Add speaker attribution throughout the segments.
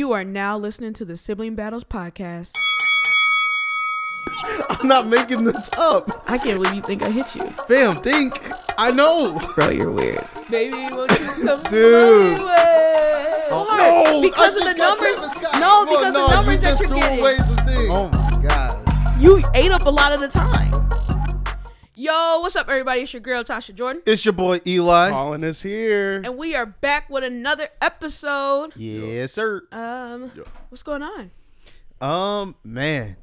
Speaker 1: You are now listening to the Sibling Battles podcast.
Speaker 2: I'm not making this up.
Speaker 1: I can't believe you think I hit you,
Speaker 2: Fam, think. I know.
Speaker 1: bro. You're weird, baby. Won't you come
Speaker 2: Dude.
Speaker 1: my way?
Speaker 2: no,
Speaker 1: because
Speaker 2: I
Speaker 1: of the
Speaker 2: think I
Speaker 1: numbers.
Speaker 2: tripped, Scott.
Speaker 1: No,
Speaker 2: Come on,
Speaker 1: because
Speaker 2: no,
Speaker 1: the numbers
Speaker 2: you
Speaker 1: that
Speaker 2: just
Speaker 1: you're
Speaker 2: threw
Speaker 1: getting.
Speaker 2: away some things. Oh my god.
Speaker 1: You ate up a lot of the time. Yo, what's up, everybody? It's your girl Tasha Jordan,
Speaker 2: It's your boy Eli.
Speaker 3: Colin is here.
Speaker 1: and we are back with another episode.
Speaker 2: Yes, sir.
Speaker 1: Um, what's going on?
Speaker 2: Um, man.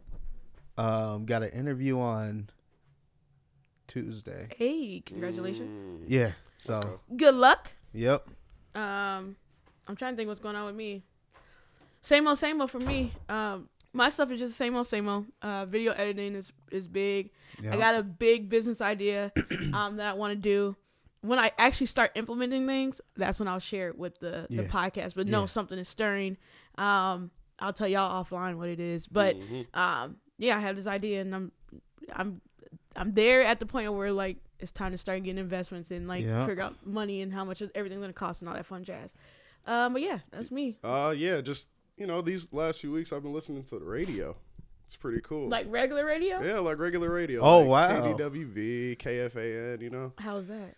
Speaker 2: Um, got an interview on Tuesday.
Speaker 1: Hey, congratulations.
Speaker 2: Yeah. So,
Speaker 1: Good luck.
Speaker 2: yep.
Speaker 1: Um, I'm trying to think what's going on with me. Same old, same old for me. Um, my stuff is just the same old, same old. Uh, video editing is is big. I
Speaker 2: Yeah.
Speaker 1: got a big business idea um, that I want to do. When I actually start implementing things, that's when I'll share it with the, the
Speaker 2: Yeah.
Speaker 1: podcast. But no,
Speaker 2: Yeah.
Speaker 1: something is stirring. Um, I'll tell y'all offline what it is. But
Speaker 2: Mm-hmm.
Speaker 1: um, yeah, I have this idea, and I'm I'm I'm there at the point where like it's time to start getting investments and like
Speaker 2: Yeah.
Speaker 1: figure out money and how much is- everything's gonna cost and all that fun jazz. Um, but yeah, that's me.
Speaker 3: Uh, yeah, just you know, these last few weeks I've been listening to the radio. It's pretty cool.
Speaker 1: Like regular radio.
Speaker 3: yeah, like regular radio.
Speaker 2: Oh,
Speaker 3: like
Speaker 2: wow.
Speaker 3: KDWV, KFAN. You know,
Speaker 1: How's that?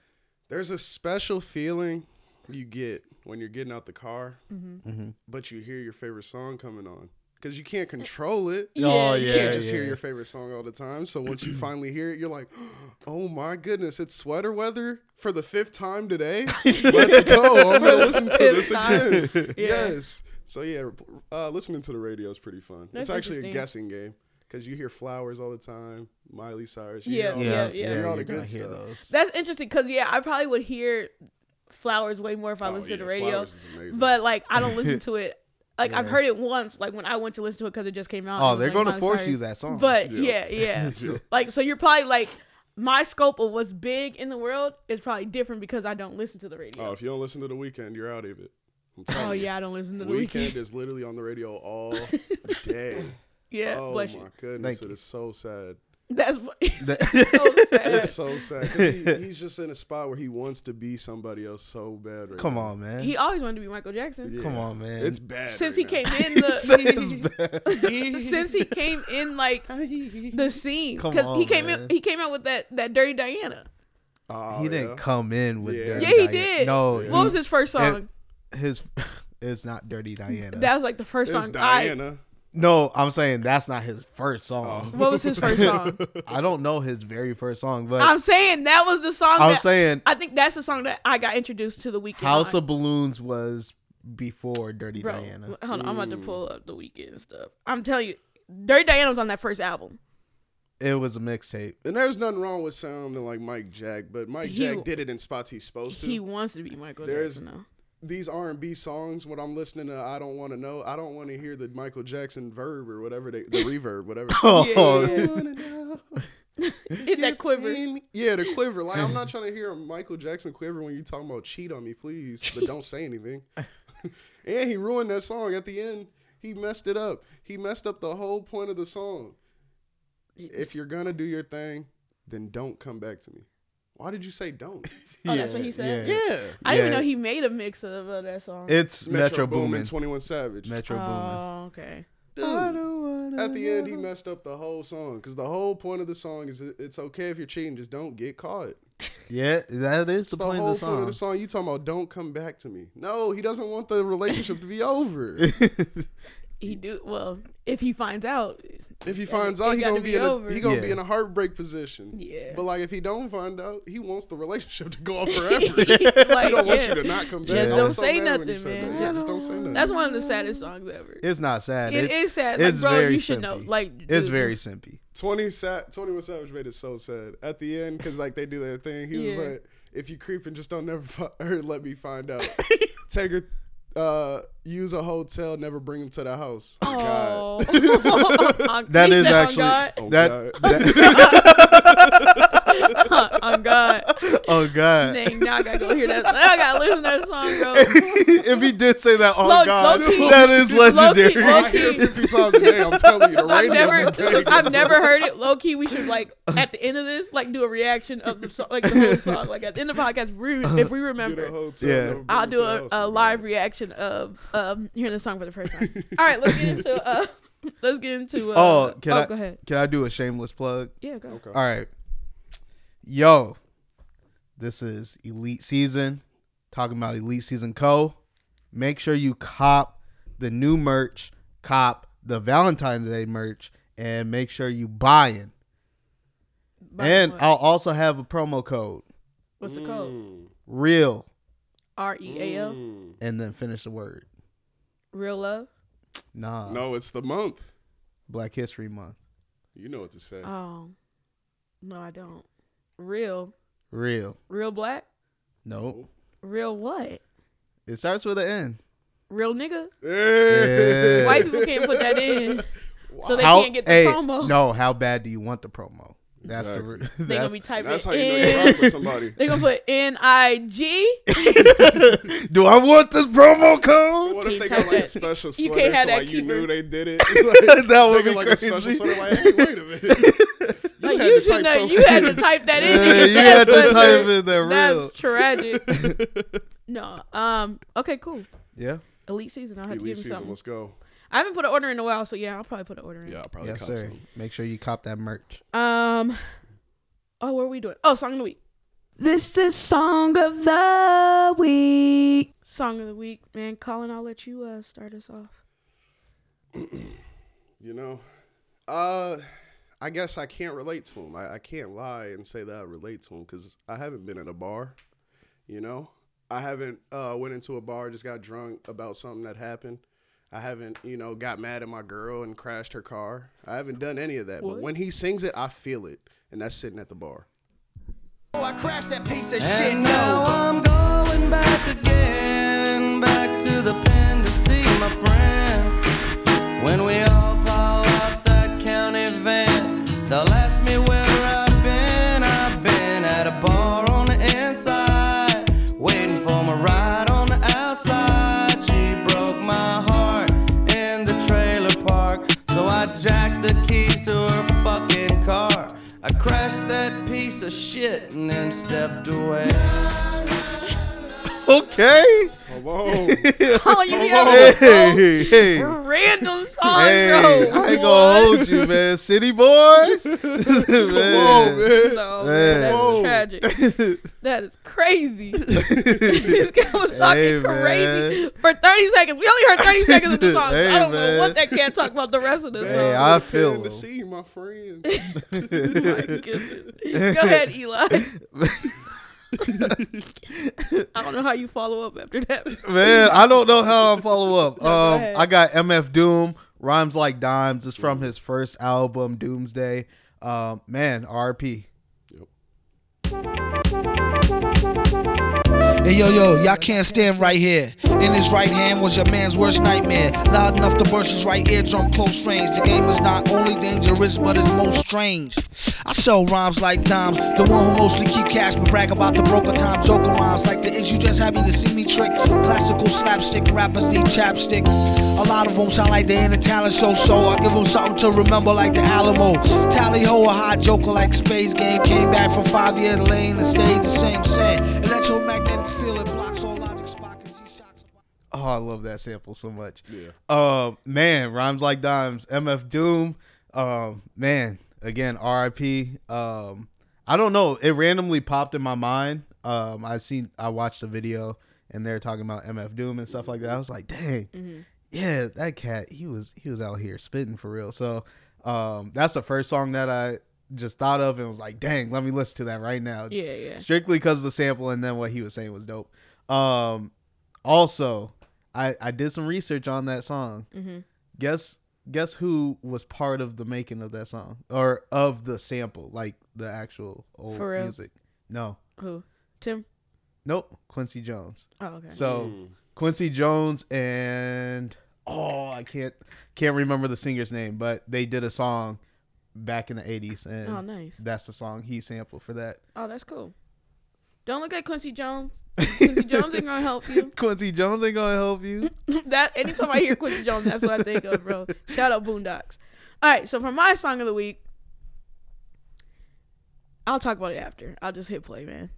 Speaker 3: there's a special feeling you get when you're getting out the car,
Speaker 2: Mhm.
Speaker 3: but you hear your favorite song coming on because you can't control it.
Speaker 2: Oh,
Speaker 3: You
Speaker 2: yeah,
Speaker 3: can't just hear
Speaker 2: yeah.
Speaker 3: your favorite song all the time. So once you finally hear it, you're like, "Oh my goodness, it's sweater weather for the fifth time today. Let's go! I'm
Speaker 1: For
Speaker 3: gonna
Speaker 1: the
Speaker 3: listen to
Speaker 1: fifth
Speaker 3: this
Speaker 1: time.
Speaker 3: again."
Speaker 1: Yeah.
Speaker 3: Yes. So yeah, uh, listening to the radio is pretty fun.
Speaker 1: That's
Speaker 3: it's actually
Speaker 1: interesting.
Speaker 3: a guessing game because you hear flowers all the time, Miley Cyrus. You
Speaker 1: Yeah,
Speaker 3: hear all
Speaker 1: yeah,
Speaker 3: that.
Speaker 1: yeah.
Speaker 3: You hear all
Speaker 2: you're
Speaker 3: the
Speaker 2: gonna
Speaker 3: good
Speaker 2: hear
Speaker 3: stuff.
Speaker 2: those.
Speaker 1: That's interesting because yeah, I probably would hear flowers way more if I listened to the radio.
Speaker 3: Oh, Flowers is amazing.
Speaker 1: But like I don't listen to it. Like I've
Speaker 2: Yeah.
Speaker 1: heard it once, like when I went to listen to it because it just came out.
Speaker 2: Oh,
Speaker 1: it was,
Speaker 2: they're
Speaker 1: like,
Speaker 2: going to
Speaker 1: Miley
Speaker 2: force
Speaker 1: Cyrus.
Speaker 2: you Oh, that song.
Speaker 1: But yeah,
Speaker 3: Yeah.
Speaker 1: yeah.
Speaker 3: Yeah.
Speaker 1: like so, you're probably like my scope of what's big in the world is probably different because I don't listen to the radio.
Speaker 3: oh, if you don't listen to the weekend, you're out of it. I'm
Speaker 1: Oh,
Speaker 3: telling you.
Speaker 1: yeah, I don't listen to the
Speaker 3: Weekend,
Speaker 1: weekend.
Speaker 3: is literally on the radio all day.
Speaker 1: Yeah,
Speaker 3: oh
Speaker 1: bless
Speaker 3: my
Speaker 1: you.
Speaker 3: goodness,
Speaker 2: Thank
Speaker 3: it is so sad.
Speaker 1: That's what-
Speaker 2: That-
Speaker 1: so sad.
Speaker 3: It's so sad. 'cause He, he's just in a spot where he wants to be somebody else so bad. Right
Speaker 2: Come
Speaker 3: now.
Speaker 2: on, man.
Speaker 1: He always wanted to be Michael Jackson.
Speaker 3: Yeah.
Speaker 2: Come on, man.
Speaker 3: It's bad.
Speaker 1: Since he
Speaker 3: right
Speaker 1: came
Speaker 3: now.
Speaker 1: in
Speaker 2: Say it's
Speaker 1: the
Speaker 2: bad.
Speaker 1: since he came in like the scene
Speaker 2: Come
Speaker 1: because he
Speaker 2: on,
Speaker 1: came in
Speaker 2: man.
Speaker 1: he came out with that that dirty Diana.
Speaker 3: Oh,
Speaker 2: he didn't
Speaker 3: yeah.
Speaker 2: come in with
Speaker 3: Yeah.
Speaker 2: Dirty
Speaker 1: Yeah, he
Speaker 2: Diana.
Speaker 1: did.
Speaker 2: No,
Speaker 1: What
Speaker 2: he-
Speaker 1: was his first
Speaker 2: and-
Speaker 1: song?
Speaker 2: his it's not Dirty Diana.
Speaker 1: That was like the first
Speaker 3: It's
Speaker 1: song. I,
Speaker 3: Diana.
Speaker 2: no, I'm saying that's not his first song.
Speaker 1: what was his first song?
Speaker 2: Oh. I don't know his very first song, but
Speaker 1: I'm saying that was the song.
Speaker 2: I'm
Speaker 1: that,
Speaker 2: saying
Speaker 1: I think that's the song that I got introduced to the weekend.
Speaker 2: House of Balloons was before Dirty Diana.
Speaker 1: Hold on, I'm about to pull up the weekend stuff. I'm telling you, Dirty Diana was on that first album.
Speaker 2: It was a mixtape.
Speaker 3: And there's nothing wrong with sounding like Mike Jack, but Mike
Speaker 1: He-
Speaker 3: Jack did it in spots he's supposed to.
Speaker 1: He wants to be Michael
Speaker 3: There's-
Speaker 1: Jackson though.
Speaker 3: These R&B songs, when I'm listening to I Don't Want to Know, I don't want to hear the Michael Jackson verb or whatever, they, the reverb, whatever.
Speaker 2: Oh,
Speaker 1: yeah,
Speaker 3: Wanna know
Speaker 1: Hit that quiver.
Speaker 3: in- Yeah, the quiver. Like, I'm not trying to hear a Michael Jackson quiver when you're talking about cheat on me, please, but don't say anything. and he ruined that song at the end. He messed it up. He messed up the whole point of the song. If you're going to do your thing, then don't come back to me. Why did you say don't?
Speaker 1: Oh, that's what he said?
Speaker 3: Yeah.
Speaker 1: I didn't even
Speaker 2: Yeah.
Speaker 1: know he made a mix of uh, that song.
Speaker 2: It's Metro,
Speaker 3: Boom
Speaker 2: Boomin.
Speaker 3: and 21 Savage.
Speaker 2: Metro Boomin.
Speaker 1: oh, okay.
Speaker 3: Dude,
Speaker 2: Boomin.
Speaker 3: at the end, he messed up the whole song because the whole point of the song is it- it's okay if you're cheating, just don't get caught.
Speaker 2: yeah, that is
Speaker 3: It's
Speaker 2: the
Speaker 3: the,
Speaker 2: point
Speaker 3: whole
Speaker 2: of
Speaker 3: point of
Speaker 2: the
Speaker 3: the
Speaker 2: song.
Speaker 3: song. You talking about don't come back to me? No, he doesn't want the relationship to be over.
Speaker 1: He do well if he finds out.
Speaker 3: If he finds
Speaker 1: It's
Speaker 3: out, he
Speaker 1: got to
Speaker 3: gonna
Speaker 1: be
Speaker 3: be in
Speaker 1: over.
Speaker 3: a, he gonna be
Speaker 2: Yeah.
Speaker 3: in a heartbreak position.
Speaker 1: Yeah.
Speaker 3: But like, if he don't find out, he wants the relationship to go on forever.
Speaker 1: like,
Speaker 3: he don't want
Speaker 1: yeah.
Speaker 3: you to not come back.
Speaker 1: Just
Speaker 3: I was
Speaker 1: don't
Speaker 3: so
Speaker 1: say
Speaker 3: mad when he
Speaker 1: nothing,
Speaker 3: said that.
Speaker 1: man.
Speaker 3: Yeah, just don't say nothing.
Speaker 1: That's one of the saddest songs ever.
Speaker 2: it's not sad.
Speaker 1: It
Speaker 2: it's,
Speaker 1: is sad. Like,
Speaker 2: it's
Speaker 1: bro,
Speaker 2: very
Speaker 1: you should know.
Speaker 2: simpy.
Speaker 1: Like,
Speaker 2: it's
Speaker 1: dude,
Speaker 2: very simpy.
Speaker 3: 20 Sa- 21 Savage made it so sad at the end because like they do their thing. He was
Speaker 1: Yeah.
Speaker 3: like, "If you creep and just don't never fi- or let me find out, take her, uh, use a hotel, never bring him to the house." Oh, God.
Speaker 1: Oh,
Speaker 2: That is
Speaker 1: That's
Speaker 2: actually
Speaker 1: God.
Speaker 3: Oh,
Speaker 2: that,
Speaker 3: God.
Speaker 2: that-
Speaker 1: oh God,
Speaker 2: Oh God.
Speaker 1: dang! Now I gotta go hear that. Now I gotta listen to that song, bro.
Speaker 2: if he did say that, oh
Speaker 1: Low-
Speaker 2: God,
Speaker 1: low-key-
Speaker 2: that is
Speaker 1: low-key-
Speaker 2: legendary.
Speaker 3: I hear it 50 times a day. I'm telling you, the
Speaker 1: Since I've
Speaker 3: radio
Speaker 1: never,
Speaker 3: is big.
Speaker 1: since I've never heard it. Low key, we should like at the end of this, like do a reaction of the song, like the whole song, like at the end of the podcast. we- If we
Speaker 3: Get a
Speaker 1: remember,
Speaker 3: hotel,
Speaker 2: Yeah.
Speaker 3: never been
Speaker 1: I'll do
Speaker 3: to
Speaker 1: a,
Speaker 3: house,
Speaker 1: a
Speaker 3: man.
Speaker 1: live reaction of um hearing the song for the first time. All right, let's get into uh, let's get into uh,
Speaker 2: Oh, can I-
Speaker 1: go ahead,
Speaker 2: Can I do a shameless plug?
Speaker 1: yeah, go.
Speaker 3: Okay.
Speaker 2: All right. Yo, this is Elite Season. Talking about Elite Season Co. Make sure you cop the new merch, cop the Valentine's Day merch, and make sure you buying.
Speaker 1: Bye,
Speaker 2: and
Speaker 1: boy.
Speaker 2: I'll also have a promo code,
Speaker 1: what's the code?
Speaker 3: Mm,
Speaker 2: real,
Speaker 1: R E A L,
Speaker 3: mm.
Speaker 2: and then finish the word.
Speaker 1: real love.
Speaker 2: Nah,
Speaker 3: No, it's the month.
Speaker 2: Black History Month.
Speaker 3: You know what to say.
Speaker 1: Oh, no, I don't. Real,
Speaker 2: Real.
Speaker 1: real black,
Speaker 2: Nope.
Speaker 1: real what?
Speaker 2: It starts with an N.
Speaker 1: Real nigga.
Speaker 3: Hey.
Speaker 2: Yeah.
Speaker 1: White people can't put that in, so they can't get the
Speaker 2: hey,
Speaker 1: promo.
Speaker 2: No, how bad do you want the promo? That's
Speaker 3: Exactly.
Speaker 2: the.
Speaker 1: They gonna
Speaker 2: That's,
Speaker 1: be typing
Speaker 3: That's how you know
Speaker 1: in.
Speaker 3: you're talking with somebody.
Speaker 1: They gonna put N I G.
Speaker 2: do I want this promo code?
Speaker 3: What if
Speaker 1: Can't
Speaker 3: they
Speaker 1: type
Speaker 3: got like a
Speaker 1: that.
Speaker 3: special
Speaker 1: You
Speaker 3: sweater
Speaker 1: can't have
Speaker 3: so
Speaker 1: that
Speaker 3: like you
Speaker 1: keyword.
Speaker 3: knew they did it? Like,
Speaker 2: That would
Speaker 3: they
Speaker 2: be
Speaker 3: get like a special
Speaker 2: crazy.
Speaker 3: sweater like, hey, wait a minute. You
Speaker 1: Like
Speaker 3: had
Speaker 1: you,
Speaker 3: to
Speaker 1: should
Speaker 3: type
Speaker 1: know.
Speaker 3: something.
Speaker 1: You had to type that in.
Speaker 2: Yeah,
Speaker 1: get
Speaker 2: you
Speaker 1: that
Speaker 2: had to
Speaker 1: sweater.
Speaker 2: type in that real.
Speaker 1: That's tragic. no. Um. Okay. Cool.
Speaker 2: Yeah.
Speaker 1: Elite season. I'll have to
Speaker 3: Elite
Speaker 1: give me
Speaker 3: season,
Speaker 1: something.
Speaker 3: let's go.
Speaker 1: I haven't put an order in a while, so yeah, I'll probably put an order in.
Speaker 3: Yeah, I'll probably
Speaker 2: Yes,
Speaker 3: cop
Speaker 2: sir.
Speaker 3: some.
Speaker 2: Make sure you cop that merch.
Speaker 1: Um. Oh, what are we doing? Oh, song of the week. This is song of the week. Song of the week, man. Colin, I'll let you uh, start us off.
Speaker 3: You know, uh, I guess I can't relate to him. I, I can't lie and say that I relate to him because I haven't been in a bar. You know, I haven't uh, went into a bar just got drunk about something that happened. I haven't, you know, got mad at my girl and crashed her car. I haven't done any of that.
Speaker 1: What?
Speaker 3: But when he sings it, I feel it, and that's sitting at the bar.
Speaker 4: Oh, I crashed that piece of shit.
Speaker 5: And
Speaker 4: no.
Speaker 5: now I'm going back again, back to the pen to see my friends. When we all pile out that county van, they'll ask me where I've been. I've been at a bar on the inside, waiting for my ride on the outside. She broke my heart in the trailer park, so I jacked the keys to her fucking car. I crashed that piece of shit and then stepped away.
Speaker 2: Okay.
Speaker 3: Hello.
Speaker 1: Colin, you have
Speaker 2: Hey,
Speaker 1: a
Speaker 2: hey, hey.
Speaker 1: whole random song,
Speaker 2: Hey,
Speaker 1: bro.
Speaker 2: I ain't gonna hold you, man. City boys. man.
Speaker 3: Whoa, man.
Speaker 1: No,
Speaker 2: Hey.
Speaker 1: that's
Speaker 3: Whoa.
Speaker 1: tragic. That is crazy. this guy was talking
Speaker 2: Hey,
Speaker 1: crazy
Speaker 2: man.
Speaker 1: for 30 seconds. We only heard 30 seconds of the song.
Speaker 2: Hey,
Speaker 1: I don't know
Speaker 2: man.
Speaker 1: what that cat talk about the rest of the
Speaker 3: Back
Speaker 1: song.
Speaker 2: Hey,
Speaker 3: to
Speaker 2: I
Speaker 3: the pen
Speaker 2: feel
Speaker 3: to
Speaker 2: him.
Speaker 3: see my friend.
Speaker 1: My goodness. Go ahead, Eli. I don't know how you follow up after that.
Speaker 2: Man, I don't know how I follow up.
Speaker 1: go
Speaker 2: Um,
Speaker 1: ahead.
Speaker 2: I got MF Doom, Rhymes Like Dimes. It's from his first album, Doomsday. Um, man, RP.
Speaker 6: Hey, yo, yo, y'all can't stand right here. In his right hand was your man's worst nightmare. Loud enough to burst his right eardrum close range. The game is not only dangerous, but it's most strange. I sell rhymes like dimes. The one who mostly keep cash, but brag about the broker time. Joker rhymes like the issue just happy to see me trick. Classical slapstick rappers need chapstick. A lot of them sound like they in a talent show, so I give them something to remember like the Alamo. Tally ho, a hot joker like Space Game. Came back from five year lane and stayed the same. Sad. Electromagnetic field, it blocks all logic. Spock and G-Shocks.
Speaker 2: Oh, I love that sample so much.
Speaker 3: Yeah.
Speaker 2: Um, man, Rhymes Like Dimes, MF Doom. Um, man, again, RIP. Um, I don't know. It randomly popped in my mind. Um, I seen, I watched a video and they're talking about MF Doom and stuff like that. I was like, dang, yeah, that cat, he was, he was out here spitting for real. So, um, that's the first song that I just thought of and was like, dang, let me listen to that right now.
Speaker 1: Yeah, yeah.
Speaker 2: Strictly because of the sample and then what he was saying was dope. Um, also, I I did some research on that song.
Speaker 1: Mm-hmm.
Speaker 2: Guess guess who was part of the making of that song or of the sample, like the actual old
Speaker 1: For real?
Speaker 2: music? No,
Speaker 1: Who? Tim?
Speaker 2: nope, Quincy Jones.
Speaker 1: Oh, okay.
Speaker 2: So
Speaker 3: Hmm.
Speaker 2: Quincy Jones and oh, I can't can't remember the singer's name, but they did a song back in the '80s, and
Speaker 1: Oh, nice.
Speaker 2: that's the song he sampled for that.
Speaker 1: Oh, that's cool. Don't look at Quincy Jones. Quincy Jones ain't gonna help you.
Speaker 2: Quincy Jones ain't gonna help you.
Speaker 1: that anytime I hear Quincy Jones, that's what I think of, bro. Shout out Boondocks. All right, so for my song of the week, I'll talk about it after. I'll just hit play, man.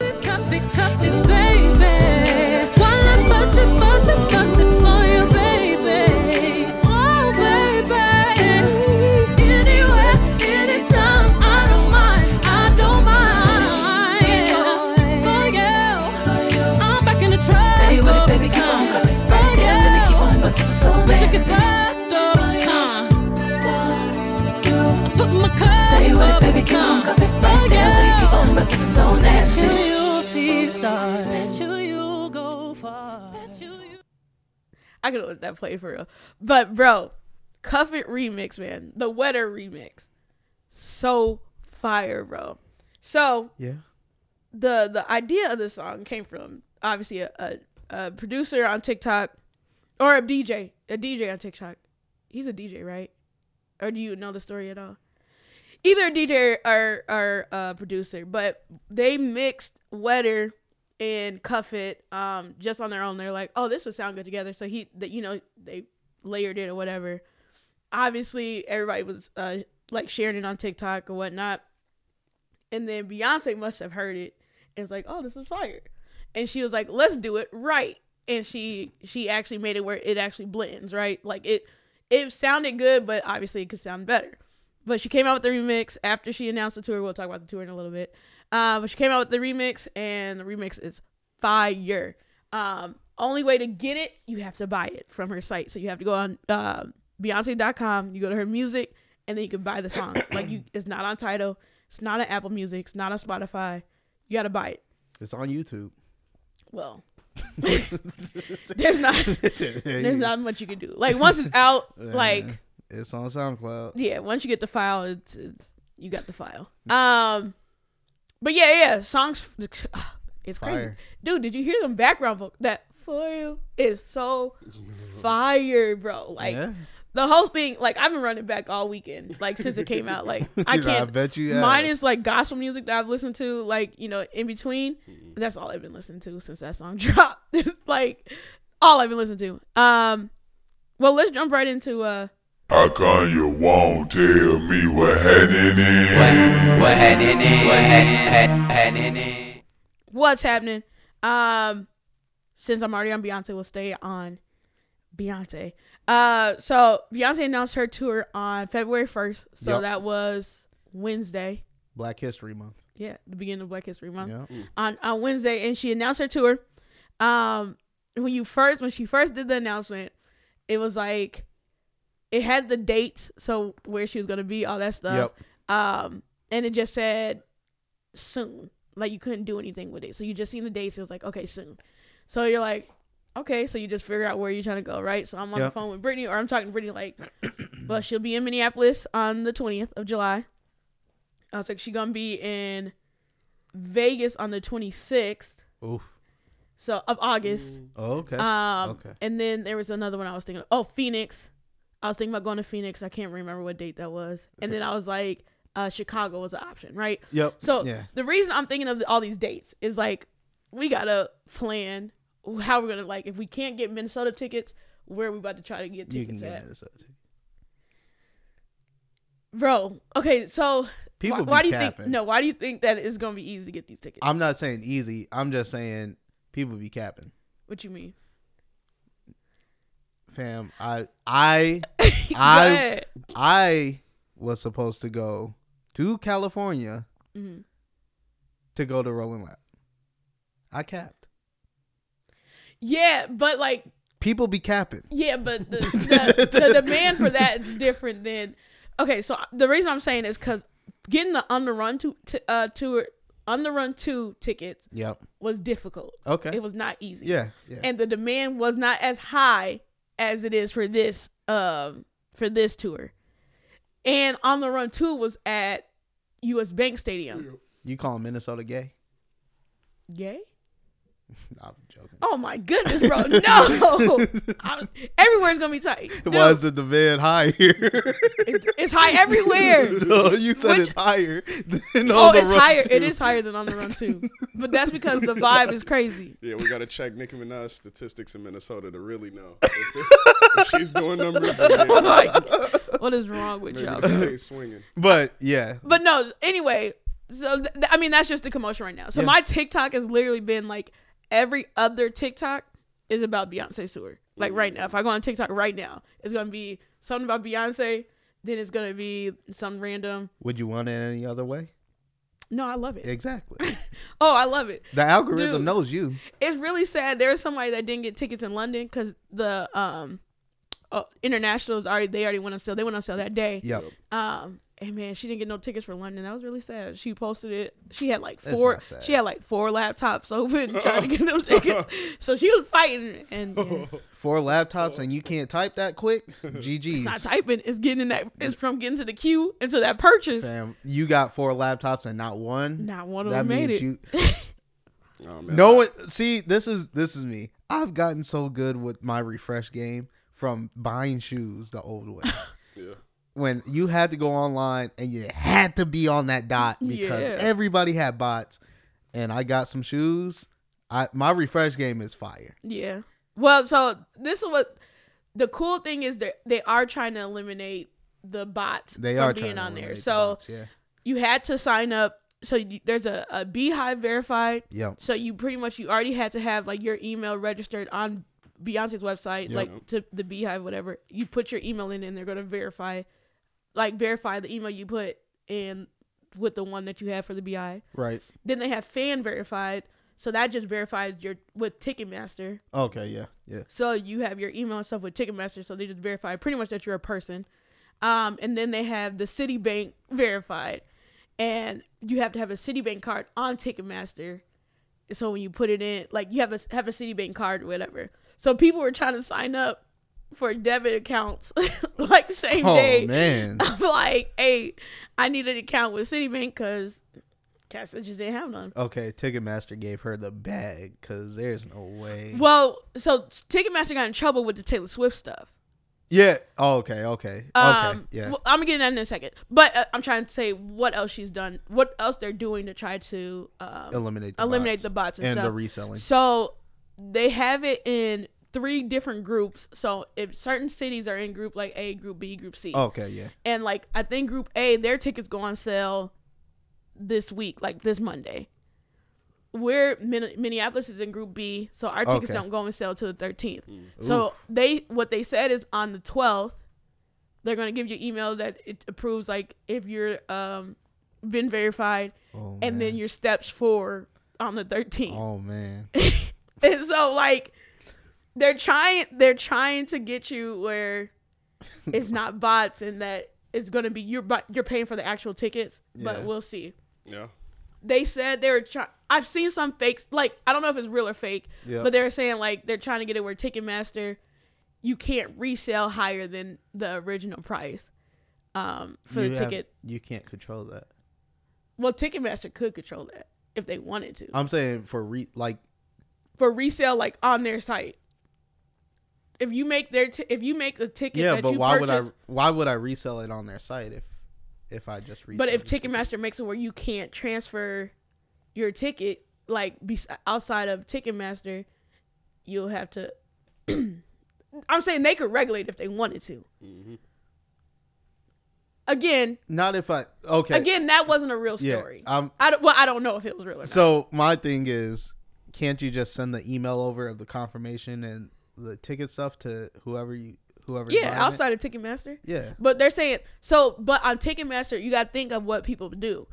Speaker 7: Comfy, comfy, baby. While I'm buzzing, buzzing, buzzing for you, baby. Oh, baby. Anywhere, anytime, I don't mind. I don't mind. For you. I'm back in the trap. Stay with it, baby. Keep on coming. For you. But you can sweat up. Uh. I put my cup Stay with it, baby. Keep on coming. For you. Keep on Bet you you'll see stars. Bet you you'll go far. Bet you you.
Speaker 1: I could let that play for real. But bro, Cuff It remix, man. The wetter remix. So fire, bro. So
Speaker 2: Yeah.
Speaker 1: the the idea of this song came from obviously a, a, a producer on TikTok or a DJ, a DJ on TikTok. He's a DJ, right? Or do you know the story at all? Either a DJ or or a producer, but they mixed Wetter and Cuff It um, just on their own. They're like, oh, this would sound good together. So he, that you know, they layered it or whatever. Obviously, everybody was uh, like sharing it on TikTok or whatnot. And then Beyonce must have heard it and was like, "Oh, this is fire," and she was like, "Let's do it right." And she she actually made it where it actually blends right, like it it sounded good, but obviously it could sound better. But she came out with the remix after she announced the tour. We'll talk about the tour in a little bit. Um, but she came out with the remix, and the remix is fire. Um, only way to get it, you have to buy it from her site. So you have to go on uh, Beyonce.com. You go to her music, and then you can buy the song. like you, it's not on title. It's not on Apple Music. It's not on Spotify. You gotta buy it.
Speaker 2: It's on YouTube.
Speaker 1: Well, there's not there's not much you can do. Like once it's out, like
Speaker 2: It's on SoundCloud.
Speaker 1: yeah, once you get the file, it's it's you got the file. Um, but yeah, yeah, songs. It's crazy,
Speaker 2: Fire.
Speaker 1: dude. Did you hear them background vocal? That for you is so fire, bro. Like
Speaker 2: Yeah.
Speaker 1: the whole thing. Like I've been running back all weekend, like since it came out. Like I
Speaker 2: Yeah, I
Speaker 1: can't.
Speaker 2: bet you have.
Speaker 1: Mine is like gospel music that I've listened to, like you know, in between. That's all I've been listening to since that song dropped. It's like all I've been listening to. Um, well, let's jump right into uh.
Speaker 8: How come you won't tell me what heading in?
Speaker 4: What had in it? What had, had, had in it?
Speaker 1: what's happening. Um, since I'm already on Beyonce, we'll stay on Beyonce. Uh, so Beyonce announced her tour on February 1st. So
Speaker 2: Yep.
Speaker 1: that was Wednesday.
Speaker 2: Black History Month.
Speaker 1: Yeah, the beginning of Black History Month
Speaker 2: Yeah.
Speaker 1: on on Wednesday, and she announced her tour. Um, when you first when she first did the announcement, it was like it had the dates, so where she was gonna be, all that stuff. Um, and it just said soon, like you couldn't do anything with it, so you just seen the dates. It was like okay, soon. So you're like, okay, so you just figure out where you're trying to go, right? So I'm on
Speaker 2: Yep.
Speaker 1: the phone with Brittany, or I'm talking to Brittany, like, well, she'll be in Minneapolis on the 20th of July. I was like, she gonna be in Vegas on the 26th,
Speaker 2: Oof. Oh,
Speaker 1: so of August.
Speaker 2: Okay.
Speaker 1: Um,
Speaker 2: Okay.
Speaker 1: and then there was another one I was thinking. Oh, Phoenix. I was thinking about going to Phoenix. I can't remember what date that was. And then I was like, uh, Chicago was an option, right?
Speaker 2: yep.
Speaker 1: So
Speaker 2: yeah.
Speaker 1: the reason I'm thinking of all these dates is like we gotta plan how we're gonna like if we can't get Minnesota tickets, where are we about to try to get
Speaker 2: You can
Speaker 1: tickets
Speaker 2: get
Speaker 1: at,
Speaker 2: into this. other thing.
Speaker 1: bro? Okay, so
Speaker 2: People
Speaker 1: why,
Speaker 2: be
Speaker 1: why do you think
Speaker 2: capping.
Speaker 1: no? Why do you think that it's gonna be easy to get these tickets?
Speaker 2: I'm not saying easy. I'm just saying people be capping.
Speaker 1: what you mean?
Speaker 2: Fam, I I
Speaker 1: Go
Speaker 2: I
Speaker 1: ahead.
Speaker 2: I was supposed to go to California
Speaker 1: Mhm.
Speaker 2: to go to Rolling Lap. I capped.
Speaker 1: yeah, but like
Speaker 2: People be capping.
Speaker 1: Yeah, but the, the, the demand for that is different than. Okay, so the reason I'm saying is because getting the on the run to, to uh tour on the run two tickets
Speaker 2: Yep.
Speaker 1: was difficult.
Speaker 2: Okay.
Speaker 1: It was not easy.
Speaker 2: yeah. Yeah.
Speaker 1: and the demand was not as high as it is for this um for this tour, and on the run two was at U.S. Bank Stadium.
Speaker 2: you call Minnesota gay?
Speaker 1: Yay.
Speaker 2: I'm joking.
Speaker 1: Oh my goodness, bro! No, I'm- everywhere's gonna be tight. No,
Speaker 2: Why is the demand high here?
Speaker 1: it's, it's high everywhere.
Speaker 2: no, you said
Speaker 1: Which-
Speaker 2: it's higher than
Speaker 1: Oh,
Speaker 2: on the
Speaker 1: it's
Speaker 2: run,
Speaker 1: higher. It
Speaker 2: too.
Speaker 1: is higher than on the run too, but that's because the vibe is crazy.
Speaker 3: Yeah, we gotta check Nicki Minaj's statistics in Minnesota to really know if, it- if she's doing numbers. Then
Speaker 2: Oh
Speaker 3: yeah,
Speaker 1: Like, what is wrong with
Speaker 3: maybe
Speaker 1: y'all?
Speaker 3: the state's swinging.
Speaker 2: But yeah,
Speaker 1: But no, anyway. So th- th- I mean, that's just the commotion right now. So my TikTok has literally been like every other TikTok is about Beyonce tour. Like right now, if I go on TikTok right now, it's gonna be something about Beyonce. Then it's gonna be some random.
Speaker 2: would you want it any other way?
Speaker 1: No, I love it.
Speaker 2: Exactly.
Speaker 1: Oh, I love it.
Speaker 2: The algorithm
Speaker 1: Dude.
Speaker 2: knows you.
Speaker 1: It's really sad. There was somebody that didn't get tickets in London because the um uh, internationals already they already went on sale. They went on sale that day.
Speaker 2: Yep.
Speaker 1: Um, and man, she didn't get no tickets for London. That was really sad. She posted it. She had like
Speaker 2: That's
Speaker 1: four.
Speaker 2: not sad.
Speaker 1: She had like four laptops open trying to get them tickets. So she was fighting, and yeah,
Speaker 2: Four laptops and you can't type that quick. GG's.
Speaker 1: it's not typing. It's getting in that. It's from getting to the queue and to that purchase.
Speaker 2: Fam, you got four laptops and not one.
Speaker 1: Not one of them made it.
Speaker 2: you.
Speaker 3: Oh, man,
Speaker 2: No one. See, this is this is me. I've gotten so good with my refresh game from buying shoes the old way.
Speaker 3: Yeah.
Speaker 2: when you had to go online and you had to be on that dot because
Speaker 1: Yeah.
Speaker 2: everybody had bots, and I got some shoes. I my refresh game is fire.
Speaker 1: Yeah. Well, so this is what the cool thing is that they are trying to eliminate the bots
Speaker 2: They
Speaker 1: from
Speaker 2: are trying
Speaker 1: being
Speaker 2: to
Speaker 1: on there.
Speaker 2: eliminate the
Speaker 1: So
Speaker 2: bots, yeah,
Speaker 1: you had to sign up. So you, there's a, a Beehive verified.
Speaker 2: yep.
Speaker 1: So you pretty much you already had to have like your email registered on Beyonce's website, like to the Beehive, whatever. You put your email in, and they're gonna verify, like verify the email you put in with the one that you have for the BI.
Speaker 2: Right.
Speaker 1: Then they have fan verified, so that just verifies your with Ticketmaster.
Speaker 2: Okay. Yeah. Yeah.
Speaker 1: So you have your email and stuff with Ticketmaster, so they just verify pretty much that you're a person. Um, and then they have the Citibank verified, and you have to have a Citibank card on Ticketmaster. So when you put it in, like you have a have a Citibank card, or whatever. So people were trying to sign up for debit accounts, like same
Speaker 2: Oh
Speaker 1: day.
Speaker 2: man.
Speaker 1: I'm like, hey, I need an account with Citibank because cash I just didn't have none.
Speaker 2: Okay, Ticketmaster gave her the bag because there's no way.
Speaker 1: Well, so Ticketmaster got in trouble with the Taylor Swift stuff.
Speaker 2: Yeah. Oh, okay. Okay. okay.
Speaker 1: Um,
Speaker 2: Yeah.
Speaker 1: well, I'm gonna get into that in a second, but uh, I'm trying to say what else she's done, what else they're doing to try to um,
Speaker 2: eliminate the
Speaker 1: eliminate
Speaker 2: bots
Speaker 1: the bots and, stuff.
Speaker 2: the reselling.
Speaker 1: So they have it in three different groups. So if certain cities are in group like A, group B, group C,
Speaker 2: Okay. Yeah.
Speaker 1: and like I think group A, their tickets go on sale this week, like this Monday. We're Min- Minneapolis is in Group B, so our tickets
Speaker 2: Okay.
Speaker 1: don't go on sale till the thirteenth. So they what they said is on the twelfth, they're gonna give you an email that it approves like if you're um been verified,
Speaker 2: Oh,
Speaker 1: and
Speaker 2: man.
Speaker 1: then your steps for on the thirteenth.
Speaker 2: Oh man.
Speaker 1: And so like they're trying they're trying to get you where it's not bots and that it's going to be you're bu- you're paying for the actual tickets,
Speaker 2: Yeah.
Speaker 1: but we'll see.
Speaker 3: Yeah.
Speaker 1: They said they were trying I've seen some fakes like I don't know if it's real or fake,
Speaker 2: Yeah.
Speaker 1: but they're saying like they're trying to get it where Ticketmaster you can't resell higher than the original price um for
Speaker 2: You
Speaker 1: the
Speaker 2: have-
Speaker 1: ticket.
Speaker 2: You can't control that.
Speaker 1: Well, Ticketmaster could control that if they wanted to.
Speaker 2: I'm saying for re like
Speaker 1: for resale like on their site. If you make their t- if you make the ticket
Speaker 2: yeah,
Speaker 1: that
Speaker 2: but
Speaker 1: you
Speaker 2: why
Speaker 1: purchase,
Speaker 2: would I why would I resell it on their site if if I just resell
Speaker 1: but if
Speaker 2: the ticket?
Speaker 1: Ticketmaster makes it where you can't transfer your ticket like be- outside of Ticketmaster, you'll have to. I'm saying they could regulate if they wanted to.
Speaker 2: Mm-hmm.
Speaker 1: Again,
Speaker 2: not if I okay
Speaker 1: again, that wasn't a real
Speaker 2: yeah
Speaker 1: story.
Speaker 2: I'm
Speaker 1: I don't, well, I don't know if it was real or not.
Speaker 2: so my thing is can't you just send the email over of the confirmation and the ticket stuff to whoever you whoever buying it?
Speaker 1: yeah, outside of Ticketmaster.
Speaker 2: yeah
Speaker 1: But they're saying so. But on Ticketmaster, you gotta think of what people do.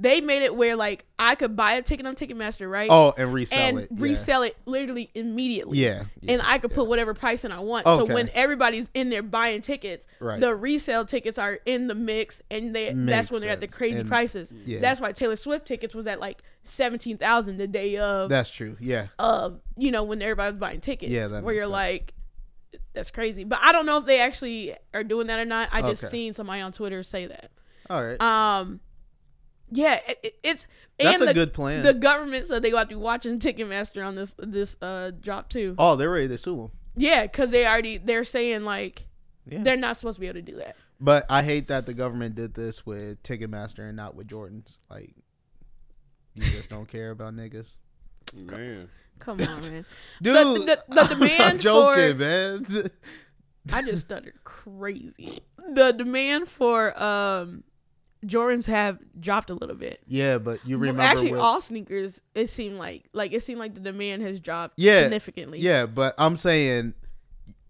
Speaker 1: They made it where like I could buy a ticket on Ticketmaster, right?
Speaker 2: oh and resell
Speaker 1: and
Speaker 2: it yeah.
Speaker 1: resell it literally immediately.
Speaker 2: yeah, yeah.
Speaker 1: And I could put whatever pricing I want.
Speaker 2: Okay.
Speaker 1: So when everybody's in there buying tickets,
Speaker 2: Right.
Speaker 1: the resale tickets are in the mix, and they
Speaker 2: Makes
Speaker 1: that's when they're at the
Speaker 2: sense.
Speaker 1: crazy
Speaker 2: And-
Speaker 1: prices.
Speaker 2: yeah.
Speaker 1: That's why Taylor Swift tickets was at like seventeen thousand the day of
Speaker 2: that's true yeah
Speaker 1: of you know when everybody's buying tickets
Speaker 2: Yeah, that
Speaker 1: where you're
Speaker 2: makes sense.
Speaker 1: like that's crazy but i don't know if they actually are doing that or not i just
Speaker 2: Okay.
Speaker 1: Uh, seen somebody on twitter say that
Speaker 2: all right
Speaker 1: um Yeah, it, it- it's
Speaker 2: That's
Speaker 1: and
Speaker 2: a
Speaker 1: the,
Speaker 2: good plan.
Speaker 1: The government said they got to be watching Ticketmaster on this this uh drop too.
Speaker 2: Oh, they're ready to sue him.
Speaker 1: Yeah, because they already they're saying like
Speaker 2: Yeah.
Speaker 1: they're not supposed to be able to do that.
Speaker 2: But I hate that the government did this with Ticketmaster and not with Jordans. Like, you just don't care about niggas,
Speaker 3: Man,
Speaker 1: Come on, man.
Speaker 2: dude.
Speaker 1: the- the
Speaker 2: I'm
Speaker 1: demand
Speaker 2: joking,
Speaker 1: for-
Speaker 2: man.
Speaker 1: I just stuttered crazy. The demand for um Jordans have dropped a little bit.
Speaker 2: yeah, but you
Speaker 1: Well,
Speaker 2: remember
Speaker 1: actually,
Speaker 2: what-
Speaker 1: all sneakers. It seemed like like it seemed like the demand has dropped
Speaker 2: yeah,
Speaker 1: significantly.
Speaker 2: Yeah, but I'm saying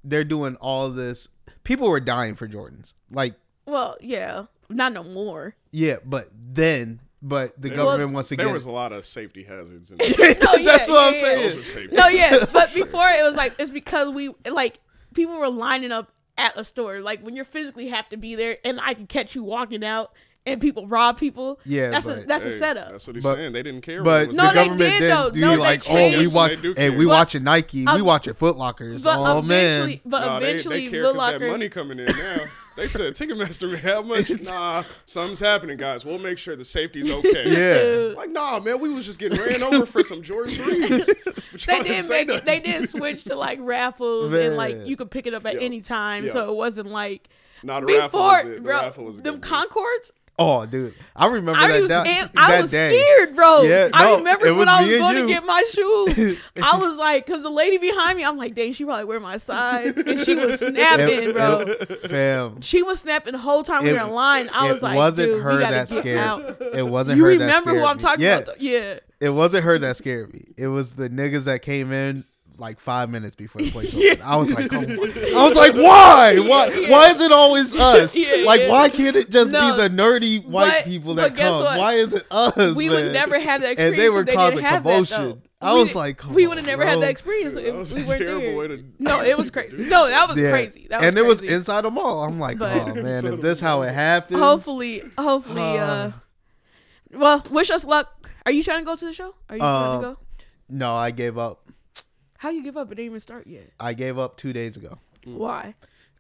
Speaker 2: they're doing all this. People were dying for Jordans. Like,
Speaker 1: Well, yeah, not no more.
Speaker 2: yeah, but then, but the
Speaker 3: They-
Speaker 2: government once again.
Speaker 3: there was a lot of safety hazards in there.
Speaker 1: No, Oh, yeah,
Speaker 2: that's what I'm
Speaker 1: yeah, yeah.
Speaker 2: saying.
Speaker 3: Those were safety.
Speaker 1: No, yeah, but before it was like it's because we like people were lining up at a store. Like when you physically have to be there, and I can catch you walking out, and people rob people.
Speaker 2: Yeah,
Speaker 1: that's a
Speaker 2: but-
Speaker 1: that's
Speaker 3: Hey,
Speaker 1: a setup.
Speaker 3: That's what he's
Speaker 2: But-
Speaker 3: saying. They didn't care. when it
Speaker 2: But
Speaker 3: was
Speaker 1: No,
Speaker 2: the
Speaker 1: they
Speaker 3: done.
Speaker 2: government
Speaker 1: did,
Speaker 2: did
Speaker 1: though.
Speaker 2: not
Speaker 1: No, they
Speaker 2: be like, oh, we
Speaker 1: changed.
Speaker 2: watch,
Speaker 3: They do
Speaker 2: hey,
Speaker 3: care.
Speaker 2: we
Speaker 3: But-
Speaker 2: watching Nike, we
Speaker 1: um,
Speaker 2: watching Foot Lockers.
Speaker 1: but
Speaker 2: oh
Speaker 1: eventually,
Speaker 2: man,
Speaker 1: but
Speaker 3: Nah, they,
Speaker 1: eventually,
Speaker 3: they care
Speaker 1: Foot
Speaker 3: 'cause that
Speaker 1: Locker-
Speaker 3: money coming in now. They said Ticketmaster man, how much? Nah, something's happening, guys. We'll make sure the safety's okay.
Speaker 2: yeah,
Speaker 3: Like, nah, man, we was just getting ran over for some Jordan threes. But
Speaker 1: They
Speaker 3: y'all didn't
Speaker 1: did
Speaker 3: say
Speaker 1: make it, they
Speaker 3: nothing.
Speaker 1: did switch to like raffles and like you could pick it up at
Speaker 3: Yeah.
Speaker 1: any time,
Speaker 3: Yeah.
Speaker 1: so it wasn't like
Speaker 3: Nah, the raffle
Speaker 1: before
Speaker 3: was it. The
Speaker 1: bro,
Speaker 3: raffle was a
Speaker 1: them
Speaker 3: good move.
Speaker 1: Concords.
Speaker 2: oh dude, I remember
Speaker 1: I
Speaker 2: that,
Speaker 1: was,
Speaker 2: da-
Speaker 1: and
Speaker 2: that
Speaker 1: I was
Speaker 2: day.
Speaker 1: scared, bro.
Speaker 2: Yeah,
Speaker 1: I
Speaker 2: no,
Speaker 1: remember
Speaker 2: it
Speaker 1: when
Speaker 2: was
Speaker 1: I was
Speaker 2: me and
Speaker 1: going to
Speaker 2: you.
Speaker 1: get my shoes. I was like, because the lady behind me, I'm like, dang, she probably wear my size, and she was
Speaker 2: It-
Speaker 1: snapping,
Speaker 2: it-
Speaker 1: bro.
Speaker 2: fam.
Speaker 1: She was snapping the whole time we
Speaker 2: It-
Speaker 1: were in line. I
Speaker 2: it
Speaker 1: was like,
Speaker 2: wasn't
Speaker 1: dude,
Speaker 2: her
Speaker 1: we gotta
Speaker 2: that
Speaker 1: get
Speaker 2: scared.
Speaker 1: out.
Speaker 2: me. It wasn't
Speaker 1: You
Speaker 2: her that
Speaker 1: remember
Speaker 2: scared
Speaker 1: who I'm
Speaker 2: me.
Speaker 1: talking
Speaker 2: yeah,
Speaker 1: about? though? Yeah,
Speaker 2: It wasn't her that scared me. It was the niggas that came in like five minutes before the place opened. I was like, oh my. I was like, why? Why?
Speaker 1: Yeah.
Speaker 2: Why is it always us?
Speaker 1: Yeah,
Speaker 2: like,
Speaker 1: yeah.
Speaker 2: why can't it just
Speaker 1: No,
Speaker 2: be the nerdy white
Speaker 1: but-
Speaker 2: people
Speaker 1: but
Speaker 2: that
Speaker 1: guess
Speaker 2: come?
Speaker 1: what?
Speaker 2: Why is it us?
Speaker 1: we
Speaker 2: man?
Speaker 1: would never have that
Speaker 2: And
Speaker 1: experience.
Speaker 2: they were
Speaker 1: if they
Speaker 2: causing
Speaker 1: didn't have
Speaker 2: commotion.
Speaker 1: That, though.
Speaker 2: I
Speaker 1: We
Speaker 2: was
Speaker 1: did-
Speaker 2: like, come
Speaker 1: we would have
Speaker 2: on,
Speaker 1: never had
Speaker 2: bro.
Speaker 1: that experience
Speaker 3: Dude,
Speaker 1: if
Speaker 3: that was
Speaker 1: we
Speaker 3: a
Speaker 1: weren't
Speaker 3: terrible
Speaker 1: there.
Speaker 3: way to-
Speaker 1: No, it was crazy. No, that was
Speaker 2: Yeah.
Speaker 1: crazy. That was
Speaker 2: and it was
Speaker 1: crazy.
Speaker 2: inside the mall. I'm like,
Speaker 1: But-
Speaker 2: oh man, if this how it happens.
Speaker 1: Hopefully, hopefully. Uh,
Speaker 2: Uh.
Speaker 1: well, wish us luck. Are you trying to go to the show? Are you trying to
Speaker 2: Um,
Speaker 1: go?
Speaker 2: No, I gave up.
Speaker 1: How you give up? It didn't even start yet.
Speaker 2: I gave up two days ago.
Speaker 1: Why?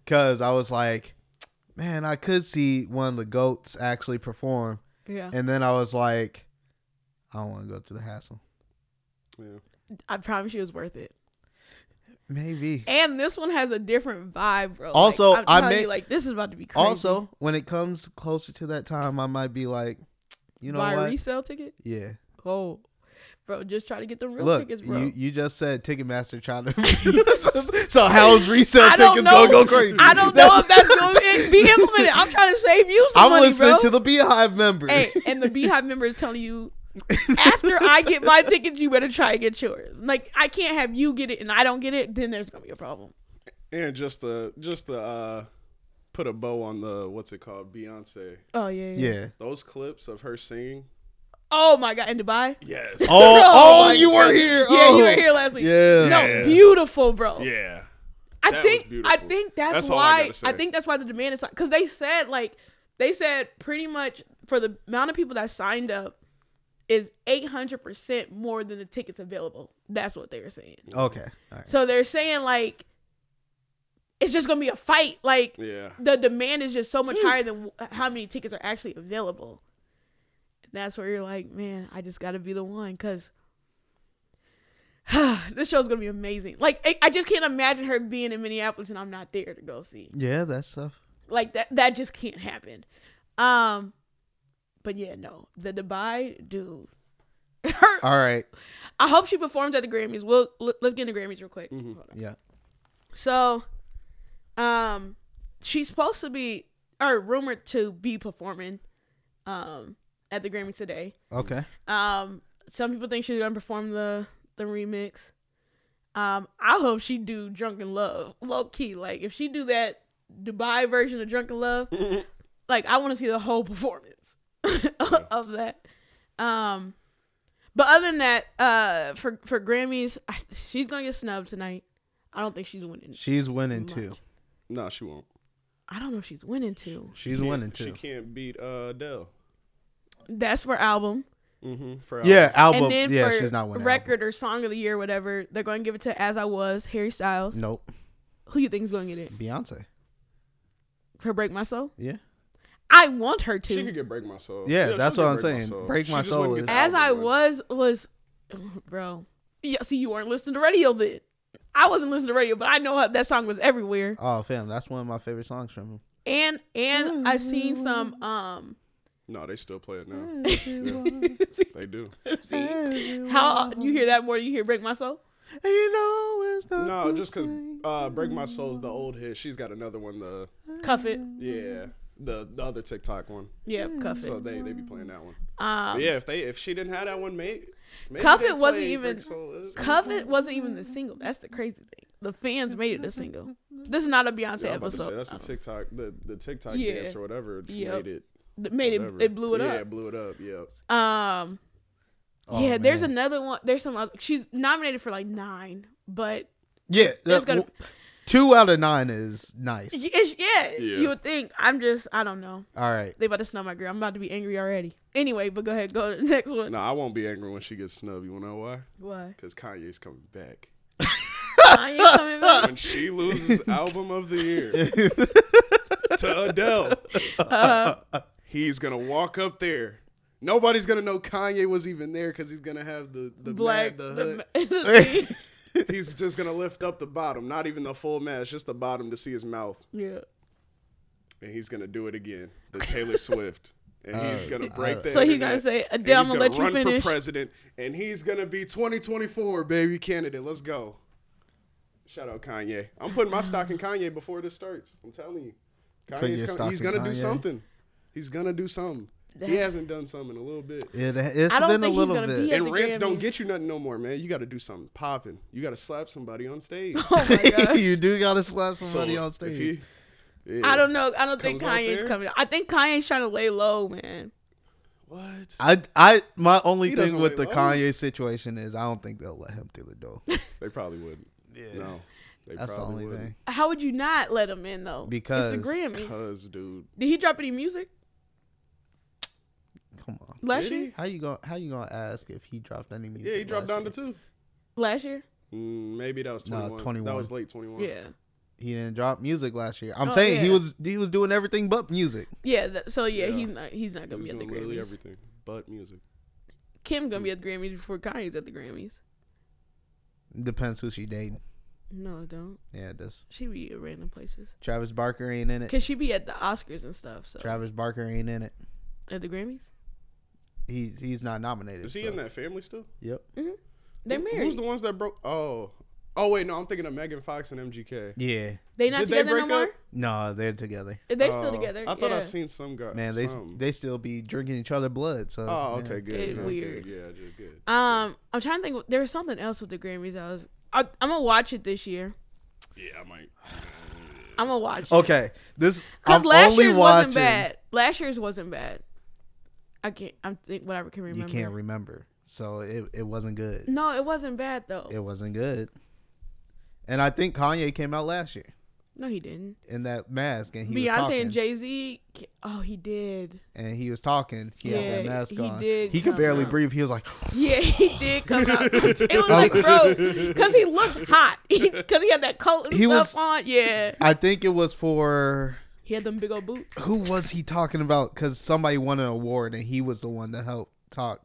Speaker 2: because I was like, man, I could see one of the goats actually perform,
Speaker 1: Yeah,
Speaker 2: and then I was like, I don't want to go through the hassle.
Speaker 1: I promise you, it was worth it.
Speaker 2: Maybe.
Speaker 1: And this one has a different vibe, bro. Like,
Speaker 2: Also,
Speaker 1: I'm
Speaker 2: I
Speaker 1: telling
Speaker 2: may-
Speaker 1: you, like this is about to be crazy.
Speaker 2: Also, when it comes closer to that time, I might be like, you know
Speaker 1: buy a
Speaker 2: what?
Speaker 1: resale ticket.
Speaker 2: yeah.
Speaker 1: Oh, bro, just try to get the real
Speaker 2: Look,
Speaker 1: tickets, bro.
Speaker 2: you, you just said Ticketmaster trying to. so how's resale
Speaker 1: I don't
Speaker 2: tickets gonna
Speaker 1: know.
Speaker 2: go crazy?
Speaker 1: I don't know
Speaker 2: That's-
Speaker 1: if that's going to be implemented. I'm trying to save you some
Speaker 2: I'm
Speaker 1: money,
Speaker 2: listening
Speaker 1: bro.
Speaker 2: to the Beehive member.
Speaker 1: hey, and the Beehive member is telling you, after I get my tickets, you better try to get yours. Like I can't have you get it and I don't get it. Then there's gonna be a problem.
Speaker 3: And just to just to uh, put a bow on the what's it called Beyonce.
Speaker 1: Oh yeah.
Speaker 2: yeah.
Speaker 3: Those clips of her singing.
Speaker 1: Oh my god, in Dubai.
Speaker 3: Yes.
Speaker 2: Oh,
Speaker 1: Oh
Speaker 2: oh,
Speaker 1: my
Speaker 2: you were here.
Speaker 1: Yeah, you
Speaker 2: Oh.
Speaker 1: were here last week.
Speaker 2: Yeah.
Speaker 1: No,
Speaker 3: Yeah.
Speaker 1: beautiful, bro.
Speaker 3: Yeah.
Speaker 1: I
Speaker 3: That
Speaker 1: think
Speaker 3: was
Speaker 1: I
Speaker 3: beautiful.
Speaker 1: think that's,
Speaker 3: That's all I
Speaker 1: why
Speaker 3: gotta say.
Speaker 1: I, think that's why the demand is because they said like they said pretty much for the amount of people that signed up is 800% more than the tickets available. That's what they were saying.
Speaker 2: Okay. All right.
Speaker 1: So they're saying like it's just going to be a fight like
Speaker 3: Yeah.
Speaker 1: the demand is just so much higher than wh- how many tickets are actually available. And that's where you're like, man, I just got to be the one because this show's gonna be amazing. Like, I, I just can't imagine her being in Minneapolis and I'm not there to go see.
Speaker 2: Yeah, that stuff.
Speaker 1: Like that, that just can't happen. Um, but yeah, no, the Dubai dude. Her,
Speaker 2: All right.
Speaker 1: I hope she performs at the Grammys. We'll l- let's get into Grammys real quick. Hold on.
Speaker 2: Yeah.
Speaker 1: So, um, she's supposed to be or rumored to be performing, um, at the Grammys today.
Speaker 2: Okay.
Speaker 1: Um, some people think she's gonna perform the the remix. Um, I hope she do Drunken Love, low key. Like if she do that Dubai version of Drunken Love, like I want to see the whole performance of that. Um, but other than that, uh, for for Grammys, she's gonna get snubbed tonight. I don't think she's winning.
Speaker 2: She's winning
Speaker 1: Much.
Speaker 2: too.
Speaker 3: No, she won't.
Speaker 1: I don't know if she's winning too.
Speaker 2: She's
Speaker 3: Can't-
Speaker 2: winning
Speaker 3: She
Speaker 2: too.
Speaker 3: can't beat uh, Adele.
Speaker 1: That's for album.
Speaker 3: Mm-hmm, for
Speaker 2: Yeah,
Speaker 1: and
Speaker 2: album.
Speaker 1: then
Speaker 2: Oh, Yeah,
Speaker 1: for
Speaker 2: she's not winning. Record.
Speaker 1: record or song of the year, whatever, they're going to give it to As I Was, Harry Styles.
Speaker 2: Nope.
Speaker 1: Who you think is going to get it?
Speaker 2: Beyonce.
Speaker 1: For Break My Soul?
Speaker 2: Yeah.
Speaker 1: I want her
Speaker 3: She
Speaker 1: to.
Speaker 3: could get break my soul.
Speaker 2: Yeah,
Speaker 3: she
Speaker 2: that's
Speaker 3: could
Speaker 2: what I'm
Speaker 3: Break My
Speaker 2: saying.
Speaker 3: Soul.
Speaker 2: Break
Speaker 3: She
Speaker 2: My
Speaker 3: just
Speaker 2: Soul
Speaker 3: wouldn't get
Speaker 2: is-
Speaker 1: As
Speaker 3: the
Speaker 1: I
Speaker 3: album, but-
Speaker 1: was was, bro. Yeah, see, you weren't listening to radio then. I wasn't listening to radio, but I know how that song was everywhere.
Speaker 2: Oh, fam, that's one of my favorite songs from him.
Speaker 1: And and I seen some um
Speaker 3: No, they still play it now.
Speaker 2: Mm.
Speaker 3: They do.
Speaker 1: how you hear that more than you hear break my soul.
Speaker 2: You know it's not
Speaker 3: No, just because uh, Break My Soul's the old hit. She's got another one, the,
Speaker 1: Cuff it.
Speaker 3: yeah,
Speaker 2: Mm-hmm.
Speaker 3: the, the other TikTok one.
Speaker 1: Yeah, cuff
Speaker 3: So
Speaker 1: it.
Speaker 3: they, they be playing that one.
Speaker 1: Um,
Speaker 2: Mm.
Speaker 3: But yeah, if they if she didn't have that one, mate, maybe
Speaker 1: Cuff
Speaker 3: they'd
Speaker 1: It wasn't
Speaker 3: play
Speaker 1: even-
Speaker 3: Break Soul is.
Speaker 1: Cuff it wasn't even the single. That's the crazy thing. The fans made it a single. This is not a Beyonce
Speaker 3: Yeah, I'm about to say
Speaker 1: episode.
Speaker 3: that's the TikTok, the the TikTok
Speaker 1: Yeah.
Speaker 3: dance or whatever
Speaker 1: Yep.
Speaker 3: made it.
Speaker 1: That made it.
Speaker 3: whatever.
Speaker 1: It blew it
Speaker 3: yeah,
Speaker 1: up.
Speaker 3: it blew it up. Yeah.
Speaker 1: Um,
Speaker 2: Oh,
Speaker 1: yeah, there's
Speaker 2: man.
Speaker 1: another one. There's some other. She's nominated for like nine, but
Speaker 2: Yeah,
Speaker 1: there's
Speaker 2: that-
Speaker 1: gonna.
Speaker 2: w- two out of nine is nice.
Speaker 1: y- it's- yeah,
Speaker 3: Yeah.
Speaker 1: you would think. I'm just. I don't know.
Speaker 2: All right.
Speaker 1: They about to snub my girl. I'm about to be angry already. Anyway, but go ahead. Go to the next one.
Speaker 3: No, I won't be angry when she gets snubbed. You wanna know why?
Speaker 1: Why?
Speaker 3: Because Kanye's coming back.
Speaker 1: Kanye coming back.
Speaker 3: When she loses album of the year to Adele,
Speaker 1: Uh-huh.
Speaker 3: he's gonna walk up there. Nobody's gonna know Kanye was even there because he's gonna have the the
Speaker 1: Black.
Speaker 3: Black, the hood.
Speaker 1: the- the-
Speaker 3: he's just gonna lift up the bottom, not even the full mask, just the bottom to see his mouth.
Speaker 1: yeah.
Speaker 3: and he's gonna do it again. The Taylor Swift, and he's gonna break the.
Speaker 1: So he
Speaker 3: internet,
Speaker 1: gotta say,
Speaker 3: and
Speaker 1: "Adele,
Speaker 3: he's
Speaker 1: I'ma
Speaker 3: gonna
Speaker 1: let you
Speaker 3: run
Speaker 1: finish."
Speaker 3: for president, and he's gonna be 2024 baby candidate. Let's go. Shout out Kanye. I'm putting my stock in Kanye before this starts. I'm telling you, Kanye's
Speaker 2: your
Speaker 3: com-
Speaker 2: stock
Speaker 3: he's
Speaker 2: in
Speaker 3: gonna do
Speaker 2: Kanye?
Speaker 3: something. He's gonna do something. He hasn't done something in a little bit.
Speaker 2: It, it's
Speaker 1: I don't
Speaker 2: been
Speaker 1: think
Speaker 2: a
Speaker 1: he's
Speaker 2: little
Speaker 1: gonna
Speaker 2: bit.
Speaker 1: be at
Speaker 3: And
Speaker 1: the
Speaker 3: rants don't
Speaker 1: Grammys.
Speaker 3: get you nothing no more, man. You got to do something popping. You got to slap somebody on stage.
Speaker 1: Oh my god.
Speaker 2: you do gotta slap
Speaker 3: So
Speaker 2: somebody on
Speaker 3: if
Speaker 2: stage.
Speaker 3: he-
Speaker 1: I don't know. I don't think
Speaker 3: Comes out
Speaker 1: Kanye's
Speaker 3: there.
Speaker 1: coming. I think Kanye's trying to lay low, man.
Speaker 3: What?
Speaker 2: I I my only
Speaker 3: He
Speaker 2: thing
Speaker 3: doesn't
Speaker 2: with the
Speaker 3: really love
Speaker 2: Kanye situation is I don't think they'll let him through the door.
Speaker 3: They probably wouldn't. No. They
Speaker 2: That's the
Speaker 3: probably
Speaker 2: only
Speaker 3: wouldn't.
Speaker 2: thing.
Speaker 1: How would you not let him in though?
Speaker 2: Because-
Speaker 1: it's the Grammys.
Speaker 3: Cuz, dude.
Speaker 1: Did he drop any music
Speaker 2: Come on.
Speaker 1: last
Speaker 3: Did he?
Speaker 1: year?
Speaker 2: How you gonna How you gonna ask if he dropped any music?
Speaker 3: Yeah, he dropped
Speaker 2: last
Speaker 3: down to
Speaker 2: year?
Speaker 3: two.
Speaker 1: Last year?
Speaker 3: Mm, maybe that was
Speaker 2: No,
Speaker 3: 21.
Speaker 2: 21.
Speaker 3: That was late 21.
Speaker 1: Yeah.
Speaker 2: He didn't drop music last year. I'm
Speaker 1: Oh,
Speaker 2: saying he
Speaker 1: yeah.
Speaker 2: was he was doing everything but music.
Speaker 1: Yeah. That, so yeah,
Speaker 3: Yeah.
Speaker 1: he's not. He's not
Speaker 3: He
Speaker 1: gonna
Speaker 3: was
Speaker 1: be at the
Speaker 3: doing literally
Speaker 1: Grammys.
Speaker 3: everything but music.
Speaker 1: Kim gonna be at the Grammys before Kanye's at the Grammys.
Speaker 2: Depends who she dating.
Speaker 1: No, it don't.
Speaker 2: Yeah, it does.
Speaker 1: She be at random places.
Speaker 2: Travis Barker ain't in it.
Speaker 1: Cause she be at the Oscars and stuff. So
Speaker 2: Travis Barker ain't in it.
Speaker 1: at the Grammys,
Speaker 2: He's he's not nominated.
Speaker 3: Is he
Speaker 2: so-
Speaker 3: in that family still?
Speaker 2: Yep.
Speaker 1: they're married.
Speaker 3: Who's the ones that broke? Oh. Oh, wait, no. I'm thinking of Megan Fox and MGK.
Speaker 2: Yeah.
Speaker 1: they not
Speaker 3: Did they
Speaker 1: together no
Speaker 3: break
Speaker 1: more.
Speaker 3: up?
Speaker 2: No, they're together.
Speaker 1: They
Speaker 3: Oh,
Speaker 1: still together.
Speaker 3: I thought
Speaker 1: yeah.
Speaker 3: I seen some guy.
Speaker 2: Man, they
Speaker 3: something.
Speaker 2: they still be drinking each other blood. So
Speaker 3: Oh,
Speaker 2: yeah.
Speaker 3: okay, good.
Speaker 1: It
Speaker 3: good,
Speaker 1: weird.
Speaker 3: Good. Yeah, just good.
Speaker 1: Um, I'm trying to think. There was something else with the Grammys. I was. I, I'm gonna watch it this year.
Speaker 3: Yeah, I might.
Speaker 1: I'm gonna watch.
Speaker 3: Oh,
Speaker 1: it.
Speaker 2: Okay, this
Speaker 1: Because
Speaker 2: I'm
Speaker 1: last
Speaker 2: only
Speaker 1: year's
Speaker 2: watching.
Speaker 1: wasn't bad. Last year's wasn't bad. I can't. I'm think whatever can
Speaker 2: You
Speaker 1: remember.
Speaker 2: can't remember, so it it wasn't good.
Speaker 1: no, it wasn't bad though.
Speaker 2: It wasn't good. And I think Kanye came out last year
Speaker 1: no, he didn't.
Speaker 2: in that mask, and he was
Speaker 1: Beyonce
Speaker 2: talking,
Speaker 1: and Jay Z. Oh, he did.
Speaker 2: and he was talking. He had that
Speaker 1: Yeah,
Speaker 2: mask
Speaker 1: he
Speaker 2: on.
Speaker 1: did
Speaker 2: He could
Speaker 1: come
Speaker 2: barely
Speaker 1: out.
Speaker 2: breathe. He was like,
Speaker 1: Yeah, he did come out. it was like, bro, because he looked hot. Because he had that coat and
Speaker 2: He
Speaker 1: stuff
Speaker 2: was-
Speaker 1: on. Yeah,
Speaker 2: I think it was for
Speaker 1: he had them big old boots.
Speaker 2: who was he talking about? Because somebody won an award, and he was the one that helped talk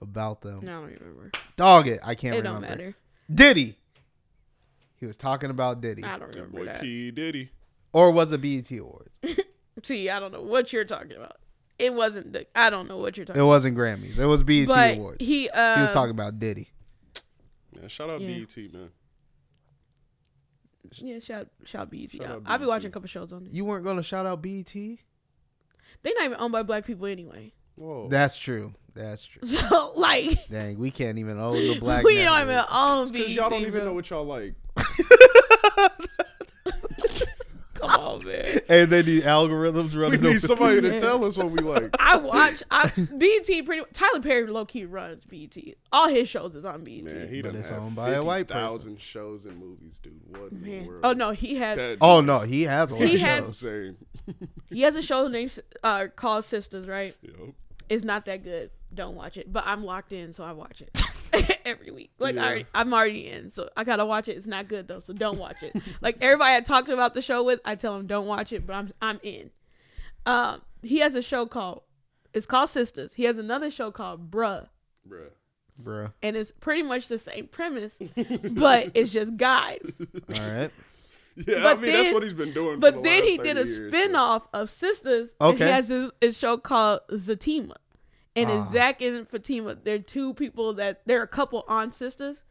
Speaker 2: about them.
Speaker 1: No, I don't remember.
Speaker 2: Dog it, I can't
Speaker 1: It don't
Speaker 2: remember.
Speaker 1: matter.
Speaker 2: Diddy. He was talking about Diddy,
Speaker 1: I don't
Speaker 3: That
Speaker 1: remember
Speaker 3: boy
Speaker 1: that.
Speaker 3: P. Diddy.
Speaker 2: or was it BET Awards?
Speaker 1: See, I don't know what you're talking about. It wasn't the. I don't know what you're
Speaker 2: It
Speaker 1: talking. about.
Speaker 2: wasn't Grammys. It was BET
Speaker 1: But
Speaker 2: Awards. He,
Speaker 1: he uh,
Speaker 2: was talking about Diddy.
Speaker 3: Yeah, shout out
Speaker 1: Yeah.
Speaker 3: BET, man.
Speaker 1: Yeah, shout shout BET
Speaker 3: Shout
Speaker 1: out.
Speaker 3: out
Speaker 1: I'll be
Speaker 3: BET.
Speaker 1: watching a couple shows on it.
Speaker 2: You weren't gonna shout out E BET?
Speaker 1: They're not even owned by black people anyway.
Speaker 3: Whoa.
Speaker 2: That's true. That's true.
Speaker 1: So like
Speaker 2: Dang, we can't even own the black.
Speaker 1: we don't even
Speaker 2: network.
Speaker 1: own BET.
Speaker 3: Because y'all don't even
Speaker 1: E bro.
Speaker 3: know what y'all like.
Speaker 1: Come on, man.
Speaker 2: And then the algorithms
Speaker 3: We
Speaker 2: running.
Speaker 3: need
Speaker 2: over-
Speaker 3: somebody to
Speaker 1: Yeah.
Speaker 3: tell us what we like.
Speaker 1: I watch I BET pretty much Tyler Perry low key runs BET. All his shows is on E BET.
Speaker 3: Man, he
Speaker 2: But
Speaker 3: done
Speaker 2: it's
Speaker 3: had
Speaker 2: owned by
Speaker 3: by
Speaker 2: a white person.
Speaker 3: thousand shows and movies, dude. What in the
Speaker 1: Man.
Speaker 3: world?
Speaker 1: Oh no, he has
Speaker 3: That
Speaker 2: oh
Speaker 3: dude
Speaker 2: no,
Speaker 3: is
Speaker 2: he has. A lot
Speaker 1: He
Speaker 2: of
Speaker 1: has-
Speaker 2: shows.
Speaker 3: insane.
Speaker 1: he has a show named uh called Sisters, right?
Speaker 3: Yup.
Speaker 1: It's not that good. Don't watch it. But I'm locked in, so I watch it. Every week, like I
Speaker 3: Yeah.
Speaker 1: already, I'm already in, so I gotta watch it. It's not good though, so don't watch it. like everybody I talked about the show with, I tell them don't watch it, but I'm I'm in. Um, he has a show called it's called Sisters. He has another show called Bruh,
Speaker 3: Bruh.
Speaker 2: bruh.
Speaker 1: and it's pretty much the same premise, but it's just guys.
Speaker 2: All right.
Speaker 3: Yeah, I
Speaker 1: But
Speaker 3: mean that's
Speaker 1: then-
Speaker 3: what he's been doing. for
Speaker 1: But
Speaker 3: the
Speaker 1: then
Speaker 3: last
Speaker 1: he did
Speaker 3: 30
Speaker 1: a
Speaker 3: years,
Speaker 1: spin
Speaker 3: so.
Speaker 1: off of Sisters. And he
Speaker 2: Okay.
Speaker 1: has this, this show called Zatima. And
Speaker 2: Ah.
Speaker 1: it's Zach and Fatima. They're two people that they're a couple on Sisters.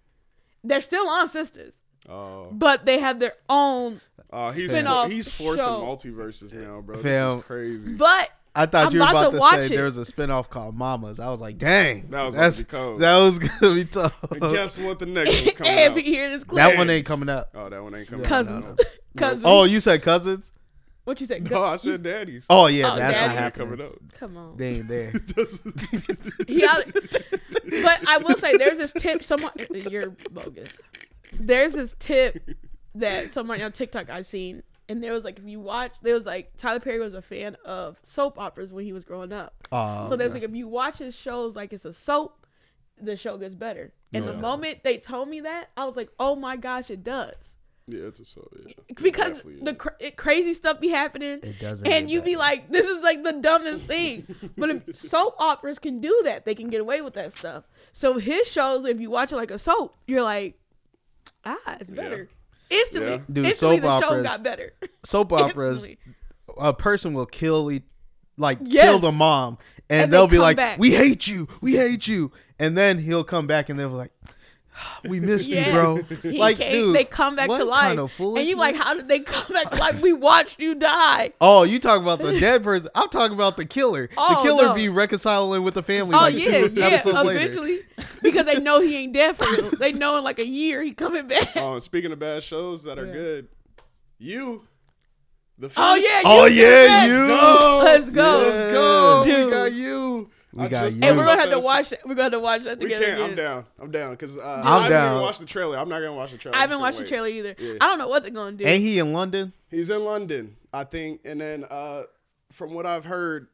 Speaker 1: They're still on Sisters,
Speaker 3: Oh,
Speaker 1: but they have their own.
Speaker 3: oh, he's
Speaker 1: Spin-off
Speaker 3: he's forcing
Speaker 1: show.
Speaker 3: multiverses now, bro. This
Speaker 2: Fam.
Speaker 3: is crazy.
Speaker 1: But
Speaker 2: I thought
Speaker 1: I'm
Speaker 2: you were
Speaker 1: about
Speaker 2: about
Speaker 1: to
Speaker 2: to,
Speaker 1: watch
Speaker 2: say
Speaker 1: it.
Speaker 2: there was a spinoff called Mamas. I was like, dang,
Speaker 3: That was gonna
Speaker 2: that's,
Speaker 3: be cold.
Speaker 2: that was gonna be tough.
Speaker 3: and guess what? The next one's coming out.
Speaker 1: every year this clip,
Speaker 2: That one ain't coming out.
Speaker 3: Oh, that one ain't coming.
Speaker 1: cousins,
Speaker 3: Out.
Speaker 1: cousins.
Speaker 2: Oh, you said cousins?
Speaker 1: what you say?
Speaker 3: No, I said daddies.
Speaker 2: Oh yeah,
Speaker 1: Oh,
Speaker 2: that's
Speaker 1: Daddy.
Speaker 2: not
Speaker 3: That ain't
Speaker 2: happening.
Speaker 3: coming up.
Speaker 1: come on.
Speaker 2: They ain't there.
Speaker 1: He out- but I will say there's this tip someone you're bogus. There's this tip that someone on TikTok I've seen and there was like if you watch there was like Tyler Perry was a fan of soap operas when he was growing up.
Speaker 2: Oh,
Speaker 1: so there's like if you watch his shows like it's a soap, the show gets better. And the moment they told me that, I was like, "Oh my gosh, it does!"
Speaker 3: Yeah, it's a so. Yeah.
Speaker 1: Because
Speaker 3: Definitely
Speaker 1: the
Speaker 3: is.
Speaker 1: cra- it, crazy stuff be happening,
Speaker 2: it doesn't.
Speaker 1: and
Speaker 2: get
Speaker 1: you be
Speaker 2: better.
Speaker 1: like, this is like the dumbest thing. but if soap operas can do that, they can get away with that stuff. So his shows, if you watch it like a soap, you're like, ah, it's better. Instantly,
Speaker 3: Yeah.
Speaker 2: Dude,
Speaker 1: instantly
Speaker 2: soap
Speaker 1: the show
Speaker 2: operas-
Speaker 1: got better.
Speaker 2: soap operas.
Speaker 1: Instantly.
Speaker 2: A person will kill, e- like
Speaker 1: Yes.
Speaker 2: kill the mom, and,
Speaker 1: And they
Speaker 2: they'll be
Speaker 1: come
Speaker 2: like,
Speaker 1: back.
Speaker 2: "We hate you, we hate you," and then he'll come back and they'll be like, "We missed
Speaker 1: Yeah.
Speaker 2: you, bro."
Speaker 1: He
Speaker 2: like,
Speaker 1: came-
Speaker 2: dude,
Speaker 1: they come back
Speaker 2: what
Speaker 1: to life,
Speaker 2: Kind of
Speaker 1: and you like,
Speaker 2: foolishness?
Speaker 1: how did they come back to life? We watched you die.
Speaker 2: Oh, you talk about the dead person. I'm talking about the killer.
Speaker 1: Oh,
Speaker 2: the killer
Speaker 1: no.
Speaker 2: be reconciling with the family.
Speaker 1: Oh
Speaker 2: like
Speaker 1: yeah,
Speaker 2: two
Speaker 1: yeah.
Speaker 2: episodes later.
Speaker 1: Eventually, because they know he ain't dead for real. They know in like a year he coming back. Oh,
Speaker 3: Oh, and speaking of bad shows that are good, you, the
Speaker 1: yeah.
Speaker 2: Oh,
Speaker 1: you
Speaker 2: yeah,
Speaker 1: coming back.
Speaker 2: you.
Speaker 1: Let's go.
Speaker 3: let's go,
Speaker 1: Dude.
Speaker 3: we got you,
Speaker 2: We
Speaker 3: I
Speaker 2: got
Speaker 3: just
Speaker 2: you.
Speaker 3: thought
Speaker 1: And we're gonna
Speaker 3: about
Speaker 1: have to
Speaker 3: this.
Speaker 1: watch. We're gonna have to watch that
Speaker 3: We
Speaker 1: together.
Speaker 3: can't. I'm
Speaker 1: again.
Speaker 3: down. I'm down because uh,
Speaker 2: I'm
Speaker 3: I haven't
Speaker 2: down.
Speaker 3: even watched the trailer. I'm not gonna watch the trailer.
Speaker 1: I
Speaker 3: I'm
Speaker 1: haven't
Speaker 3: just
Speaker 1: watched the
Speaker 3: gonna
Speaker 1: trailer either.
Speaker 3: Yeah.
Speaker 1: I don't know what they're gonna do.
Speaker 2: Ain't he in London?
Speaker 3: wait. He's in London, I think, and then uh, from what I've heard,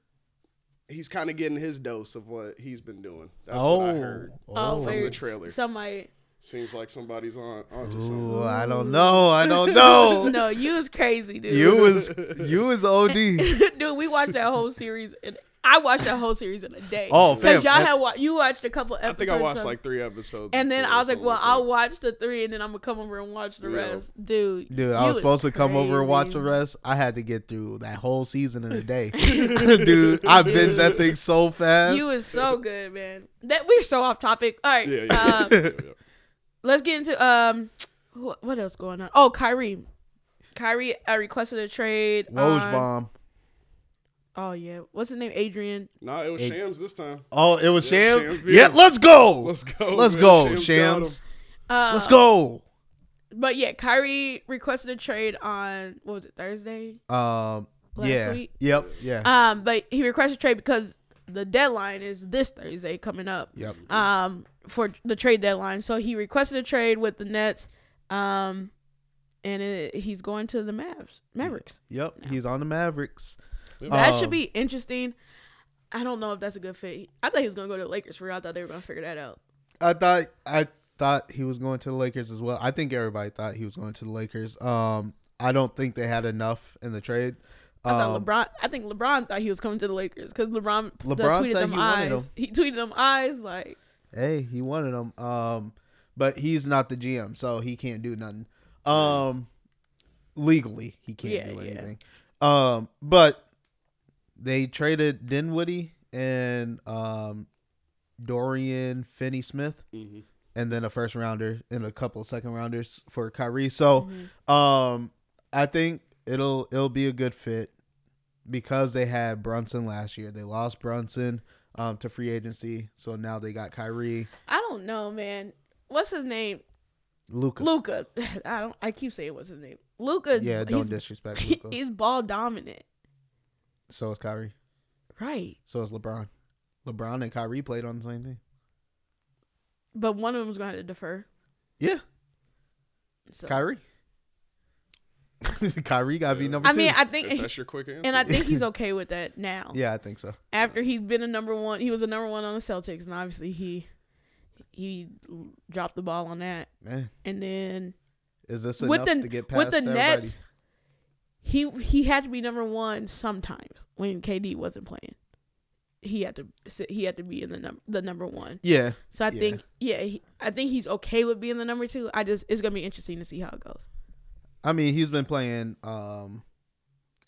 Speaker 3: he's kind of getting his dose of what he's been doing. That's what I
Speaker 2: oh,
Speaker 3: heard.
Speaker 1: oh,
Speaker 2: oh.
Speaker 1: wait,
Speaker 3: the trailer.
Speaker 1: Somebody.
Speaker 3: Seems like somebody's on onto something.
Speaker 2: Ooh, I don't know. I don't
Speaker 3: Oh.
Speaker 2: know.
Speaker 1: No, you was crazy, dude.
Speaker 2: You was you was OD.
Speaker 1: dude. We watched that whole series, and I watched that whole series in a day.
Speaker 2: Oh, fam,
Speaker 1: because y'all
Speaker 2: and-
Speaker 1: had wa- you watched a couple episodes.
Speaker 3: I think I watched
Speaker 1: of-
Speaker 3: like three episodes.
Speaker 1: And then
Speaker 3: before
Speaker 1: I
Speaker 3: or
Speaker 1: was like,
Speaker 3: something
Speaker 1: well,
Speaker 3: that.
Speaker 1: I'll watch the three, and then I'm gonna come over and watch the
Speaker 3: Yeah.
Speaker 1: rest, dude.
Speaker 2: Dude, I
Speaker 1: you
Speaker 2: was supposed to come over and watch the
Speaker 1: crazy.
Speaker 2: rest. I had to get through that whole season in a day. Dude, I binged that thing so fast.
Speaker 1: You was so good, man. That we're so off topic. All right,
Speaker 3: Yeah, yeah,
Speaker 1: um, let's get into um, wh- what else going on? Oh, Kyrie, Kyrie, I requested a trade.
Speaker 2: Woj
Speaker 1: on-
Speaker 2: bomb.
Speaker 1: Oh yeah, what's his name? Adrian.
Speaker 3: No, it was
Speaker 2: Hey.
Speaker 3: Shams this time.
Speaker 2: Oh, it was
Speaker 3: Yeah,
Speaker 2: Sham.
Speaker 3: Shams beat
Speaker 2: Yeah,
Speaker 3: him.
Speaker 2: let's go.
Speaker 3: Let's go.
Speaker 2: Let's
Speaker 3: man.
Speaker 2: go,
Speaker 3: got
Speaker 2: Shams.
Speaker 3: him.
Speaker 1: Uh,
Speaker 2: Let's go.
Speaker 1: But yeah, Kyrie requested a trade on what was it Thursday?
Speaker 2: Um.
Speaker 1: Last
Speaker 2: yeah.
Speaker 1: week?
Speaker 2: Yep. Yeah.
Speaker 1: Um, but he requested a trade because the deadline is this Thursday coming up.
Speaker 2: yep.
Speaker 1: Um, for the trade deadline, so he requested a trade with the Nets. Um, and it, he's going to the Mavs, Mavericks.
Speaker 2: Yep. He's on the Mavericks.
Speaker 1: That
Speaker 2: Um,
Speaker 1: should be interesting. I don't know if that's a good fit. I thought he was gonna go to the Lakers for real. I thought they were gonna figure that out.
Speaker 2: I thought I thought he was going to the Lakers as well. I think everybody thought he was going to the Lakers. Um, I don't think they had enough in the trade.
Speaker 1: I thought
Speaker 2: Um,
Speaker 1: LeBron. I think LeBron thought he was coming to the Lakers because LeBron,
Speaker 2: LeBron
Speaker 1: tweeted
Speaker 2: said
Speaker 1: them
Speaker 2: he wanted
Speaker 1: eyes.
Speaker 2: him.
Speaker 1: He tweeted them eyes like,
Speaker 2: hey, he wanted him. Um, but he's not the GM, so he can't do nothing. Um, legally, he can't
Speaker 1: Yeah,
Speaker 2: do
Speaker 1: yeah.
Speaker 2: anything. Um, but they traded Dinwiddie and um, Dorian Finney-Smith,
Speaker 3: Mhm.
Speaker 2: and then a first rounder and a couple of second rounders for Kyrie. So,
Speaker 1: Mm-hmm.
Speaker 2: um, I think it'll it'll be a good fit because they had Brunson last year. They lost Brunson um, to free agency, so now they got Kyrie,
Speaker 1: I don't know, man. What's his name?
Speaker 2: Luca.
Speaker 1: Luca. I don't. I keep saying what's his name. Luca.
Speaker 2: yeah, don't disrespect
Speaker 1: he's,
Speaker 2: Luca.
Speaker 1: he's ball dominant,
Speaker 2: so is Kyrie.
Speaker 1: right?
Speaker 2: So is LeBron. LeBron and Kyrie played on the same team.
Speaker 1: But one of them's gonna have to defer.
Speaker 2: Yeah,
Speaker 1: So.
Speaker 2: Kyrie. Kyrie got to be
Speaker 3: Yeah.
Speaker 2: number
Speaker 1: I
Speaker 2: two.
Speaker 1: mean, I think,
Speaker 3: If that's your quick answer.
Speaker 1: and I think he's okay with that now.
Speaker 2: yeah, I think so.
Speaker 1: After he's been a number one, he was a number one on the Celtics, and obviously he he dropped the ball on that.
Speaker 2: Man,
Speaker 1: And then
Speaker 2: is this
Speaker 1: with
Speaker 2: enough
Speaker 1: the
Speaker 2: to get past
Speaker 1: with the
Speaker 2: everybody?
Speaker 1: Nets, he he had to be number one sometimes. when KD wasn't playing. He had to sit, he had to be in the number the number one.
Speaker 2: Yeah.
Speaker 1: So I
Speaker 2: Yeah.
Speaker 1: think yeah, he, I think he's okay with being the number two. I just it's gonna be interesting to see how it goes.
Speaker 2: I mean, he's been playing um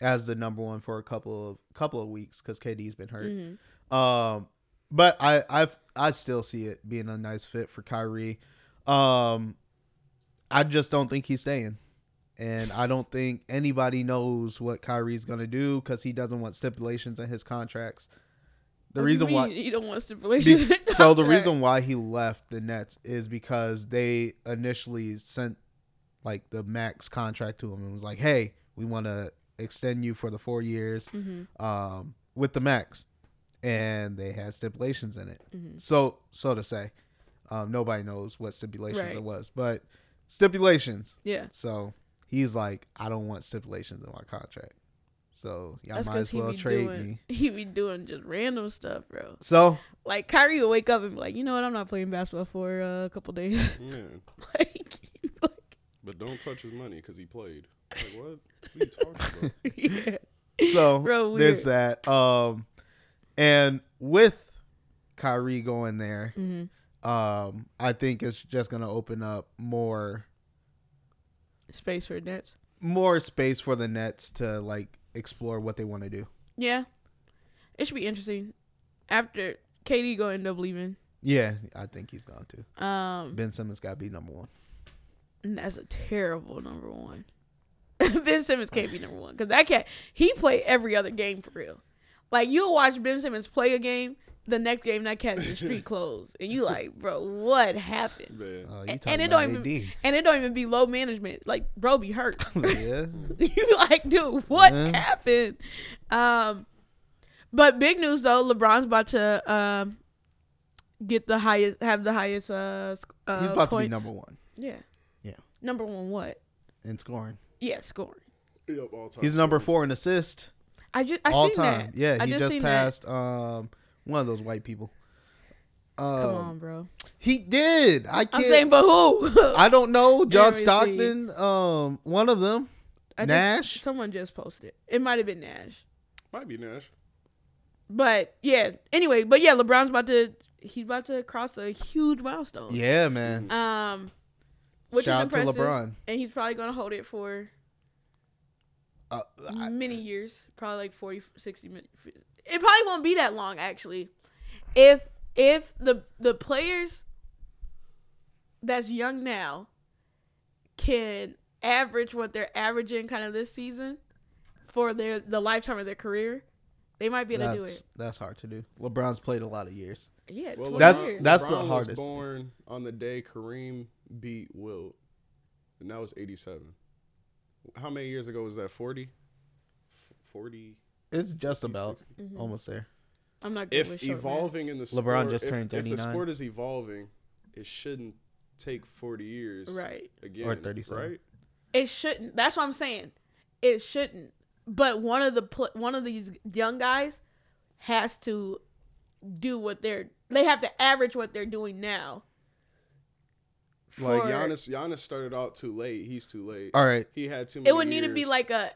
Speaker 2: as the number one for a couple of couple of weeks because KD's been hurt.
Speaker 1: Mm-hmm.
Speaker 2: Um, but I I I still see it being a nice fit for Kyrie. Um, I just don't think he's staying, and I don't think anybody knows what Kyrie's gonna do because he doesn't want stipulations in his contracts. The reason why
Speaker 1: you don't want stipulations.
Speaker 2: be- so the reason why he left the Nets is because they initially sent like the max contract to him and was like, "Hey, we want to extend you for the four years
Speaker 1: Mm-hmm.
Speaker 2: um, with the max," and they had stipulations in it.
Speaker 1: Mm-hmm.
Speaker 2: So so to say, um, nobody knows what stipulations
Speaker 1: Right.
Speaker 2: it was, but stipulations.
Speaker 1: yeah,
Speaker 2: So he's like, "I don't want stipulations in my contract." So y'all
Speaker 1: that's
Speaker 2: might
Speaker 1: because
Speaker 2: as
Speaker 1: he
Speaker 2: well
Speaker 1: be
Speaker 2: trade
Speaker 1: doing
Speaker 2: me.
Speaker 1: he be doing just random stuff, bro.
Speaker 2: So
Speaker 1: Like Kyrie will wake up and be like, you know what, I'm not playing basketball for uh, a couple days.
Speaker 3: Man,
Speaker 1: like, like,
Speaker 3: but don't touch his money because he played. Like what? What are you talking about?
Speaker 1: yeah.
Speaker 2: So
Speaker 1: Real
Speaker 2: there's that. Um, and with Kyrie going there,
Speaker 1: Mm-hmm.
Speaker 2: um, I think it's just gonna open up more
Speaker 1: space for Nets.
Speaker 2: more space for the Nets to like explore what they want to do.
Speaker 1: Yeah, it should be interesting. After KD go end up leaving,
Speaker 2: Yeah, I think he's gone too.
Speaker 1: um,
Speaker 2: Ben Simmons got to be number one.
Speaker 1: and that's a terrible number one. ben Simmons can't be number one because that cat he played every other game for real. Like you'll watch Ben Simmons play a game, the next game that cat's in street clothes, and you like, bro, what happened?
Speaker 3: Man,
Speaker 2: Oh, you
Speaker 1: And,
Speaker 2: talking
Speaker 1: it
Speaker 2: about
Speaker 1: don't even
Speaker 2: AD?
Speaker 1: and it don't even be low management. Like, bro, be hurt.
Speaker 2: yeah,
Speaker 1: you like, dude, what
Speaker 2: Yeah.
Speaker 1: happened? Um, but big news though, LeBron's about to um get the highest, have the highest. Uh, sc- uh
Speaker 2: he's about to be
Speaker 1: points.
Speaker 2: number one
Speaker 1: Yeah.
Speaker 2: Yeah.
Speaker 1: Number one, what?
Speaker 2: in scoring.
Speaker 1: Yeah, scoring.
Speaker 3: Yep, all time
Speaker 2: He's number
Speaker 3: scorer.
Speaker 2: four in assist
Speaker 1: I just I
Speaker 2: all
Speaker 1: seen
Speaker 2: time.
Speaker 1: that.
Speaker 2: Yeah,
Speaker 1: I
Speaker 2: he just
Speaker 1: seen
Speaker 2: passed um one of those white people.
Speaker 1: That. Come
Speaker 2: Um,
Speaker 1: on, bro.
Speaker 2: He did. I
Speaker 1: I'm
Speaker 2: can't.
Speaker 1: saying, but who?
Speaker 2: I don't know. John
Speaker 1: Every
Speaker 2: Stockton, um, one of them.
Speaker 1: I just-
Speaker 2: Nash?
Speaker 1: someone just posted. it. It might have been Nash,
Speaker 3: Might be Nash.
Speaker 1: but yeah. Anyway, but yeah, LeBron's about to. He's about to cross a huge milestone.
Speaker 2: Yeah, man.
Speaker 1: Um, which
Speaker 2: Shout out
Speaker 1: is impressive.
Speaker 2: to LeBron.
Speaker 1: and he's probably going to hold it for
Speaker 2: Uh, I-
Speaker 1: many years probably like 40 60 minutes it probably won't be that long actually if if the the players that's young now can average what they're averaging kind of this season for their the lifetime of their career they might be able to do
Speaker 2: that's
Speaker 1: it
Speaker 2: that's hard to do. LeBron's played a lot of years.
Speaker 1: yeah
Speaker 3: Well,
Speaker 1: 20
Speaker 2: That's-
Speaker 1: years.
Speaker 2: that's the
Speaker 3: LeBron
Speaker 2: hardest thing.
Speaker 3: Was born on the day Kareem beat Wilt, and that was '87. How many years ago was that? Forty. Forty.
Speaker 2: It's just about
Speaker 1: Mm-hmm.
Speaker 2: almost there.
Speaker 1: i'm not good with
Speaker 3: If
Speaker 1: short math.
Speaker 3: evolving in the sport,
Speaker 2: LeBron just
Speaker 3: if-
Speaker 2: turned
Speaker 3: If the
Speaker 2: 39.
Speaker 3: sport is evolving, it shouldn't take forty years.
Speaker 1: right
Speaker 3: Again,
Speaker 2: Or 37.
Speaker 3: Right.
Speaker 1: It shouldn't. That's what I'm saying. It shouldn't. But one of the pl- one of these young guys has to do what they're they have to average what they're doing now.
Speaker 3: Like
Speaker 1: for-
Speaker 3: Giannis, Giannis started out too late. He's too late.
Speaker 2: All right.
Speaker 3: He had too many.
Speaker 1: It would need to be
Speaker 3: years.
Speaker 1: like a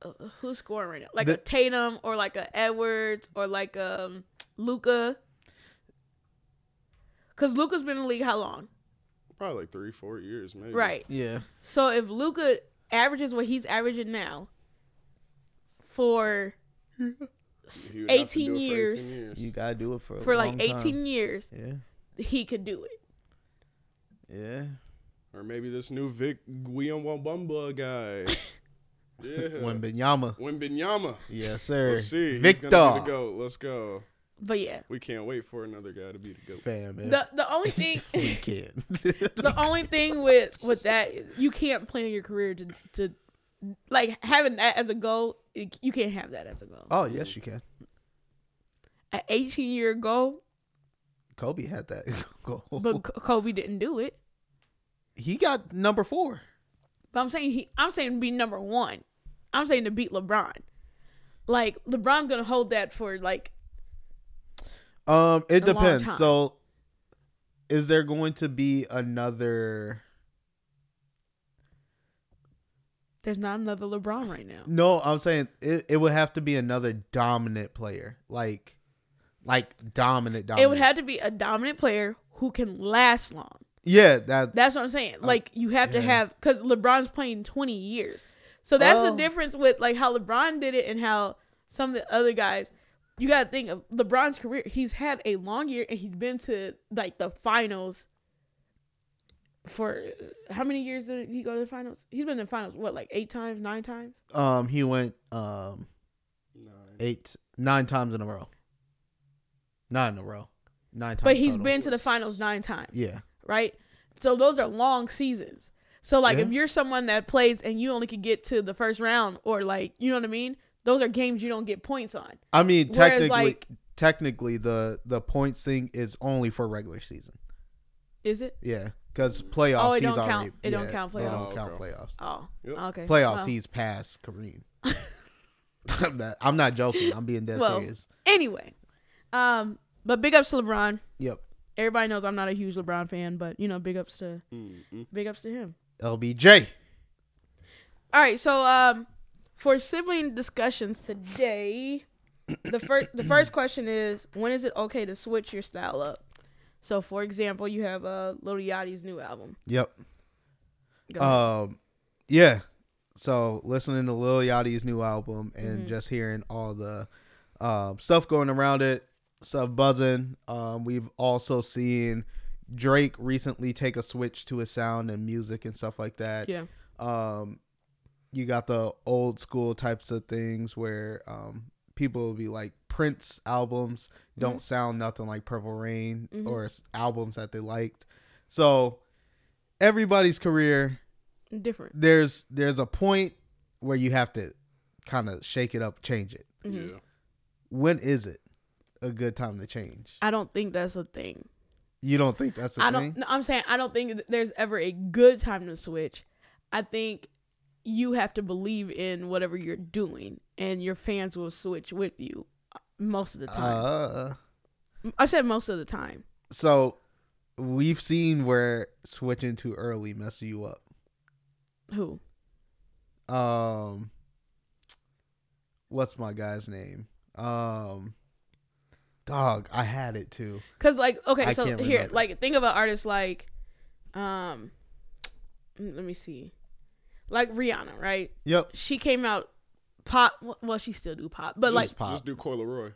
Speaker 1: uh, who's scoring right now, like a
Speaker 2: The-
Speaker 1: Tatum or like a Edwards or like um Luca. Cause Luca's been in the league how long?
Speaker 3: probably like three, four years, maybe.
Speaker 1: Right.
Speaker 2: Yeah.
Speaker 1: So if Luca averages what he's averaging now for
Speaker 3: He would have to
Speaker 1: 18
Speaker 3: do it for
Speaker 1: years,
Speaker 3: 18 years.
Speaker 2: You gotta do it for a
Speaker 1: for like
Speaker 2: long
Speaker 1: 18
Speaker 2: time.
Speaker 1: years,
Speaker 2: Yeah.
Speaker 1: he could do it.
Speaker 2: Yeah.
Speaker 3: Or maybe this new Vic Wembanyama guy. yeah.
Speaker 2: When Benyama.
Speaker 3: Wembenyama.
Speaker 2: Yes, sir.
Speaker 3: Let's see. He's
Speaker 2: Victor.
Speaker 3: gonna be the goat. Let's go.
Speaker 1: But yeah,
Speaker 3: We can't wait for another guy to be the goat.
Speaker 2: Fan, man.
Speaker 1: the the only thing
Speaker 2: we can.
Speaker 1: the only thing with with that is you can't plan your career to to like having that as a goal. it- You can't have that as a goal.
Speaker 2: oh yes, you can.
Speaker 1: An 18 year goal,
Speaker 2: Kobe had that goal.
Speaker 1: but K- Kobe didn't do it.
Speaker 2: he got number four.
Speaker 1: But I'm saying he, I'm saying be number one. I'm saying to beat LeBron. Like LeBron's gonna hold that for like
Speaker 2: Um, it
Speaker 1: a long
Speaker 2: depends.
Speaker 1: time.
Speaker 2: So, is there going to be another?
Speaker 1: There's not another LeBron right now.
Speaker 2: No, I'm saying it, it would have to be another dominant player. Like like dominant dominant.
Speaker 1: It would have to be a dominant player who can last long.
Speaker 2: Yeah, that
Speaker 1: That's what I'm saying. Like you have to
Speaker 2: Oh, yeah.
Speaker 1: have because LeBron's playing 20 years, so that's the
Speaker 2: Oh.
Speaker 1: difference with like how LeBron did it and how some of the other guys. You got to think of LeBron's career. He's had a long year and he's been to like the finals. For how many years did he go to the finals? He's been in the finals what like eight times, nine times.
Speaker 2: um he went um eight nine times in a row. Nine in a row. Nine times.
Speaker 1: But he's
Speaker 2: total.
Speaker 1: been to the finals nine times.
Speaker 2: Yeah.
Speaker 1: right? So those are long seasons. So like
Speaker 2: Yeah.
Speaker 1: if you're someone that plays and you only could get to the first round or like you know what I mean, those are games you don't get points on.
Speaker 2: I mean
Speaker 1: Whereas,
Speaker 2: technically
Speaker 1: like-
Speaker 2: technically the the points thing is only for regular season.
Speaker 1: Is it?
Speaker 2: Yeah. Cuz playoffs
Speaker 1: Oh, it
Speaker 2: he's
Speaker 1: don't count-
Speaker 2: already
Speaker 1: it don't
Speaker 2: yeah,
Speaker 1: count
Speaker 2: they don't
Speaker 1: playoffs.
Speaker 2: count
Speaker 3: Oh, okay.
Speaker 2: playoffs.
Speaker 1: Oh,
Speaker 3: Yep.
Speaker 1: okay.
Speaker 2: Playoffs
Speaker 1: Well,
Speaker 2: he's past Kareem. I'm, not, I'm not joking. I'm being dead
Speaker 1: Well,
Speaker 2: serious.
Speaker 1: Anyway, um, but big ups to LeBron.
Speaker 2: Yep.
Speaker 1: Everybody knows I'm not a huge LeBron fan, but you know, big ups to big ups to him.
Speaker 2: LBJ.
Speaker 1: All right, so um, for sibling discussions today, the first the first question is when is it okay to switch your style up? So, for example, you have uh, Lil Yachty's new album.
Speaker 2: Yep.
Speaker 1: Go ahead.
Speaker 2: Um, yeah. So listening to Lil Yachty's new album
Speaker 1: Mm-hmm.
Speaker 2: and just hearing all the um, stuff going around it, stuff buzzing. Um, we've also seen Drake recently take a switch to his sound and music and stuff like that.
Speaker 1: yeah,
Speaker 2: um you got the old school types of things where um people will be like prince albums
Speaker 1: Mm-hmm.
Speaker 2: don't sound nothing like purple rain or s- albums that they liked so everybody's career
Speaker 1: different.
Speaker 2: there's there's a point where you have to kind of shake it up change it
Speaker 1: Mm-hmm.
Speaker 3: Yeah.
Speaker 2: when is it a good time to change
Speaker 1: I don't think that's a thing.
Speaker 2: you don't think that's a
Speaker 1: I
Speaker 2: thing
Speaker 1: don't. No, I'm saying I don't think that there's ever a good time to switch. I think you have to believe in whatever you're doing, and your fans will switch with you uh, most of the time.
Speaker 2: uh,
Speaker 1: I said most of the time.
Speaker 2: so we've seen where switching too early messes you up
Speaker 1: Who?
Speaker 2: um what's my guy's name um dog i had it too
Speaker 1: Cause like okay,
Speaker 2: I
Speaker 1: so
Speaker 2: can't
Speaker 1: here,
Speaker 2: remember.
Speaker 1: like think of an artist like, um, let me see, like Rihanna, right?
Speaker 2: yep
Speaker 1: She came out pop. Well, she still do pop, but like
Speaker 2: Just pop.
Speaker 3: Just do Coil Roy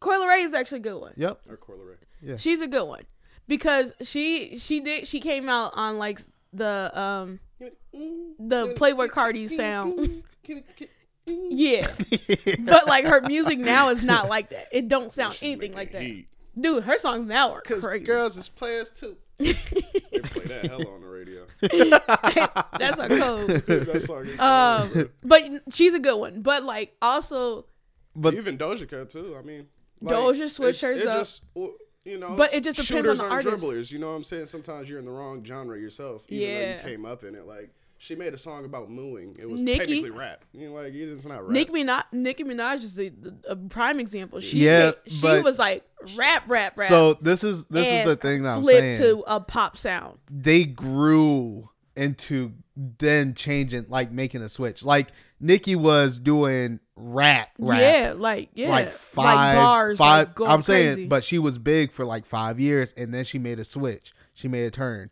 Speaker 1: Coil Ray is actually a good one.
Speaker 2: yep
Speaker 3: or Coil Ray.
Speaker 1: She's a good one because she she did she came out on like the um the Playboy Cardi sound. yeah, but like her music now is not like that. It don't sound anything like that. Dude, her songs now are
Speaker 3: Cause
Speaker 1: crazy.
Speaker 3: girls is players too. they play that hell on the radio.
Speaker 1: That's a code.
Speaker 3: that song is
Speaker 1: Um, but she's a good one. But like also,
Speaker 2: but-
Speaker 3: even Doja Cat too. I mean,
Speaker 1: Doja switched
Speaker 3: it's-
Speaker 1: hers
Speaker 3: it
Speaker 1: up.
Speaker 3: Just, well, you know,
Speaker 1: But
Speaker 3: it's
Speaker 1: it just depends
Speaker 3: shooters
Speaker 1: on the
Speaker 3: aren't
Speaker 1: artist.
Speaker 3: dribblers. You know what I'm saying? Sometimes you're in the wrong genre yourself, even
Speaker 1: Yeah.
Speaker 3: though you came up in it. Like she made a song about mooing. It was
Speaker 1: Nicki-
Speaker 3: technically rap. You know, like it's not rap.
Speaker 1: Nicki Minaj, Nicki Minaj is the, the, a prime example. She
Speaker 2: Yeah,
Speaker 1: made- she
Speaker 2: but-
Speaker 1: was like rap, rap, rap.
Speaker 2: so this is this is
Speaker 1: and
Speaker 2: the thing that i'm saying
Speaker 1: flipped to a pop sound.
Speaker 2: they grew into then changing like making a switch like nikki was doing rat rap
Speaker 1: Yeah, like yeah,
Speaker 2: like five
Speaker 1: bars,
Speaker 2: five
Speaker 1: like, going
Speaker 2: i'm saying
Speaker 1: crazy.
Speaker 2: but she was big for like five years and then she made a switch she made a turn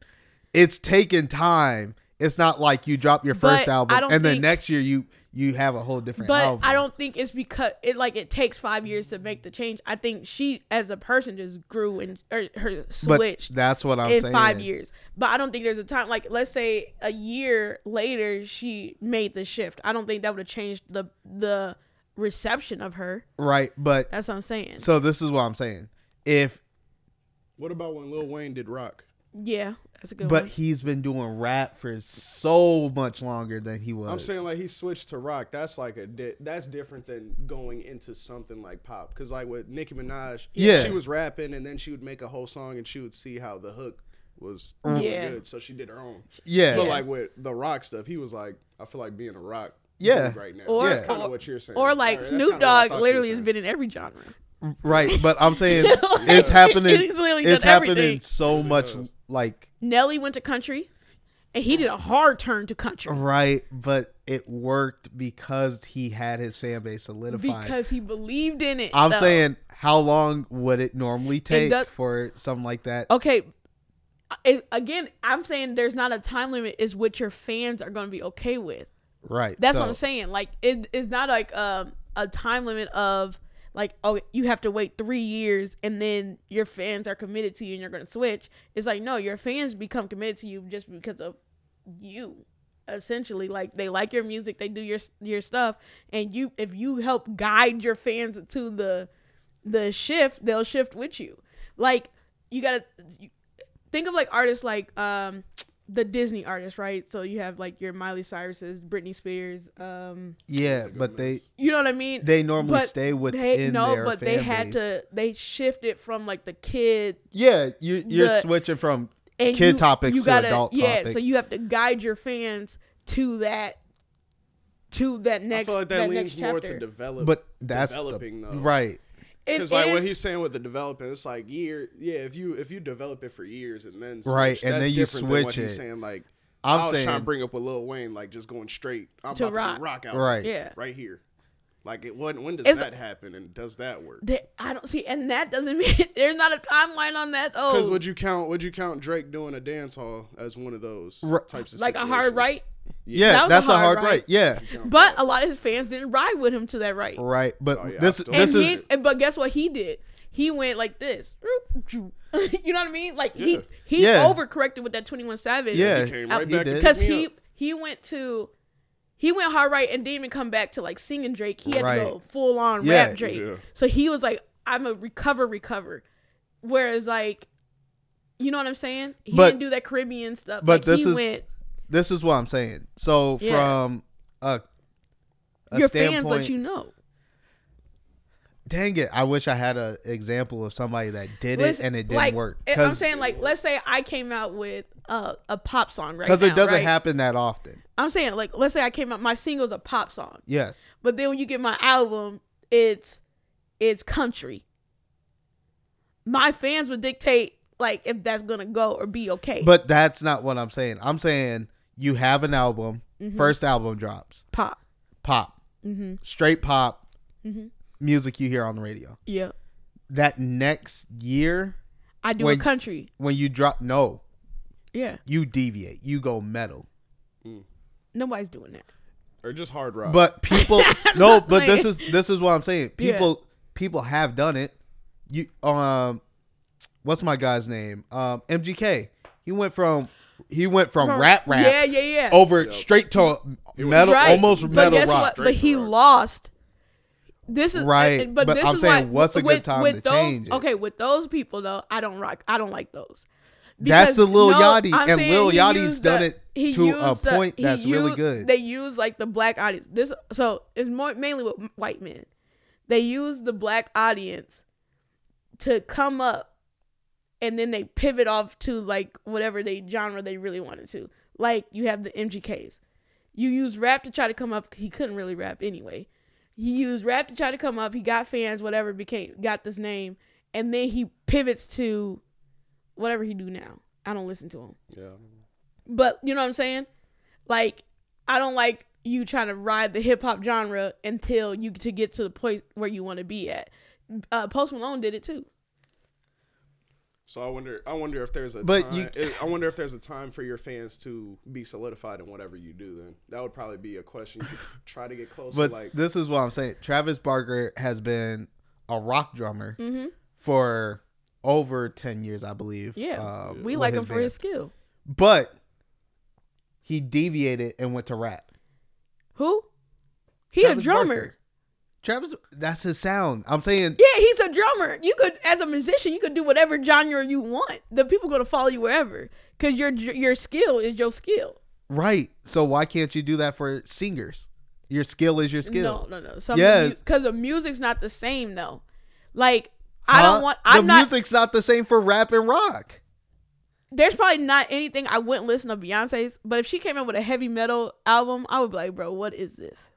Speaker 2: it's taking time it's not like you drop your
Speaker 1: But
Speaker 2: first
Speaker 1: I
Speaker 2: album
Speaker 1: don't
Speaker 2: and then
Speaker 1: think-
Speaker 2: next year you you have a whole different
Speaker 1: But
Speaker 2: album.
Speaker 1: I don't think it's because it like it takes five years to make the change. I think she as a person just grew and or, her
Speaker 2: but
Speaker 1: switched
Speaker 2: that's what i'm
Speaker 1: in
Speaker 2: saying
Speaker 1: five years. But I don't think there's a time like let's say a year later she made the shift. I don't think that would have changed the the reception of her.
Speaker 2: right but
Speaker 1: That's what I'm saying.
Speaker 2: so this is what i'm saying if
Speaker 3: What about when Lil Wayne did rock?
Speaker 1: yeah, that's a good
Speaker 2: but
Speaker 1: one.
Speaker 2: he's been doing rap for so much longer than he was
Speaker 3: I'm saying like he switched to rock. That's like a di- that's different than going into something like pop. Cause like with Nicki Minaj,
Speaker 2: Yeah.
Speaker 3: she was rapping and then she would make a whole song and she would see how the hook was
Speaker 1: Mm. Yeah.
Speaker 3: yeah. good, so she did her own.
Speaker 2: yeah
Speaker 3: But like with the rock stuff, he was like, I feel like being a rock.
Speaker 2: Yeah.
Speaker 3: dude right now.
Speaker 1: Or-
Speaker 3: that's kind
Speaker 1: or-
Speaker 3: of what you're saying.
Speaker 1: Or like
Speaker 3: Alright, that's
Speaker 1: Snoop
Speaker 3: kinda what I
Speaker 1: Dogg
Speaker 3: thought you
Speaker 1: literally
Speaker 3: were
Speaker 1: has
Speaker 3: saying.
Speaker 1: been in every genre.
Speaker 2: right but i'm saying
Speaker 1: Like,
Speaker 2: it's happening
Speaker 1: he's literally
Speaker 2: it's
Speaker 1: done
Speaker 2: happening
Speaker 1: everything.
Speaker 2: so much like
Speaker 1: Nelly went to country. and he did a hard turn to country
Speaker 2: Right, but it worked because he had his fan base solidified.
Speaker 1: because he believed in it.
Speaker 2: I'm
Speaker 1: though.
Speaker 2: saying, how long would it normally take
Speaker 1: does- Oh,
Speaker 2: for something like that?
Speaker 1: okay. I- again, I'm saying there's not a time limit. Is what your fans are going to be okay with.
Speaker 2: right.
Speaker 1: That's
Speaker 2: so-
Speaker 1: what I'm saying. Like it is not like um a time limit of like oh you have to wait three years and then your fans are committed to you and you're gonna switch. It's like no, your fans become committed to you just because of you. Essentially, like they like your music, they do your your stuff, and you if you help guide your fans to the the shift, they'll shift with you. Like you gotta you, think of like artists like um the Disney artists, right? So you have like your Miley Cyrus's, Britney Spears, um
Speaker 2: Yeah, but they
Speaker 1: you know what I mean?
Speaker 2: they normally
Speaker 1: But
Speaker 2: stay within
Speaker 1: they, no,
Speaker 2: their
Speaker 1: but
Speaker 2: fan
Speaker 1: they had
Speaker 2: base.
Speaker 1: to they shifted from like the kid
Speaker 2: Yeah, you you're
Speaker 1: The-
Speaker 2: switching from
Speaker 1: and
Speaker 2: kid
Speaker 1: you-
Speaker 2: topics
Speaker 1: you gotta,
Speaker 2: to adult
Speaker 1: yeah,
Speaker 2: topics.
Speaker 1: so you have to guide your fans to that to that next
Speaker 3: I feel like that,
Speaker 1: that, next
Speaker 3: leans more
Speaker 1: chapter.
Speaker 3: to develop,
Speaker 2: but that's the-
Speaker 3: developing though,
Speaker 2: right.
Speaker 1: It
Speaker 3: Because like what
Speaker 1: is-
Speaker 3: he's saying with the developing, it's like year, yeah. If you if you develop it for years and then switch,
Speaker 2: Right, and
Speaker 3: that's
Speaker 2: then you
Speaker 3: different than what
Speaker 2: switch
Speaker 3: he's
Speaker 2: it.
Speaker 3: saying like
Speaker 2: I'm
Speaker 3: I was trying
Speaker 2: saying-
Speaker 3: to bring up with Lil Wayne, like just going straight. I'm
Speaker 1: To
Speaker 3: about
Speaker 1: rock.
Speaker 3: to do rock out
Speaker 2: Right.
Speaker 1: Yeah.
Speaker 3: right here. Like it wasn't. When does
Speaker 1: It's-
Speaker 3: that happen? And does that work?
Speaker 1: that I don't see, and that doesn't mean there's not a timeline on that.
Speaker 3: Because
Speaker 1: Oh,
Speaker 3: would you count? Would you count Drake doing a dance hall as one of those
Speaker 2: Right.
Speaker 3: types of
Speaker 1: like a hard
Speaker 3: situations?
Speaker 1: right,
Speaker 2: Yeah,
Speaker 1: That was
Speaker 2: that's a hard, right. Yeah.
Speaker 1: but a lot of his fans didn't ride with him to that right.
Speaker 2: Right, but
Speaker 3: Oh, yeah, I
Speaker 2: this
Speaker 3: still
Speaker 2: this
Speaker 1: and
Speaker 2: is
Speaker 1: he, and- but guess what he did? He went like this. you know what I mean? Like
Speaker 3: Yeah.
Speaker 1: he he
Speaker 2: Yeah.
Speaker 1: overcorrected with that Twenty One Savage.
Speaker 2: Yeah,
Speaker 3: He came
Speaker 1: out-
Speaker 3: right
Speaker 2: he
Speaker 3: back
Speaker 2: did.
Speaker 3: and
Speaker 1: because
Speaker 3: picked me
Speaker 1: he
Speaker 3: up.
Speaker 1: he went to he went hard right and didn't even come back to like singing Drake. He had to
Speaker 2: Right.
Speaker 1: go full on
Speaker 2: Yeah.
Speaker 1: rap Drake.
Speaker 3: Yeah.
Speaker 1: So he was like, "I'm a recover, recover." Whereas like, you know what I'm saying? He
Speaker 2: But-
Speaker 1: didn't do that Caribbean stuff.
Speaker 2: but
Speaker 1: Like,
Speaker 2: this
Speaker 1: he
Speaker 2: is-
Speaker 1: went,
Speaker 2: this is what I'm saying. So
Speaker 1: Yeah.
Speaker 2: from a, a
Speaker 1: your fans
Speaker 2: standpoint,
Speaker 1: let you know.
Speaker 2: dang it, I wish I had an example of somebody that did
Speaker 1: Listen,
Speaker 2: it and it didn't
Speaker 1: like,
Speaker 2: work.
Speaker 1: I'm saying like, let's say I came out with uh, a pop song right now.
Speaker 2: because it doesn't
Speaker 1: right?
Speaker 2: happen that often.
Speaker 1: I'm saying like let's say I came out my single's a pop song,
Speaker 2: Yes,
Speaker 1: but then when you get my album, it's it's country. My fans would dictate like if that's gonna go or be okay.
Speaker 2: but that's not what I'm saying. I'm saying you have an album.
Speaker 1: Mm-hmm.
Speaker 2: First album drops
Speaker 1: pop.
Speaker 2: pop,
Speaker 1: Mm-hmm.
Speaker 2: straight pop music you hear on the radio.
Speaker 1: Yeah.
Speaker 2: That next year
Speaker 1: I do
Speaker 2: When-
Speaker 1: a country.
Speaker 2: when you drop, no,
Speaker 1: Yeah.
Speaker 2: you deviate, you go metal.
Speaker 1: Nobody's doing that.
Speaker 3: or just hard rock.
Speaker 2: But people no,
Speaker 1: not
Speaker 2: but this
Speaker 1: playing.
Speaker 2: is this is what I'm saying.
Speaker 1: Yeah.
Speaker 2: People people have done it. You um what's my guy's name? Um MGK. He went from he went from rap rap
Speaker 1: Yeah, yeah, yeah.
Speaker 2: over straight to metal
Speaker 1: Right.
Speaker 2: almost
Speaker 1: But
Speaker 2: metal
Speaker 1: guess
Speaker 2: rock.
Speaker 1: what? But
Speaker 3: Straight
Speaker 1: he
Speaker 3: to rock.
Speaker 1: lost. This is
Speaker 2: Right,
Speaker 1: and- But,
Speaker 2: but
Speaker 1: this
Speaker 2: I'm
Speaker 1: is
Speaker 2: saying,
Speaker 1: why,
Speaker 2: what's a good
Speaker 1: with,
Speaker 2: time
Speaker 1: with
Speaker 2: to
Speaker 1: those,
Speaker 2: change it?
Speaker 1: Okay, with those people though, I don't rock. I don't like those.
Speaker 2: That's the Lil Yachty,
Speaker 1: I'm
Speaker 2: and
Speaker 1: saying
Speaker 2: Lil
Speaker 1: he
Speaker 2: Yachty's
Speaker 1: used
Speaker 2: done it
Speaker 1: he
Speaker 2: to a
Speaker 1: used
Speaker 2: point
Speaker 1: he
Speaker 2: that's really
Speaker 1: used-
Speaker 2: good.
Speaker 1: They use like the black audience. This so it's more mainly with white men. They use the black audience to come up, and then they pivot off to like whatever they genre they really wanted to. Like you have the MGKs. You use rap to try to come up. He couldn't really rap anyway. He used rap to try to come up. He got fans, whatever became got this name, and then he pivots to whatever he do now. I don't listen to him.
Speaker 3: yeah,
Speaker 1: But you know what I'm saying? Like, I don't like you trying to ride the hip hop genre until you to get to the point where you want to be at. Uh, Post Malone did it too.
Speaker 3: so I wonder. I wonder if there's a.
Speaker 2: But
Speaker 3: time, I wonder if there's a time for your fans to be solidified in whatever you do. Then that would probably be a question you could try to get closer.
Speaker 2: But
Speaker 3: like
Speaker 2: this is what I'm saying. Travis Barker has been a rock drummer
Speaker 1: Mm-hmm.
Speaker 2: for over 10 years, I believe.
Speaker 1: Yeah,
Speaker 2: um,
Speaker 1: we
Speaker 2: with
Speaker 1: like him for
Speaker 2: band.
Speaker 1: his skill.
Speaker 2: But he deviated and went to rap.
Speaker 1: Who? He a
Speaker 2: Travis
Speaker 1: drummer.
Speaker 2: Barker. Travis, that's his sound. I'm saying,
Speaker 1: Yeah, he's a drummer. You could, as a musician, you could do whatever genre you want. The people gonna follow you wherever, cause your your skill is your skill.
Speaker 2: right. So why can't you do that for singers? Your skill is your skill.
Speaker 1: No, no, no. Some
Speaker 2: Yes.
Speaker 1: because the music's not the same though. Like I
Speaker 2: Huh?
Speaker 1: don't want. I'm
Speaker 2: the
Speaker 1: not.
Speaker 2: music's not the same for rap and rock.
Speaker 1: there's probably not anything I wouldn't listen to Beyonce's, but if she came out with a heavy metal album, I would be like, bro, what is this?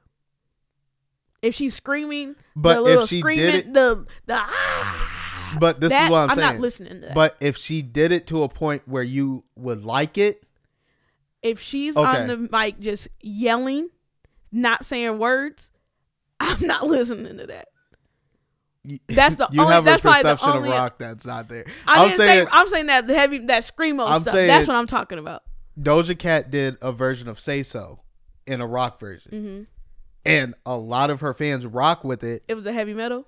Speaker 1: If she's screaming,
Speaker 2: But
Speaker 1: the
Speaker 2: if
Speaker 1: little
Speaker 2: she did
Speaker 1: screaming,
Speaker 2: it-
Speaker 1: the the ah,
Speaker 2: But this is
Speaker 1: That-
Speaker 2: what I'm,
Speaker 1: I'm
Speaker 2: saying.
Speaker 1: not listening to that.
Speaker 2: But if she did it to a point where you would like it,
Speaker 1: If she's
Speaker 2: Okay.
Speaker 1: on the mic just yelling, not saying words, I'm not listening to that.
Speaker 2: Y-
Speaker 1: That's the
Speaker 2: you
Speaker 1: only-
Speaker 2: have
Speaker 1: that's
Speaker 2: a
Speaker 1: probably the
Speaker 2: perception
Speaker 1: only-
Speaker 2: of rock that's not there.
Speaker 1: I
Speaker 2: am
Speaker 1: didn't
Speaker 2: saying
Speaker 1: say I'm saying that the heavy that screamo
Speaker 2: I'm
Speaker 1: stuff.
Speaker 2: saying-
Speaker 1: that's what I'm talking about.
Speaker 2: Doja Cat did a version of "Say So" in a rock version,
Speaker 1: Mm.
Speaker 2: and a lot of her fans rock with it.
Speaker 1: Mm-hmm. It was a heavy metal.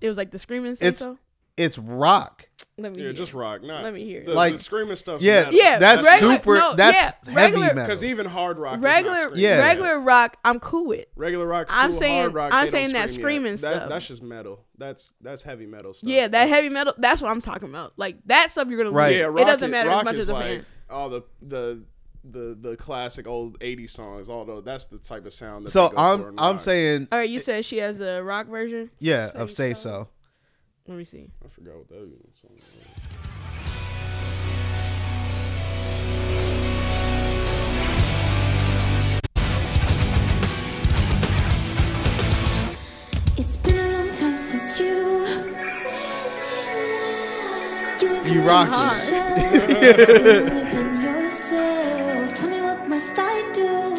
Speaker 1: It was like the screaming
Speaker 2: It's-
Speaker 1: so.
Speaker 2: It's rock.
Speaker 1: Let me
Speaker 3: Yeah,
Speaker 1: hear
Speaker 3: just
Speaker 1: it.
Speaker 3: rock. Not
Speaker 1: Let me hear it.
Speaker 3: The,
Speaker 2: Like-
Speaker 3: the screaming stuff.
Speaker 2: Yeah,
Speaker 1: Yeah,
Speaker 2: that's
Speaker 1: regular-
Speaker 2: super.
Speaker 1: no,
Speaker 2: that's
Speaker 1: yeah,
Speaker 2: heavy
Speaker 1: regular-
Speaker 2: metal.
Speaker 3: Because even hard rock. is Oh, not
Speaker 1: regular
Speaker 3: screaming.
Speaker 2: Yeah.
Speaker 1: regular rock, I'm cool with.
Speaker 3: Regular rock's
Speaker 1: I'm
Speaker 3: cool,
Speaker 1: saying-
Speaker 3: hard rock.
Speaker 1: I'm
Speaker 3: they don't
Speaker 1: saying that
Speaker 3: scream yet.
Speaker 1: screaming
Speaker 3: That-
Speaker 1: stuff.
Speaker 3: That's just metal. That's that's heavy metal stuff.
Speaker 1: Yeah, that
Speaker 3: That's-
Speaker 1: heavy metal. That's what I'm talking about. Like that stuff you're gonna
Speaker 2: Right.
Speaker 1: lose.
Speaker 2: Yeah,
Speaker 1: it doesn't matter
Speaker 3: rock
Speaker 1: as much
Speaker 3: is
Speaker 1: as a
Speaker 3: like
Speaker 1: fan.
Speaker 3: All the the the the classic old '80s songs. Although that's the type of sound. That
Speaker 2: so
Speaker 3: they go for
Speaker 2: I'm
Speaker 3: in
Speaker 2: I'm
Speaker 3: rock.
Speaker 2: saying
Speaker 1: All right, you said she has a rock version.
Speaker 2: yeah of "Say So."
Speaker 1: Let me see.
Speaker 3: I forgot what that even song. was.
Speaker 9: It's been a long time since you.
Speaker 2: You rocked it.
Speaker 9: yourself. Tell me what must I do?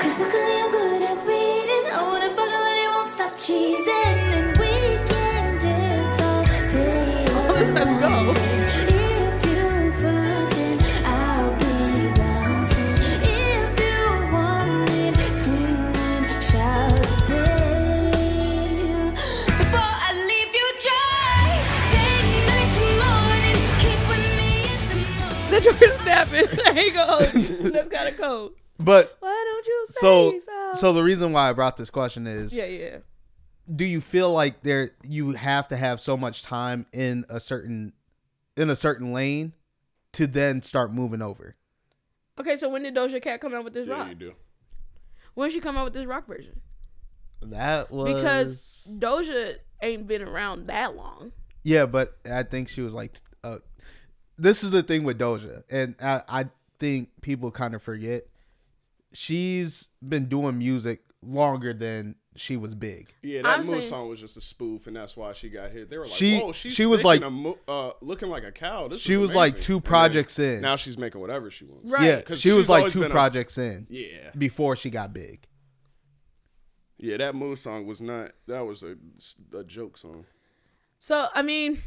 Speaker 9: Cause luckily I'm good at reading. I want a bugger, but it won't stop cheesing. And we can dance all day. Let's go. If you're fronting, I'll be bouncing. If you want it, scream and shout, babe. Before I leave you dry, day, night, to morning, keep with me in the morning.
Speaker 1: That's your snapping. There you go. That's kind of cold.
Speaker 2: But
Speaker 1: Why don't you say
Speaker 2: so
Speaker 1: so?
Speaker 2: so the reason why I brought this question is
Speaker 1: yeah, yeah.
Speaker 2: do you feel like there you have to have so much time in a certain in a certain lane to then start moving over?
Speaker 1: Okay, so when did Doja Cat come out with this
Speaker 3: Yeah,
Speaker 1: rock?
Speaker 3: you do.
Speaker 1: When did she come out with this rock version?
Speaker 2: That was
Speaker 1: Because Doja ain't been around that long.
Speaker 2: yeah, but I think she was like uh, this is the thing with Doja and I, I think people kind of forget she's been doing music longer than she was big.
Speaker 3: Yeah, that
Speaker 1: I'm
Speaker 3: Moon
Speaker 1: saying-
Speaker 3: song was just a spoof, and that's why she got hit. They were like,
Speaker 2: She-
Speaker 3: "Whoa, she's
Speaker 2: she was
Speaker 3: thick
Speaker 2: like-
Speaker 3: and a mo- uh, looking like a cow." This
Speaker 2: She
Speaker 3: is
Speaker 2: was like
Speaker 3: amazing.
Speaker 2: two
Speaker 3: And then
Speaker 2: projects in.
Speaker 3: Now she's making whatever she wants.
Speaker 1: Right.
Speaker 2: Yeah,
Speaker 3: 'Cause
Speaker 2: she was
Speaker 3: she's
Speaker 2: like
Speaker 3: always
Speaker 2: two
Speaker 3: been a-
Speaker 2: projects in
Speaker 3: Yeah,
Speaker 2: before she got big.
Speaker 3: yeah. That Moon song was not. That was a, a joke song.
Speaker 1: So I mean,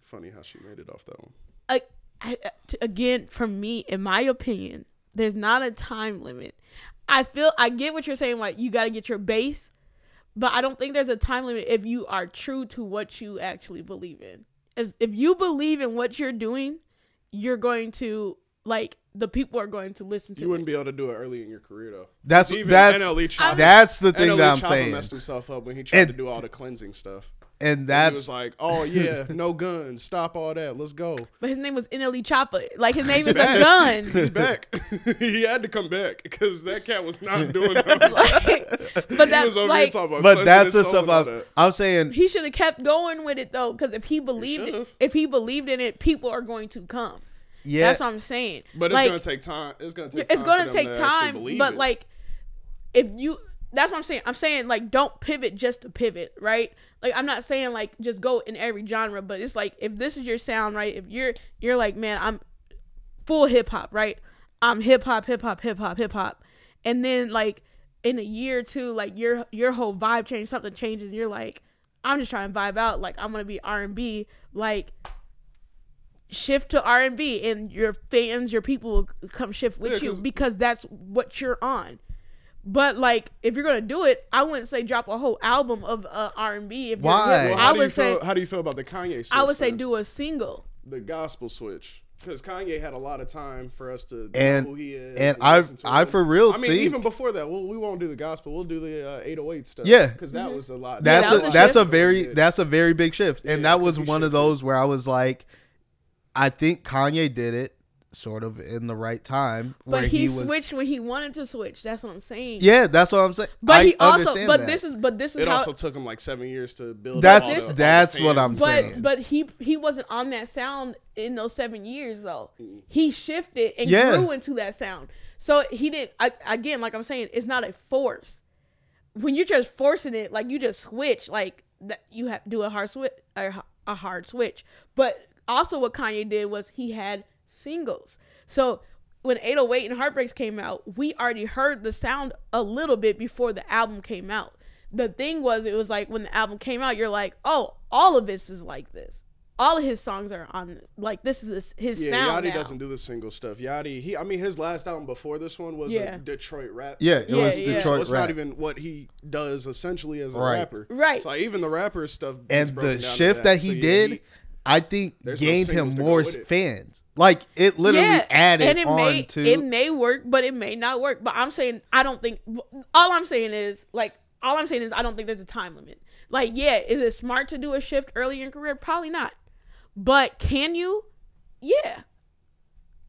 Speaker 3: Funny how she made it off that one.
Speaker 1: I, I, t- again, for me, in my opinion, there's not a time limit. I feel I get what you're saying. Like you got to get your base, but I don't think there's a time limit if you are true to what you actually believe in. As if you believe in what you're doing, you're going to like the people are going to listen to
Speaker 3: You wouldn't
Speaker 1: it.
Speaker 3: be able to do it early in your career though.
Speaker 2: That's
Speaker 3: Even
Speaker 2: that's
Speaker 3: NLE Chopper-
Speaker 2: that's the thing
Speaker 3: NLE
Speaker 2: that I'm
Speaker 3: Chopper
Speaker 2: saying,
Speaker 3: messed himself up when he tried
Speaker 2: And-
Speaker 3: to do all the cleansing stuff.
Speaker 2: and
Speaker 3: he was
Speaker 2: that's
Speaker 3: like, "Oh yeah, no guns, stop all that, let's go."
Speaker 1: But his name was NLE Choppa. Like his name is a gun.
Speaker 3: He's back. he had to come back because that cat was not doing that.
Speaker 1: but
Speaker 3: he
Speaker 1: that's
Speaker 3: was over
Speaker 1: like
Speaker 3: here talking about
Speaker 2: but
Speaker 3: cleansing
Speaker 2: that's
Speaker 3: his
Speaker 2: the stuff
Speaker 3: soul and all
Speaker 2: I'm,
Speaker 3: that.
Speaker 2: I'm saying.
Speaker 1: he should have kept going with it though, because if he believed it,
Speaker 3: should've.
Speaker 1: if he believed in it, people are going to come.
Speaker 2: Yeah,
Speaker 1: That's what I'm saying.
Speaker 3: But it's
Speaker 1: Like,
Speaker 3: gonna take time. It's gonna take.
Speaker 1: It's
Speaker 3: time
Speaker 1: gonna
Speaker 3: for them
Speaker 1: take
Speaker 3: to actually
Speaker 1: time,
Speaker 3: believe
Speaker 1: but
Speaker 3: it.
Speaker 1: like, if you, that's what I'm saying. I'm saying like, don't pivot just to pivot, right? Like, I'm not saying like just go in every genre, but it's like if this is your sound, right? If you're you're like, man, I'm full hip hop, right? I'm hip hop, hip hop, hip hop, hip hop, and then like in a year or two, like your your whole vibe changes, something changes, and you're like, I'm just trying to vibe out. Like, I'm gonna be R and B, like. Shift to R and B, and your fans, your people will come shift with
Speaker 3: Yeah,
Speaker 1: you
Speaker 3: 'cause-
Speaker 1: because that's what you're on. But like, if you're gonna do it, I wouldn't say drop a whole album of uh, R and B. If you're
Speaker 2: Why?
Speaker 1: good.
Speaker 3: Well,
Speaker 1: I
Speaker 3: how do you
Speaker 1: would say
Speaker 3: feel, how do you feel about the Kanye? Switch
Speaker 1: I would say
Speaker 3: then?
Speaker 1: do a single.
Speaker 3: the gospel switch because Kanye had a lot of time for us to
Speaker 2: And-
Speaker 3: know who he is.
Speaker 2: and
Speaker 3: I,
Speaker 2: I- I for real
Speaker 3: I mean,
Speaker 2: think-
Speaker 3: even before that, well, we won't do the gospel. We'll do the uh, 808 stuff.
Speaker 2: Yeah.
Speaker 3: because that was a lot.
Speaker 2: that's
Speaker 1: that was
Speaker 2: a,
Speaker 1: a
Speaker 2: that's a
Speaker 1: shift.
Speaker 2: very
Speaker 3: Yeah.
Speaker 2: that's a very big shift, and
Speaker 3: Yeah,
Speaker 2: that was
Speaker 3: he
Speaker 2: one of
Speaker 3: shifted.
Speaker 2: those where I was like, I think Kanye did it sort of in the right time,
Speaker 1: But
Speaker 2: where
Speaker 1: he,
Speaker 2: was,
Speaker 1: switched when he wanted to switch. That's what I'm saying.
Speaker 2: Yeah, that's what I'm saying.
Speaker 1: But
Speaker 2: I
Speaker 1: he also,
Speaker 2: understand
Speaker 1: but
Speaker 2: that.
Speaker 1: this is, but this is
Speaker 3: It
Speaker 1: how.
Speaker 3: also took him like seven years to build.
Speaker 2: That's-
Speaker 3: all the-
Speaker 1: this-
Speaker 3: all the
Speaker 2: that's what
Speaker 3: fans
Speaker 2: I'm
Speaker 3: and
Speaker 1: but
Speaker 2: saying.
Speaker 1: but he he wasn't on that sound in those seven years though. He shifted and
Speaker 2: Yeah.
Speaker 1: grew into that sound. So he didn't. I, again, like I'm saying, it's not a force. When you're just forcing it, like you just switch, like that you have do a hard switch, a, a hard switch. But also, what Kanye did was he had singles. So when 808 and Heartbreaks came out, we already heard the sound a little bit before the album came out. The thing was, it was like when the album came out, you're like, oh, all of this is like this. All of his songs are on this. like this is his, his
Speaker 3: Yeah,
Speaker 1: sound.
Speaker 3: Yachty
Speaker 1: now.
Speaker 3: doesn't do the single stuff. Yachty, he, I mean, his last album before this one was
Speaker 1: Yeah.
Speaker 3: a Detroit rap.
Speaker 2: Yeah, it
Speaker 1: Yeah,
Speaker 2: was
Speaker 1: yeah.
Speaker 3: so
Speaker 2: Detroit
Speaker 3: it's
Speaker 2: rap.
Speaker 3: not even what he does essentially as a
Speaker 2: Right.
Speaker 3: rapper.
Speaker 1: Right.
Speaker 3: So like, even the rapper stuff. gets
Speaker 2: and
Speaker 3: broken
Speaker 2: the
Speaker 3: down to
Speaker 2: shift that he
Speaker 3: So, yeah,
Speaker 2: did, I think
Speaker 3: There's no
Speaker 2: gained him
Speaker 3: singles to go
Speaker 2: more
Speaker 3: with it.
Speaker 2: fans. Like it literally added
Speaker 1: and it
Speaker 2: on
Speaker 1: may,
Speaker 2: to
Speaker 1: it may work, but it may not work. But I'm saying I don't think. All I'm saying is like all I'm saying is I don't think there's a time limit. Like yeah, is it smart to do a shift early in career? Probably not. But can you? Yeah,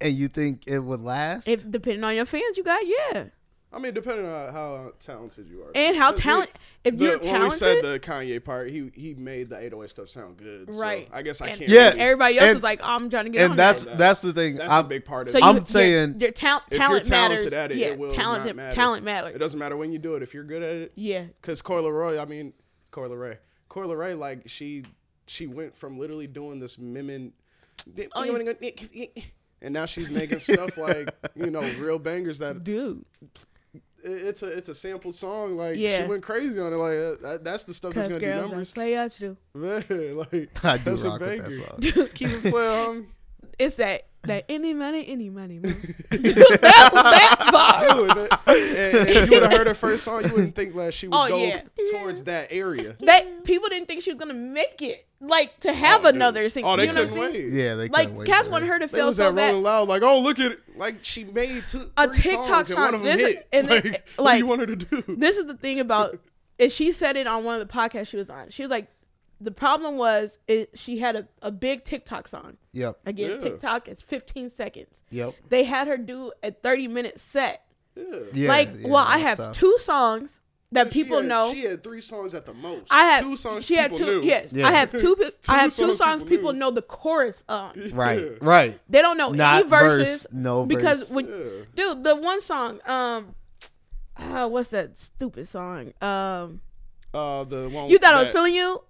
Speaker 2: and you think it would last?
Speaker 1: if depending on your fans, you got yeah,
Speaker 3: I mean, depending on how talented you are.
Speaker 1: and how
Speaker 3: Because we-
Speaker 1: talent. If
Speaker 3: the-
Speaker 1: you're
Speaker 3: when we said
Speaker 1: talented,
Speaker 3: the Kanye part, he he made the 808 stuff sound good. so
Speaker 1: right?
Speaker 3: I guess I
Speaker 1: And
Speaker 3: can't.
Speaker 2: Yeah.
Speaker 3: really-
Speaker 1: Everybody else
Speaker 2: And-
Speaker 1: was like, "Oh, I'm trying to get on
Speaker 2: and
Speaker 1: that.
Speaker 2: that's
Speaker 3: that.
Speaker 2: that's the thing.
Speaker 3: That's
Speaker 2: I'm-
Speaker 3: a big part of
Speaker 1: So
Speaker 3: it.
Speaker 1: you,
Speaker 2: I'm
Speaker 1: your-
Speaker 2: saying-
Speaker 1: your talent,
Speaker 3: if
Speaker 1: talent
Speaker 3: you're talented
Speaker 1: matters.
Speaker 3: at it,
Speaker 1: yeah,
Speaker 3: it will
Speaker 1: talent,
Speaker 3: not matter.
Speaker 1: talent
Speaker 3: It
Speaker 1: matters.
Speaker 3: doesn't matter when you do it. If you're good at it,
Speaker 1: Yeah,
Speaker 3: Because Coyle Roy, I mean, Coyle Ray. Coyle Ray, like, she she went from literally doing this mimin.
Speaker 1: Oh,
Speaker 3: And now she's making stuff like, you know, real bangers that it-
Speaker 1: dude.
Speaker 3: it's a it's a sample song. Like, she
Speaker 1: Yeah.
Speaker 3: went crazy on it. Like, uh, that, that's the stuff that's
Speaker 1: Because
Speaker 3: going to do
Speaker 1: girls are
Speaker 3: numbers.
Speaker 1: play us too.
Speaker 3: Man, like,
Speaker 2: I do
Speaker 3: that's
Speaker 2: rock
Speaker 3: a
Speaker 2: with
Speaker 3: banger.
Speaker 2: that song.
Speaker 3: Keep it playing,
Speaker 1: it's that that any money, any money. money. that, that
Speaker 3: homie.
Speaker 1: bar.
Speaker 3: Doing it. And if you would have heard her first song, you wouldn't think like she would
Speaker 1: Oh,
Speaker 3: go
Speaker 1: yeah.
Speaker 3: towards that area.
Speaker 1: That people didn't think she was gonna make it. Like to have
Speaker 3: Oh, dude.
Speaker 1: another single.
Speaker 3: Oh, they
Speaker 1: you know what
Speaker 3: couldn't
Speaker 1: I'm saying?
Speaker 3: wait.
Speaker 2: yeah, they couldn't
Speaker 1: Like
Speaker 2: wait
Speaker 1: Cass
Speaker 2: for
Speaker 1: wanted
Speaker 2: it.
Speaker 1: her to
Speaker 3: They
Speaker 1: feel
Speaker 3: was
Speaker 1: so
Speaker 3: at Rolling
Speaker 1: bad.
Speaker 3: Loud, like, oh look at it, like she made two,
Speaker 1: A
Speaker 3: three
Speaker 1: TikTok
Speaker 3: songs and one
Speaker 1: song.
Speaker 3: of them
Speaker 1: This-
Speaker 3: hit.
Speaker 1: and
Speaker 3: like,
Speaker 1: it-
Speaker 3: what do
Speaker 1: like-
Speaker 3: you want her to do?
Speaker 1: This is the thing about, and she said it on one of the podcasts she was on. She was like, the problem was it, she had a, a big TikTok song.
Speaker 2: Yep.
Speaker 1: Again,
Speaker 3: Yeah.
Speaker 1: TikTok is 15 seconds.
Speaker 2: Yep.
Speaker 1: They had her do a 30 minute set.
Speaker 2: Yeah,
Speaker 1: like,
Speaker 2: yeah,
Speaker 1: well, I
Speaker 2: that's
Speaker 1: have
Speaker 2: tough.
Speaker 1: two songs that
Speaker 3: She
Speaker 1: people
Speaker 3: had-
Speaker 1: know.
Speaker 3: she had three songs at the most.
Speaker 1: I have
Speaker 3: two songs.
Speaker 1: She had
Speaker 3: people
Speaker 1: two.
Speaker 3: Knew.
Speaker 1: Yes,
Speaker 2: Yeah.
Speaker 1: I have two. Pe-
Speaker 3: Two
Speaker 1: I have two
Speaker 3: songs
Speaker 1: songs
Speaker 3: people
Speaker 1: people
Speaker 3: knew.
Speaker 1: know the chorus on.
Speaker 2: Right.
Speaker 3: Yeah.
Speaker 2: Right.
Speaker 1: They don't know
Speaker 2: Not
Speaker 1: any verses.
Speaker 2: verse, no
Speaker 1: because
Speaker 2: verse.
Speaker 1: when
Speaker 3: Yeah.
Speaker 1: dude, the one song, um, uh, what's that stupid song? Um,
Speaker 3: Uh, the one
Speaker 1: you thought I was
Speaker 3: that-
Speaker 1: feeling you.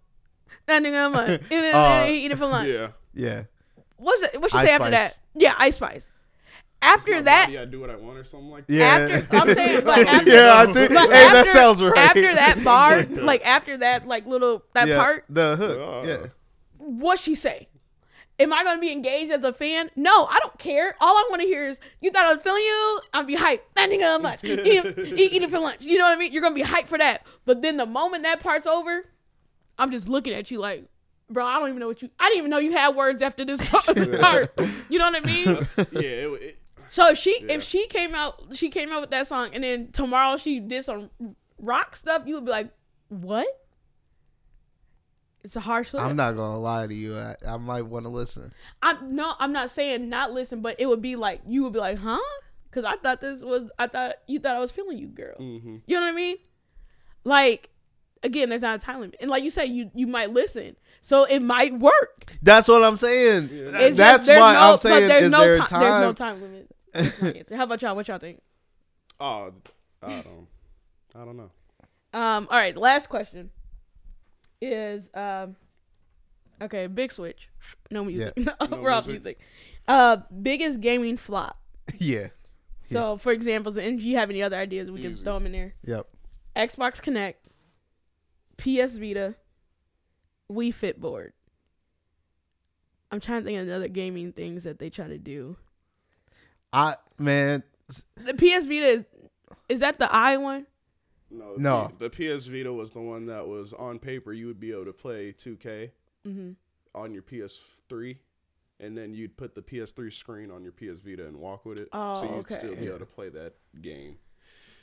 Speaker 1: That nigga, I'm like, eat it-
Speaker 2: Uh,
Speaker 1: eat it for lunch.
Speaker 3: Yeah.
Speaker 2: Yeah.
Speaker 1: What's it, what she
Speaker 2: Ice
Speaker 1: say after
Speaker 2: Spice.
Speaker 1: that? Yeah, Ice Spice. After that,
Speaker 3: yeah, do what I want or something like that.
Speaker 2: Yeah.
Speaker 1: After- I'm saying, but after-
Speaker 2: yeah, I think. Hey,
Speaker 1: but
Speaker 2: that
Speaker 1: after-
Speaker 2: sounds right.
Speaker 1: After that bar,
Speaker 3: that.
Speaker 1: like after that, like little that
Speaker 2: yeah,
Speaker 1: part, Oh.
Speaker 2: the hook.
Speaker 3: Uh.
Speaker 2: Yeah.
Speaker 1: what she say? Am I gonna be engaged as a fan? No, I don't care. All I want to hear is you thought I was feeling you. I'll be hyped. That nigga on lunch. Eat, eat, eat it for lunch. You know what I mean? You're gonna be hyped for that. But then the moment that part's over, I'm just looking at you like, bro, I don't even know what you. I didn't even know you had words after this song- part. You know what I mean?
Speaker 3: Yeah. It, it,
Speaker 1: So if she
Speaker 3: Yeah.
Speaker 1: if she came out she came out with that song and then tomorrow she did some rock stuff, you would be like, what? It's a harsh. look.
Speaker 2: I'm not gonna lie to you. I, I might want to listen.
Speaker 1: I'm no, I'm not saying not listen, but it would be like you would be like, huh? Because I thought this was, I thought you thought I was feeling you, girl.
Speaker 2: Mm.
Speaker 3: mhm.
Speaker 1: You know what I mean? Like, again, there's not a time limit, and like you said, you you might listen, so it might work.
Speaker 2: That's what I'm saying.
Speaker 1: It's just
Speaker 2: That's
Speaker 1: there's
Speaker 2: why
Speaker 1: no-
Speaker 2: I'm
Speaker 1: but
Speaker 2: saying
Speaker 1: there's
Speaker 2: is
Speaker 1: no
Speaker 2: there a
Speaker 1: ti-
Speaker 2: time?
Speaker 1: There's no time limit. That's my answer. How about y'all? What y'all think?
Speaker 3: Oh, I don't. I don't know.
Speaker 1: Um, all right, last question is um, okay, big switch, no music, we're off
Speaker 3: music.
Speaker 1: music. Uh, biggest gaming flop.
Speaker 2: yeah.
Speaker 1: So, for examples, and if you have any other ideas, we can
Speaker 3: Easy.
Speaker 1: throw them in there.
Speaker 2: Yep.
Speaker 1: Xbox Connect, PS Vita, Wii Fit Board. I'm trying to think of another gaming things that they try to do.
Speaker 2: I man.
Speaker 1: The PS Vita is is that the i one?
Speaker 3: No.
Speaker 2: No.
Speaker 3: The, P- the PS Vita was the one that was on paper. You would be able to play 2K
Speaker 1: Mm-hmm.
Speaker 3: on your PS3, and then you'd put the PS3 screen on your PS Vita and walk with it.
Speaker 1: Oh,
Speaker 3: so you'd
Speaker 1: okay.
Speaker 3: still be
Speaker 2: Yeah.
Speaker 3: able to play that game.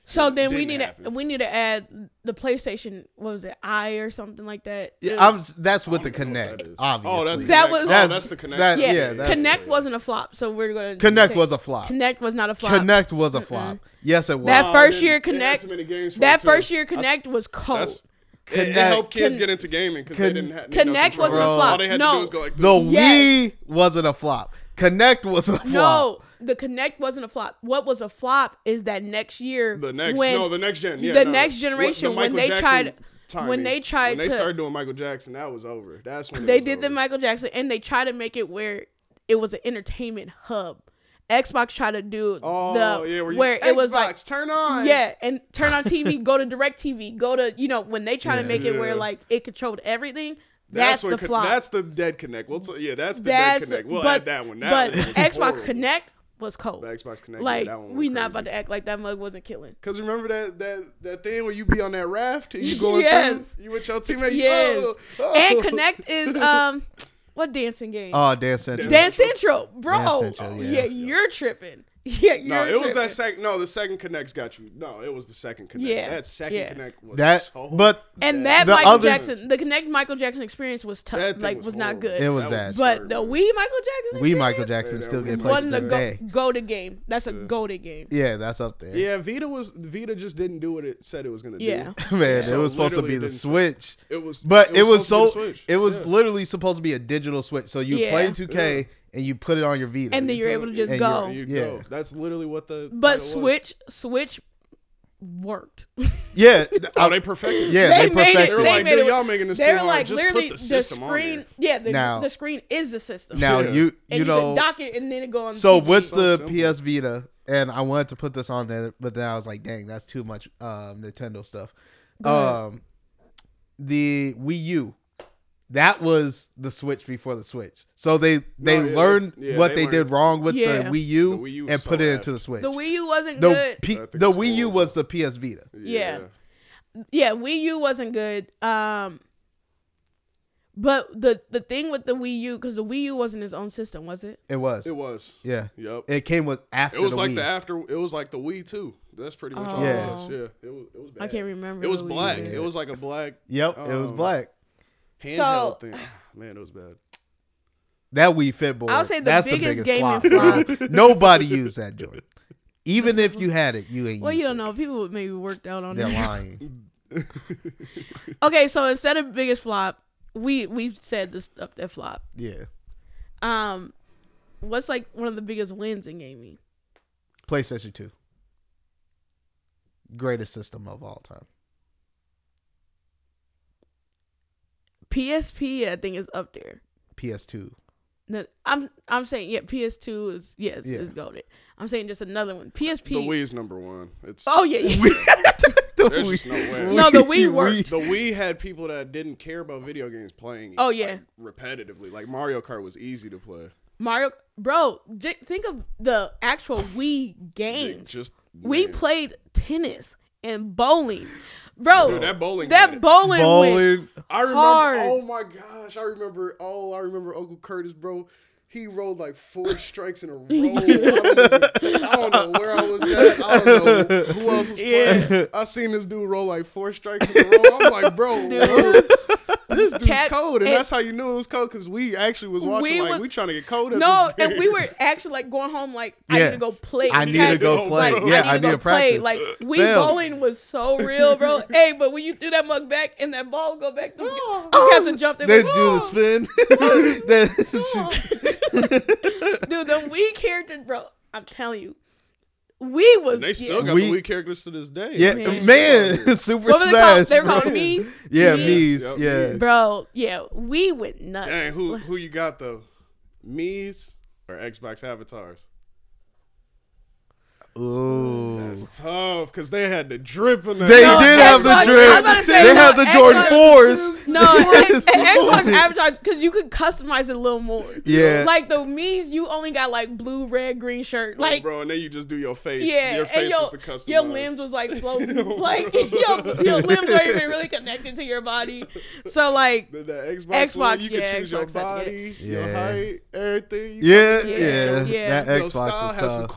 Speaker 1: So
Speaker 3: It
Speaker 1: then we
Speaker 3: didn't
Speaker 1: need to
Speaker 3: happen.
Speaker 1: we need to add the PlayStation. What was it? I or something like that.
Speaker 2: Yeah,
Speaker 1: It-
Speaker 2: I'm. s- That's with
Speaker 3: I
Speaker 2: the
Speaker 3: don't even know what
Speaker 2: connect.
Speaker 3: that is.
Speaker 2: Obviously.
Speaker 3: Oh, that's
Speaker 1: That
Speaker 3: Kinect.
Speaker 1: was-
Speaker 3: oh,
Speaker 2: That's-
Speaker 3: that's, the connection.
Speaker 2: that-
Speaker 1: yeah.
Speaker 2: yeah, that's-
Speaker 1: Connect wasn't a flop, so we're gonna
Speaker 2: Connect was a flop.
Speaker 1: Connect was not a flop.
Speaker 2: Connect was a flop. Yes, it was.
Speaker 1: That
Speaker 3: Oh,
Speaker 1: first
Speaker 3: then
Speaker 1: year
Speaker 3: it had too
Speaker 1: Connect-
Speaker 3: many games for it,
Speaker 1: that
Speaker 3: too.
Speaker 1: first year Connect was cold.
Speaker 3: That's- It, it
Speaker 2: Connect-
Speaker 3: helped kids
Speaker 1: Con-
Speaker 3: get into gaming because
Speaker 2: Con-
Speaker 3: they didn't have
Speaker 1: Connect
Speaker 3: no controller.
Speaker 1: wasn't a flop.
Speaker 3: All they had to
Speaker 1: No.
Speaker 3: do was go like
Speaker 2: the
Speaker 3: this.
Speaker 1: Yes.
Speaker 2: Wii wasn't a flop. Connect was a flop.
Speaker 1: No, the Connect wasn't a flop. What was a flop is that next year,
Speaker 3: The next,
Speaker 1: when
Speaker 3: no, the next gen, yeah,
Speaker 1: the
Speaker 3: no.
Speaker 1: next
Speaker 3: What-
Speaker 1: generation,
Speaker 3: the
Speaker 1: when
Speaker 3: Michael
Speaker 1: they
Speaker 3: Jackson
Speaker 1: tried-
Speaker 3: timing.
Speaker 1: when they tried
Speaker 3: when they
Speaker 1: to-
Speaker 3: started doing Michael Jackson, that was over. That's when it
Speaker 1: they
Speaker 3: was
Speaker 1: did the
Speaker 3: over.
Speaker 1: Michael Jackson and they tried to make it where it was an entertainment hub. Xbox tried to do
Speaker 3: Oh,
Speaker 1: the
Speaker 3: yeah, where,
Speaker 1: where,
Speaker 3: you,
Speaker 1: it was like
Speaker 3: "Xbox, turn on.
Speaker 1: yeah, and turn on TV, go to Direct TV, go to you know when they try to
Speaker 2: Yeah.
Speaker 1: make it where
Speaker 3: Yeah.
Speaker 1: like it controlled everything. That's,
Speaker 3: That's, what
Speaker 1: the
Speaker 3: con-
Speaker 1: flop.
Speaker 3: That's the dead connect. We'll t- yeah, that's the
Speaker 1: That's-
Speaker 3: dead connect. We'll
Speaker 1: but-
Speaker 3: add that one now.
Speaker 1: But
Speaker 3: It was
Speaker 1: Xbox
Speaker 3: horrible.
Speaker 1: Connect was cold.
Speaker 3: The Xbox Connect.
Speaker 1: like
Speaker 3: yeah, that one
Speaker 1: we not about to act like that mug wasn't killing.
Speaker 3: Cause remember that that that thing where you be on that raft and you going
Speaker 1: Yes.
Speaker 3: through you with your teammate. you-
Speaker 1: Yes.
Speaker 3: oh, oh.
Speaker 1: And Connect is um what dancing game?
Speaker 2: Oh, Dance Central.
Speaker 1: Dance Central, bro. Oh,
Speaker 2: Dance Central,
Speaker 1: yeah.
Speaker 2: yeah.
Speaker 1: you're tripping. Yeah, you're
Speaker 3: No, it was
Speaker 1: tripping.
Speaker 3: that second. No, the second connect's got you. No, it was the second connect.
Speaker 1: Yeah,
Speaker 3: that second
Speaker 1: yeah.
Speaker 3: connect was
Speaker 2: That-
Speaker 3: so
Speaker 2: but-
Speaker 1: And
Speaker 3: bad.
Speaker 1: that
Speaker 2: The
Speaker 1: Michael
Speaker 2: other-
Speaker 1: Jackson, the Connect Michael Jackson experience was tough.
Speaker 3: That thing
Speaker 1: like was, not
Speaker 3: horrible.
Speaker 1: good.
Speaker 2: It was bad.
Speaker 1: but
Speaker 3: disturbing.
Speaker 1: the we Michael Jackson,
Speaker 2: we
Speaker 1: experience
Speaker 2: Michael Jackson
Speaker 3: Yeah,
Speaker 2: still
Speaker 3: we
Speaker 2: get
Speaker 3: Michael
Speaker 2: played
Speaker 1: wasn't
Speaker 2: to
Speaker 1: a
Speaker 2: this
Speaker 1: go
Speaker 3: Jackson.
Speaker 2: day.
Speaker 1: go to game. That's a go to game.
Speaker 2: Yeah, that's up there.
Speaker 3: yeah, Vita was Vita just didn't do what it said it was gonna
Speaker 1: Yeah.
Speaker 3: do.
Speaker 2: Man,
Speaker 3: So
Speaker 2: it was supposed to
Speaker 3: literally
Speaker 2: be the
Speaker 3: didn't-
Speaker 2: Switch.
Speaker 3: It was,
Speaker 2: But it was,
Speaker 3: supposed to be
Speaker 2: so
Speaker 3: the Switch.
Speaker 2: it was
Speaker 3: Yeah.
Speaker 2: literally supposed to be a digital switch. So you
Speaker 1: Yeah.
Speaker 2: play 2K and you put it on your Vita.
Speaker 1: And then you're able to just
Speaker 2: And you're-
Speaker 1: go.
Speaker 3: And you
Speaker 2: Yeah.
Speaker 3: go. That's literally what the
Speaker 1: But
Speaker 3: title was.
Speaker 1: Switch Switch worked.
Speaker 2: yeah, th-
Speaker 3: Oh, they perfected. it.
Speaker 2: yeah,
Speaker 1: they,
Speaker 2: they,
Speaker 1: made
Speaker 2: perfected.
Speaker 1: it.
Speaker 3: They were
Speaker 1: they
Speaker 3: like,
Speaker 1: made
Speaker 3: "Dude,
Speaker 1: it.
Speaker 3: y'all making this
Speaker 1: they
Speaker 3: too
Speaker 1: were
Speaker 3: hard.
Speaker 1: like,
Speaker 3: Just put
Speaker 1: literally,
Speaker 3: the system on
Speaker 1: screen.
Speaker 3: there."
Speaker 1: yeah, the,
Speaker 2: Now-
Speaker 1: the screen is the system.
Speaker 2: Now
Speaker 3: Yeah.
Speaker 2: you
Speaker 1: and
Speaker 2: you know
Speaker 1: can dock it and then it go on.
Speaker 2: So
Speaker 1: TV.
Speaker 2: with
Speaker 3: So
Speaker 2: the
Speaker 3: simple.
Speaker 2: PS Vita, and I wanted to put this on there, but then I was like, dang, that's too much um, Nintendo stuff. Um, the Wii U, that was the Switch before the Switch. So they they
Speaker 3: yeah, they-
Speaker 2: learned
Speaker 3: yeah,
Speaker 2: what they,
Speaker 3: they
Speaker 2: did
Speaker 3: learned.
Speaker 2: wrong with
Speaker 1: Yeah.
Speaker 2: the Wii U,
Speaker 3: The Wii U was
Speaker 2: and
Speaker 3: so
Speaker 2: put it
Speaker 3: aft.
Speaker 2: into the Switch.
Speaker 1: the Wii U wasn't
Speaker 2: the,
Speaker 1: good.
Speaker 2: P-
Speaker 3: That thing
Speaker 2: the
Speaker 3: was
Speaker 2: Wii U
Speaker 3: horrible.
Speaker 2: was the PS Vita.
Speaker 1: yeah. yeah, Wii U wasn't good. Um, but the the thing with the Wii U because the Wii U wasn't his own system, was it?
Speaker 2: It was.
Speaker 3: It was.
Speaker 2: Yeah.
Speaker 3: Yep.
Speaker 2: It came with after.
Speaker 3: It was
Speaker 2: the
Speaker 3: like
Speaker 2: Wii.
Speaker 3: the after. It was like the Wii too. That's pretty much all
Speaker 2: Yeah.
Speaker 3: it was. Yeah, it was. It was bad.
Speaker 1: I can't remember.
Speaker 3: It was
Speaker 1: the Wii U.
Speaker 3: black. It was like a black
Speaker 2: Yep. it was
Speaker 3: um,
Speaker 2: black.
Speaker 3: handheld
Speaker 1: So-
Speaker 3: thing. Man, it was bad.
Speaker 2: That Wii Fit board.
Speaker 1: I'll say the
Speaker 2: that's
Speaker 1: biggest
Speaker 2: the biggest
Speaker 1: gaming
Speaker 2: flop. Nobody used that joint. Even if you had it, you ain't.
Speaker 1: Well,
Speaker 2: used
Speaker 1: you don't
Speaker 2: it.
Speaker 1: know. People maybe worked out on
Speaker 2: They're
Speaker 1: it.
Speaker 2: lying.
Speaker 1: Okay, so instead of biggest flop, we we've said the stuff that flop.
Speaker 2: Yeah.
Speaker 1: Um, what's like one of the biggest wins in gaming?
Speaker 2: PlayStation 2. Greatest system of all time.
Speaker 1: PSP, I think, is up there.
Speaker 2: PS2.
Speaker 1: No, I'm I'm saying yeah, PS2 is yes
Speaker 2: Yeah.
Speaker 1: is golded. I'm saying just another one.
Speaker 3: The
Speaker 1: PSP.
Speaker 3: Wii is number one. It's
Speaker 1: oh yeah, yeah.
Speaker 2: The
Speaker 3: There's just no way.
Speaker 1: No, the Wii worked.
Speaker 3: The Wii had people that didn't care about video games playing. it,
Speaker 1: Oh, yeah.
Speaker 3: like, repetitively. Like Mario Kart was easy to play.
Speaker 1: Mario, bro, j- think of the actual Wii
Speaker 3: Like,
Speaker 1: games.
Speaker 3: just
Speaker 1: we
Speaker 3: man.
Speaker 1: played tennis and bowling, bro.
Speaker 3: Dude, that bowling
Speaker 1: that
Speaker 3: had-
Speaker 1: bowling, win.
Speaker 2: Bowling.
Speaker 3: I remember.
Speaker 1: hard.
Speaker 3: Oh my gosh, I remember. Oh, I remember Uncle Curtis, bro. He rolled like four strikes in a row. I don't, even- I don't know where I was at. I don't know who else was playing. I seen this dude roll like four strikes in a row. I'm like, bro, what? this dude's
Speaker 1: Cat-
Speaker 3: cold, and
Speaker 1: it-
Speaker 3: that's how you knew it was cold because we actually was watching.
Speaker 1: We
Speaker 3: like,
Speaker 1: was-
Speaker 3: we trying to get cold. at
Speaker 1: No,
Speaker 3: this
Speaker 1: and we
Speaker 3: game.
Speaker 1: were actually like going home. Like I
Speaker 2: Yeah.
Speaker 1: need to go play.
Speaker 2: I
Speaker 1: We
Speaker 2: need
Speaker 1: had-
Speaker 2: to go play.
Speaker 1: Like,
Speaker 2: Yeah, I need to
Speaker 1: go play.
Speaker 2: practice.
Speaker 1: Like we
Speaker 2: Fam.
Speaker 1: bowling was so real, bro. hey, but when you threw that mug back and that ball go back, the Oh, you guys would jump.
Speaker 2: They
Speaker 1: They
Speaker 2: do the spin. They-
Speaker 1: dude. The Wii characters, bro. I'm telling you, we was.
Speaker 3: They still
Speaker 1: yeah.
Speaker 3: got
Speaker 2: We-
Speaker 3: the Wii characters to this day.
Speaker 2: yeah,
Speaker 1: Man.
Speaker 2: man, Super
Speaker 1: What were they called?
Speaker 2: Smash.
Speaker 1: They're
Speaker 2: bro.
Speaker 1: called Mii's.
Speaker 2: yeah,
Speaker 1: Mii's.
Speaker 2: Mies.
Speaker 3: Yep,
Speaker 2: yeah,
Speaker 3: Mies.
Speaker 1: Bro, yeah, we went nuts.
Speaker 3: Dang, who who you got though? Me's or Xbox avatars?
Speaker 2: Ooh.
Speaker 3: That's tough because they had the drip in that.
Speaker 2: They
Speaker 1: No,
Speaker 2: did have the
Speaker 1: Xbox- I was about
Speaker 2: drip.
Speaker 1: to say,
Speaker 2: they
Speaker 1: no,
Speaker 2: had the Jordan
Speaker 1: Xbox-
Speaker 2: fours.
Speaker 1: No, X- Xbox Avatar because you could customize it a little more.
Speaker 2: Yeah.
Speaker 1: like the means you only got like blue, red, green shirt. Like,
Speaker 3: Oh, bro, and then you just do your face.
Speaker 1: yeah,
Speaker 3: your
Speaker 1: and
Speaker 3: face
Speaker 1: your,
Speaker 3: is the custom.
Speaker 1: your limbs was like floating.
Speaker 3: No,
Speaker 1: like
Speaker 3: bro.
Speaker 1: your, your limbs aren't even really connected to your body. So like,
Speaker 3: The, the Xbox, one,
Speaker 1: Xbox,
Speaker 3: you can
Speaker 1: yeah,
Speaker 3: choose your
Speaker 1: Xbox had to
Speaker 3: body, your
Speaker 2: Yeah.
Speaker 3: height, everything. You
Speaker 2: Yeah,
Speaker 1: Yeah,
Speaker 2: yeah,
Speaker 1: yeah.
Speaker 2: That
Speaker 3: Your
Speaker 2: Xbox
Speaker 3: style
Speaker 2: was
Speaker 3: has some
Speaker 2: tough.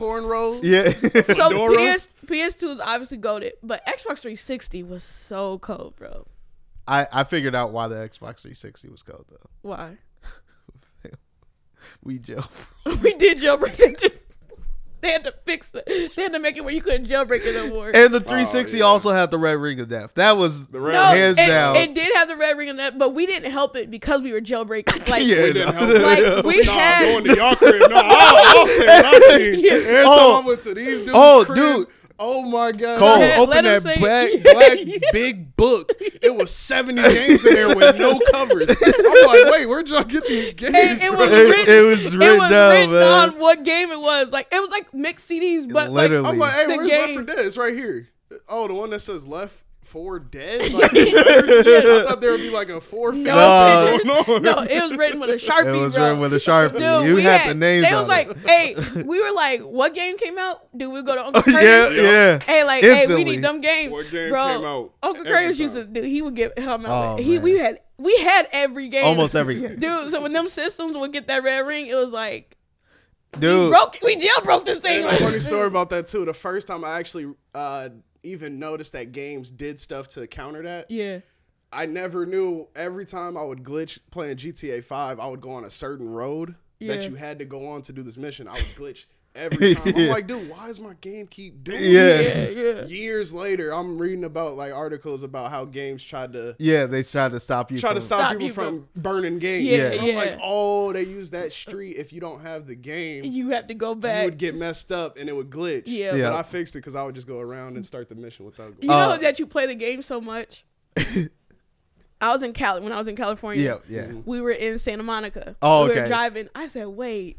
Speaker 3: cornrows.
Speaker 2: yeah.
Speaker 1: so
Speaker 3: Fedora?
Speaker 1: PS PS2 is obviously goaded, but Xbox 360 was so cold, bro.
Speaker 2: I, I figured out why the Xbox 360 was called though.
Speaker 1: Why?
Speaker 2: We jail.
Speaker 1: we did jailbreak. they had to fix it. They had to make it where you couldn't jailbreak it no more.
Speaker 2: And the 360
Speaker 3: yeah.
Speaker 2: also had the red ring of death. That was
Speaker 3: The red
Speaker 1: No,
Speaker 2: hands
Speaker 1: it,
Speaker 2: down.
Speaker 1: it did have the red ring on that, but we didn't help it because we were jailbreaking. Like,
Speaker 2: Yeah,
Speaker 3: We didn't
Speaker 2: no.
Speaker 1: like
Speaker 3: help.
Speaker 1: we
Speaker 3: nah,
Speaker 1: had
Speaker 3: going to y'all crib. No, I'll, I'll say what I seen. Every time
Speaker 2: Oh.
Speaker 3: I went to these dudes'
Speaker 2: Oh,
Speaker 3: crib,
Speaker 2: dude.
Speaker 3: Oh my God!
Speaker 2: Cole,
Speaker 3: I
Speaker 1: let
Speaker 3: opened
Speaker 1: him
Speaker 3: that
Speaker 1: say-
Speaker 3: black,
Speaker 1: Yeah,
Speaker 3: black
Speaker 1: yeah.
Speaker 3: big book. It was seventy games in there with no covers. I'm like, wait, where'd y'all get these games?
Speaker 1: And it
Speaker 3: from?
Speaker 1: was
Speaker 2: It-
Speaker 1: written.
Speaker 2: it was written down, man.
Speaker 1: on what game it was. Like it was like mixed CDs, but
Speaker 2: Literally.
Speaker 1: like
Speaker 3: I'm like, hey,
Speaker 1: The
Speaker 3: where's Left
Speaker 1: game.
Speaker 3: for Dead? It's right here. Oh, the one that says Left for Dead. Like, I thought there would be like a four.
Speaker 1: no,
Speaker 2: No.
Speaker 1: pictures.
Speaker 3: no,
Speaker 1: no, it was written with a sharpie.
Speaker 2: It was
Speaker 1: bro.
Speaker 2: written with a sharpie.
Speaker 1: Dude,
Speaker 2: you
Speaker 1: we
Speaker 2: had,
Speaker 1: had
Speaker 2: the names.
Speaker 1: They
Speaker 2: on
Speaker 1: was like,
Speaker 2: it.
Speaker 1: hey, we were like, what game came out? Dude, we go to Uncle
Speaker 2: Oh,
Speaker 1: Curtis.
Speaker 2: yeah, yeah.
Speaker 1: Hey, like,
Speaker 2: Instantly.
Speaker 1: hey, we need them games,
Speaker 3: What game
Speaker 1: bro.
Speaker 3: came out
Speaker 1: Uncle
Speaker 3: every
Speaker 1: Curtis
Speaker 3: time?
Speaker 1: used to do. He would get him
Speaker 2: Oh,
Speaker 1: out. he
Speaker 2: man.
Speaker 1: we had we had every game,
Speaker 2: almost every game.
Speaker 1: Dude, so when them systems would get that red ring, it was like we
Speaker 2: Dude,
Speaker 1: broke. We jailbroke this thing.
Speaker 3: And a
Speaker 1: Like,
Speaker 3: funny story about that too. The first time I actually uh, even noticed that games did stuff to counter that,
Speaker 1: yeah,
Speaker 3: I never knew. Every time I would glitch playing GTA Five, I would go on a certain road that
Speaker 1: Yeah.
Speaker 3: you had to go on to do this mission. I would glitch every time. I'm
Speaker 2: Yeah.
Speaker 3: like, dude, why does my game keep doing
Speaker 2: Yeah.
Speaker 1: yeah,
Speaker 3: this?
Speaker 1: yeah.
Speaker 3: Years later, I'm reading about like articles about how games tried to
Speaker 2: yeah, they tried to stop you.
Speaker 3: try to
Speaker 2: from-
Speaker 3: stop,
Speaker 1: Stop
Speaker 3: people
Speaker 1: you
Speaker 3: from
Speaker 1: from-
Speaker 3: burning games.
Speaker 1: Yeah,
Speaker 3: I'm
Speaker 1: yeah.
Speaker 3: like, oh, they use that street. If you don't have the game, you,
Speaker 1: You have to go back.
Speaker 3: would get messed up and it would glitch.
Speaker 1: Yeah.
Speaker 2: Yeah.
Speaker 3: But I fixed it because I would just go around and start the mission without
Speaker 1: You
Speaker 3: going.
Speaker 2: Uh,
Speaker 1: know that you play the game so much. I was in Cali when I was in California.
Speaker 2: Yeah, yeah.
Speaker 1: We were in Santa Monica.
Speaker 2: Oh,
Speaker 1: We
Speaker 2: okay.
Speaker 1: were driving. I said, wait,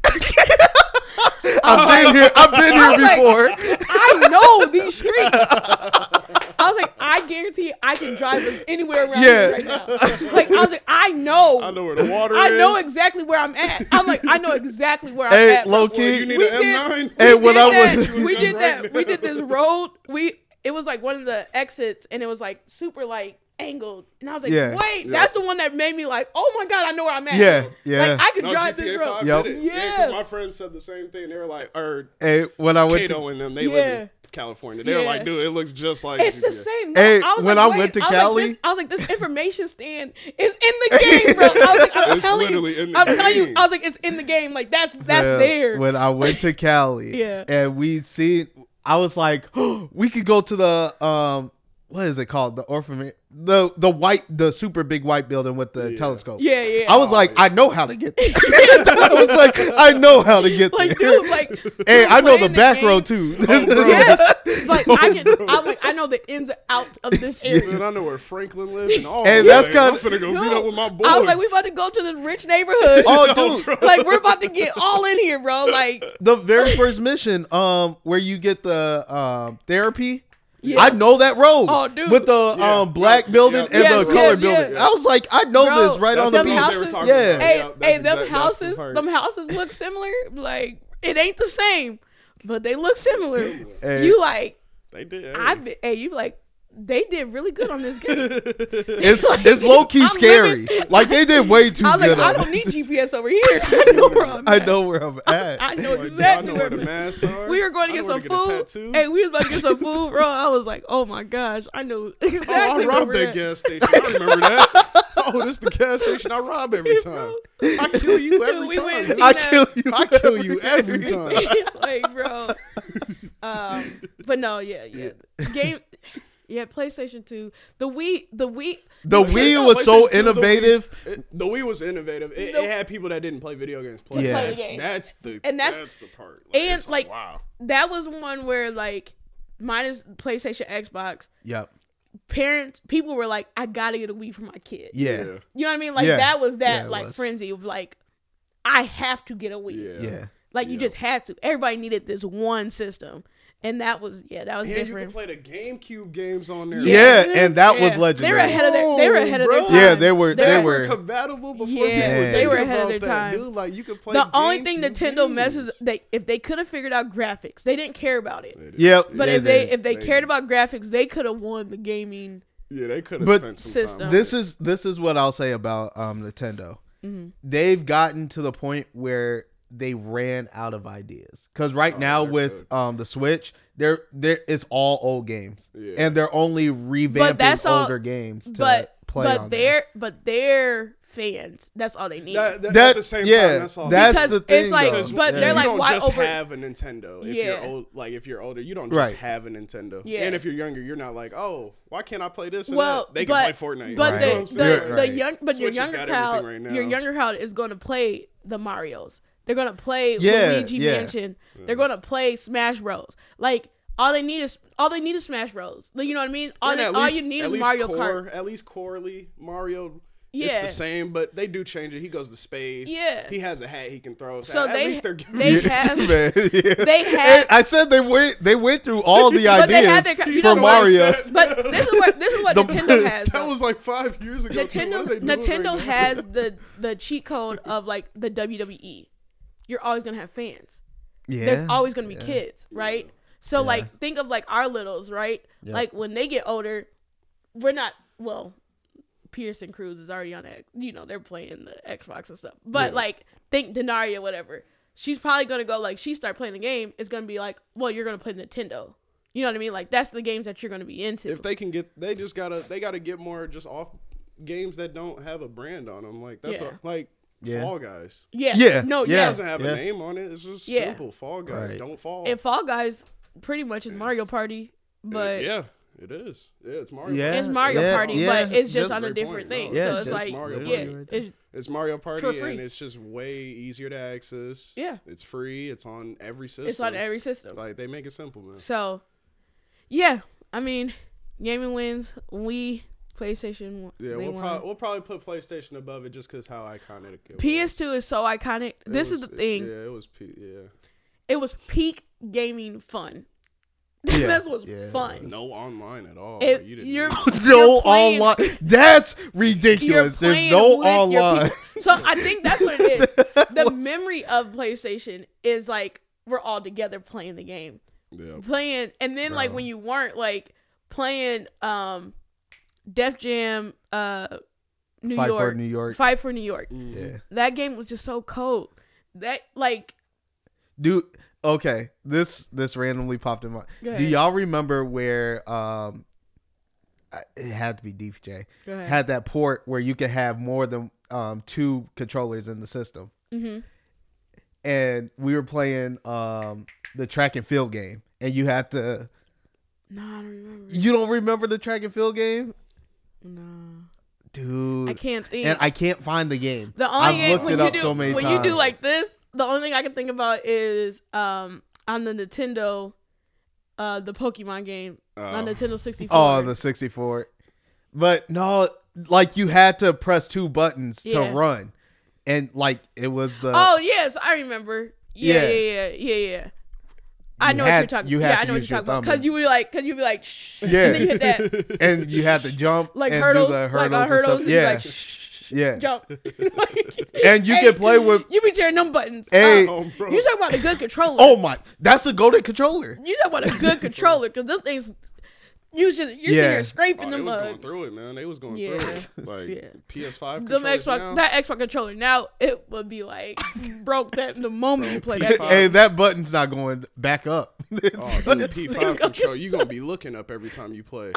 Speaker 2: I've been here. I've been
Speaker 1: I was
Speaker 2: here
Speaker 1: like-
Speaker 2: before.
Speaker 1: I know these streets. I was like, I guarantee I can drive them anywhere around
Speaker 2: Yeah.
Speaker 1: here right now. Like I was like, I know.
Speaker 3: I know where the water
Speaker 1: I
Speaker 3: is.
Speaker 1: know exactly where I'm at. I'm like, I know exactly where I'm
Speaker 2: Hey,
Speaker 1: at.
Speaker 2: low
Speaker 3: Well,
Speaker 2: key.
Speaker 3: you need
Speaker 1: We
Speaker 3: an
Speaker 1: did-
Speaker 3: M9.
Speaker 2: Hey,
Speaker 1: we
Speaker 2: when
Speaker 1: did
Speaker 2: I was
Speaker 1: that. we did
Speaker 3: Right
Speaker 1: that. We
Speaker 3: now.
Speaker 1: did this road. We it was like one of the exits, and it was like super like angled, and I was like,
Speaker 2: Yeah.
Speaker 1: wait,
Speaker 3: Yeah.
Speaker 1: that's the one that made me like, oh my god, I know where I'm at.
Speaker 2: Yeah,
Speaker 1: Like,
Speaker 2: yeah.
Speaker 1: I could
Speaker 3: No,
Speaker 1: drive
Speaker 3: GTA
Speaker 1: this
Speaker 3: 5
Speaker 1: road.
Speaker 2: Yep.
Speaker 3: did it. Yeah,
Speaker 1: Yeah.
Speaker 3: 'cause my friends said the same thing. They were like, or
Speaker 2: hey, when I went
Speaker 3: Cato
Speaker 2: to
Speaker 3: and them, they live in
Speaker 1: Yeah.
Speaker 3: California. They were
Speaker 1: Yeah.
Speaker 3: like, dude, it looks just like
Speaker 1: It's the
Speaker 3: GTA.
Speaker 1: same.
Speaker 2: Hey,
Speaker 1: I was
Speaker 2: when
Speaker 1: like,
Speaker 2: I
Speaker 1: wait,
Speaker 2: went to
Speaker 1: I was
Speaker 2: Cali-
Speaker 1: like, this, I was like, this information stand is in the game, bro. I was like, I'm
Speaker 3: It's
Speaker 1: telling
Speaker 3: literally
Speaker 1: you,
Speaker 3: in the
Speaker 1: I'm telling you,
Speaker 3: game.
Speaker 1: I was like, it's in the game. Like that's that's
Speaker 2: uh,
Speaker 1: there.
Speaker 2: When I went to Cali,
Speaker 1: Yeah.
Speaker 2: and we see, I was like, we could go to the um, what is it called? The orphan, the the white, the super big white building with the telescope.
Speaker 1: yeah, Oh, yeah.
Speaker 2: I was like, I know how to get there. I was like, I know how to get
Speaker 1: like,
Speaker 2: there.
Speaker 1: dude, like,
Speaker 2: hey, I know
Speaker 1: playing
Speaker 2: the
Speaker 1: the
Speaker 2: back
Speaker 1: game-
Speaker 2: row too.
Speaker 1: Oh, yes. Like
Speaker 3: Oh,
Speaker 1: I can, I'm like, I know the ins and outs of this area.
Speaker 3: Dude, I know where Franklin lives and all.
Speaker 2: Hey,
Speaker 3: that.
Speaker 2: that's
Speaker 3: Like,
Speaker 2: kinda-
Speaker 3: I'm finna go meet
Speaker 1: No.
Speaker 3: up with my boy.
Speaker 1: I was like, we about to go to the rich neighborhood.
Speaker 2: oh, dude,
Speaker 1: like we're about to get all in here, bro. Like
Speaker 2: the very first mission, um, where you get the um therapy.
Speaker 1: Yeah.
Speaker 2: I know that road
Speaker 1: Oh, dude.
Speaker 2: with the
Speaker 3: Yeah.
Speaker 2: um black building
Speaker 3: Yeah.
Speaker 2: and
Speaker 1: Yes,
Speaker 2: the colored
Speaker 1: yes, yes.
Speaker 2: building. I was like, I know
Speaker 1: Bro,
Speaker 2: this right
Speaker 3: That's
Speaker 2: on the
Speaker 1: them
Speaker 2: beach.
Speaker 3: part
Speaker 1: house-
Speaker 3: they were talking
Speaker 2: Yeah.
Speaker 3: about.
Speaker 1: hey,
Speaker 3: Yeah, that's
Speaker 1: hey,
Speaker 3: exact-
Speaker 1: them
Speaker 3: that's the
Speaker 1: houses,
Speaker 3: part.
Speaker 1: them houses look similar. Like it ain't the same, but they look similar.
Speaker 2: Hey.
Speaker 1: You like,
Speaker 3: They did. hey.
Speaker 1: I've been, hey, you like, they did really good on this game.
Speaker 2: It's it's low key
Speaker 1: I'm
Speaker 2: scary.
Speaker 1: living-
Speaker 2: Like they did way too
Speaker 1: I was
Speaker 2: good.
Speaker 1: like, I
Speaker 2: on
Speaker 1: don't
Speaker 2: it.
Speaker 1: need GPS over here. I know where I'm at.
Speaker 2: I know where I'm at.
Speaker 1: I know
Speaker 3: Like, dude,
Speaker 1: exactly
Speaker 3: I know
Speaker 1: where
Speaker 3: where the
Speaker 1: I'm at.
Speaker 3: masks are.
Speaker 1: We were going to
Speaker 3: I
Speaker 1: get
Speaker 3: know
Speaker 1: some
Speaker 3: where to get a
Speaker 1: food.
Speaker 3: tattoo.
Speaker 1: Hey, we was about to get some food, bro. I was like, oh my gosh, I know exactly.
Speaker 3: oh, I
Speaker 1: where
Speaker 3: robbed
Speaker 1: we're
Speaker 3: that
Speaker 1: at.
Speaker 3: gas station. I remember that. Oh, this the gas station I rob every time. I kill you every
Speaker 1: We
Speaker 3: time.
Speaker 1: went
Speaker 3: dude.
Speaker 1: to-
Speaker 2: I
Speaker 1: know.
Speaker 2: kill you.
Speaker 3: I kill you every time.
Speaker 1: like, bro. Um, but no, yeah, yeah. Game, yeah. PlayStation Two, the Wii, the Wii.
Speaker 2: The Wii was
Speaker 3: PlayStation
Speaker 2: so
Speaker 3: 2, the Wii-
Speaker 2: innovative.
Speaker 3: it- The Wii was innovative. It,
Speaker 1: The-
Speaker 3: it had people that didn't play video games play.
Speaker 2: Yeah. Play
Speaker 1: the
Speaker 3: That's,
Speaker 1: game.
Speaker 3: that's the
Speaker 1: And
Speaker 3: that's,
Speaker 1: that's-
Speaker 3: the part.
Speaker 1: and,
Speaker 3: it's
Speaker 1: like,
Speaker 3: wow.
Speaker 1: That was one where like, minus PlayStation, Xbox.
Speaker 2: Yep.
Speaker 1: Parents, people were like, I gotta get a Wii for my kid.
Speaker 2: Yeah.
Speaker 1: You know what I mean? Like
Speaker 2: Yeah.
Speaker 1: that was that
Speaker 2: Yeah, it
Speaker 1: like
Speaker 2: was.
Speaker 1: frenzy of like, I have to get a Wii.
Speaker 3: Yeah.
Speaker 2: Yeah.
Speaker 1: Like you just had to. Everybody needed this one system, and that was yeah, that was
Speaker 3: And you
Speaker 1: different.
Speaker 3: can play the GameCube games on there.
Speaker 2: Yeah, and that was
Speaker 1: They were
Speaker 2: legendary.
Speaker 1: ahead of their, they were ahead of their
Speaker 3: Whoa,
Speaker 1: time.
Speaker 3: bro.
Speaker 2: Yeah, they were.
Speaker 1: They're-
Speaker 2: They
Speaker 3: They were
Speaker 2: were.
Speaker 3: compatible
Speaker 1: Yeah,
Speaker 3: before people were
Speaker 2: they
Speaker 3: thinking
Speaker 2: were
Speaker 1: ahead of
Speaker 3: about
Speaker 1: their
Speaker 3: that,
Speaker 1: time.
Speaker 3: Dude, like you could play
Speaker 1: the only thing
Speaker 3: GameCube
Speaker 1: Nintendo
Speaker 3: games.
Speaker 1: messes they if they could have figured out graphics, they didn't care about it.
Speaker 2: Yep.
Speaker 1: But
Speaker 2: yeah,
Speaker 1: if they, if they
Speaker 3: They
Speaker 1: cared
Speaker 3: did.
Speaker 1: about graphics, they could have won the gaming.
Speaker 3: Yeah, they could have
Speaker 2: But
Speaker 3: spent some
Speaker 1: system.
Speaker 3: time. on
Speaker 2: this
Speaker 3: it.
Speaker 2: is this is what I'll say about um Nintendo.
Speaker 1: Mm-hmm.
Speaker 2: They've gotten to the point where they ran out of ideas. Cause right now
Speaker 3: Oh, they're
Speaker 2: with um the Switch, they're they're it's all old games,
Speaker 3: Yeah.
Speaker 2: and they're only revamping
Speaker 1: that's all-
Speaker 2: older games to
Speaker 1: But
Speaker 2: play
Speaker 1: but
Speaker 2: on
Speaker 1: their
Speaker 2: there.
Speaker 1: but their fans, that's all they need.
Speaker 3: That- that-
Speaker 2: That-
Speaker 3: at the same
Speaker 2: yeah,
Speaker 3: time, that's all.
Speaker 2: that's
Speaker 1: because
Speaker 2: the thing.
Speaker 1: it's like-
Speaker 2: though.
Speaker 1: but they're
Speaker 3: you
Speaker 1: like,
Speaker 3: don't
Speaker 1: why
Speaker 3: just
Speaker 1: over-
Speaker 3: have a Nintendo if you're
Speaker 1: Yeah.
Speaker 3: old. Like if you're older, you don't just
Speaker 2: Right.
Speaker 3: have a Nintendo.
Speaker 1: Yeah.
Speaker 3: And if you're younger, you're not like, oh, why can't I play this? And
Speaker 1: well,
Speaker 3: that? they
Speaker 1: but,
Speaker 3: can play Fortnite.
Speaker 1: But
Speaker 2: Right.
Speaker 1: the,
Speaker 2: You know
Speaker 3: what I'm
Speaker 1: the,
Speaker 2: saying?
Speaker 1: the
Speaker 2: Right.
Speaker 1: young but
Speaker 3: Switch
Speaker 1: your
Speaker 3: has
Speaker 1: younger
Speaker 3: got everything
Speaker 1: crowd
Speaker 3: right now.
Speaker 1: your younger crowd is going to play the Mario's. They're going to play
Speaker 2: Yeah,
Speaker 1: Luigi
Speaker 2: yeah.
Speaker 1: Mansion. They're going to play Smash Bros. Like All they need is all they need is Smash Bros. Like, you know what I mean? All,
Speaker 3: And
Speaker 1: they,
Speaker 3: at
Speaker 1: all
Speaker 3: least-
Speaker 1: you need
Speaker 3: at
Speaker 1: is
Speaker 3: least
Speaker 1: Mario
Speaker 3: core,
Speaker 1: Kart.
Speaker 3: At least corely Mario. It's
Speaker 1: Yeah.
Speaker 3: the same, but they do change it. He goes to space.
Speaker 1: Yeah.
Speaker 3: He has a hat he can throw. So,
Speaker 1: So
Speaker 3: at
Speaker 1: they-
Speaker 3: least they're giving
Speaker 1: they
Speaker 3: you-
Speaker 1: have-
Speaker 2: Man, yeah.
Speaker 1: they have-
Speaker 2: And I said they went. They went through all the
Speaker 1: But they
Speaker 2: ideas
Speaker 1: had their- you
Speaker 2: for
Speaker 1: know what?
Speaker 2: Mario.
Speaker 1: But this is what this is what
Speaker 2: The-
Speaker 1: Nintendo has.
Speaker 3: That
Speaker 1: though.
Speaker 3: was like five years ago. too. What
Speaker 1: Nintendo
Speaker 3: are they doing
Speaker 1: Nintendo
Speaker 3: right now?
Speaker 1: has the the cheat code of like the WWE. You're always gonna have fans.
Speaker 2: Yeah.
Speaker 1: There's always gonna be kids, right? So like think of like our littles, right? Like when they get older, we're not well. Pearson Cruz is already on that. You know they're playing the Xbox and stuff. But like think Denaria, whatever. She's probably gonna go like she start playing the game. It's gonna be like, well, you're gonna play Nintendo. You know what I mean? Like that's the games that you're gonna be into.
Speaker 3: If they can get, they just gotta, they gotta get more just off games that don't have a brand on them. Like that's
Speaker 1: Yeah.
Speaker 3: what, like
Speaker 2: Yeah.
Speaker 3: Fall Guys.
Speaker 1: yeah,
Speaker 2: Yeah,
Speaker 1: no,
Speaker 2: yeah.
Speaker 3: It
Speaker 1: yeah.
Speaker 3: doesn't have
Speaker 2: Yeah.
Speaker 3: a name on it. It's just
Speaker 1: Yeah.
Speaker 3: simple. Fall Guys.
Speaker 2: Right.
Speaker 3: Don't fall.
Speaker 1: And Fall Guys pretty much is Mario Party, but
Speaker 3: yeah, it is. Yeah, it's Mario.
Speaker 2: Yeah.
Speaker 3: Party.
Speaker 1: it's Mario
Speaker 2: Yeah,
Speaker 1: Party,
Speaker 2: yeah.
Speaker 1: but it's just,
Speaker 2: Just-
Speaker 1: on a
Speaker 3: Great
Speaker 1: different
Speaker 3: point,
Speaker 1: thing.
Speaker 3: no,
Speaker 2: Yeah,
Speaker 1: so it's
Speaker 2: just
Speaker 1: like,
Speaker 3: Mario
Speaker 1: yeah,
Speaker 3: Party right
Speaker 1: it's,
Speaker 3: It's Mario Party,
Speaker 1: free.
Speaker 3: and it's just way easier to access.
Speaker 1: Yeah.
Speaker 3: it's free. It's on every system.
Speaker 1: it's on every system.
Speaker 3: Like they make it simple, man.
Speaker 1: So, yeah, I mean, gaming wins. We PlayStation. won-
Speaker 3: Yeah,
Speaker 1: they
Speaker 3: we'll,
Speaker 1: won.
Speaker 3: prob- we'll probably put PlayStation above it just because how iconic it was.
Speaker 1: PS2 is so iconic.
Speaker 3: It
Speaker 1: this is
Speaker 3: was-
Speaker 1: the thing.
Speaker 3: Yeah, it was. P- yeah,
Speaker 1: It was peak gaming fun.
Speaker 2: Yeah,
Speaker 1: this was
Speaker 2: yeah, it
Speaker 1: fun.
Speaker 3: no online at all.
Speaker 1: It-
Speaker 3: you didn't.
Speaker 1: you're,
Speaker 3: need-
Speaker 2: no
Speaker 1: you're playing-
Speaker 2: online. That's
Speaker 1: You're
Speaker 2: ridiculous. There's
Speaker 1: playing
Speaker 2: no
Speaker 1: with your
Speaker 2: online.
Speaker 1: people. So I think that's what it is. The memory of PlayStation is like we're all together playing the game.
Speaker 3: yeah,
Speaker 1: playing and then like when you weren't like playing um Def Jam uh New
Speaker 2: Fight for
Speaker 1: York
Speaker 2: New York.
Speaker 1: Fight for New York.
Speaker 2: yeah.
Speaker 1: That game was just so cold. That like
Speaker 2: Do okay. This this randomly popped in my.
Speaker 1: Go
Speaker 2: Do
Speaker 1: ahead.
Speaker 2: y'all remember where um I- it had to be DPJ
Speaker 1: Go ahead.
Speaker 2: had that port where you could have more than um two controllers in the system.
Speaker 1: Mhm.
Speaker 2: And we were playing um the track and field game, and you had to.
Speaker 1: no, I don't remember.
Speaker 2: You don't remember the track and field game,
Speaker 1: No.
Speaker 2: dude?
Speaker 1: I can't think.
Speaker 2: And I can't find the game.
Speaker 1: the only
Speaker 2: I've
Speaker 1: game
Speaker 2: looked
Speaker 1: when
Speaker 2: it
Speaker 1: you
Speaker 2: up
Speaker 1: do
Speaker 2: so many
Speaker 1: when
Speaker 2: times.
Speaker 1: you do like this, the only thing I can think about is um on the Nintendo uh the Pokemon game on Nintendo 64.
Speaker 2: Oh, the 64. But no, like you had to press two buttons
Speaker 1: Yeah.
Speaker 2: to run. And like it was the
Speaker 1: Oh yes, I remember. Yeah,
Speaker 2: Uh, Yeah.
Speaker 1: yeah, yeah, yeah, yeah. I
Speaker 2: You
Speaker 1: know what
Speaker 2: had-
Speaker 1: you're talking.
Speaker 2: you
Speaker 1: yeah,
Speaker 2: had
Speaker 1: I
Speaker 2: to
Speaker 1: know what
Speaker 2: use
Speaker 1: you're
Speaker 2: your
Speaker 1: talking about.
Speaker 2: thumb
Speaker 1: Cause you were like, cause you be like, shh,
Speaker 2: Yeah.
Speaker 1: and then you hit that
Speaker 2: and you had to jump
Speaker 1: like
Speaker 2: and
Speaker 1: hurdles,
Speaker 2: do the hurdles,
Speaker 1: like on
Speaker 2: and stuff.
Speaker 1: hurdles, and
Speaker 2: yeah,
Speaker 1: you like, shh, shh, shh,
Speaker 2: yeah.
Speaker 1: jump.
Speaker 2: And you
Speaker 1: Hey,
Speaker 2: can play with
Speaker 1: You be tearing them buttons.
Speaker 2: Hey.
Speaker 1: up.
Speaker 3: Oh, bro.
Speaker 1: you talking about a good controller?
Speaker 2: oh my, that's a golden controller.
Speaker 1: you talking about a good controller? Cause those things, you should, you're sitting
Speaker 2: Yeah.
Speaker 1: here scraping
Speaker 3: Oh, they
Speaker 1: them
Speaker 3: was going
Speaker 1: bugs.
Speaker 3: through it, man. They was going
Speaker 1: Yeah.
Speaker 3: through it. Like
Speaker 1: Yeah. Them
Speaker 3: PS5 controllers
Speaker 1: Xbox,
Speaker 3: now.
Speaker 1: that Xbox controller now, it would be like broke that the moment you play that.
Speaker 3: P5.
Speaker 1: game.
Speaker 2: and that button's not going back up. It's-
Speaker 3: Oh, dude, P5 control. You gonna be looking up every time you play.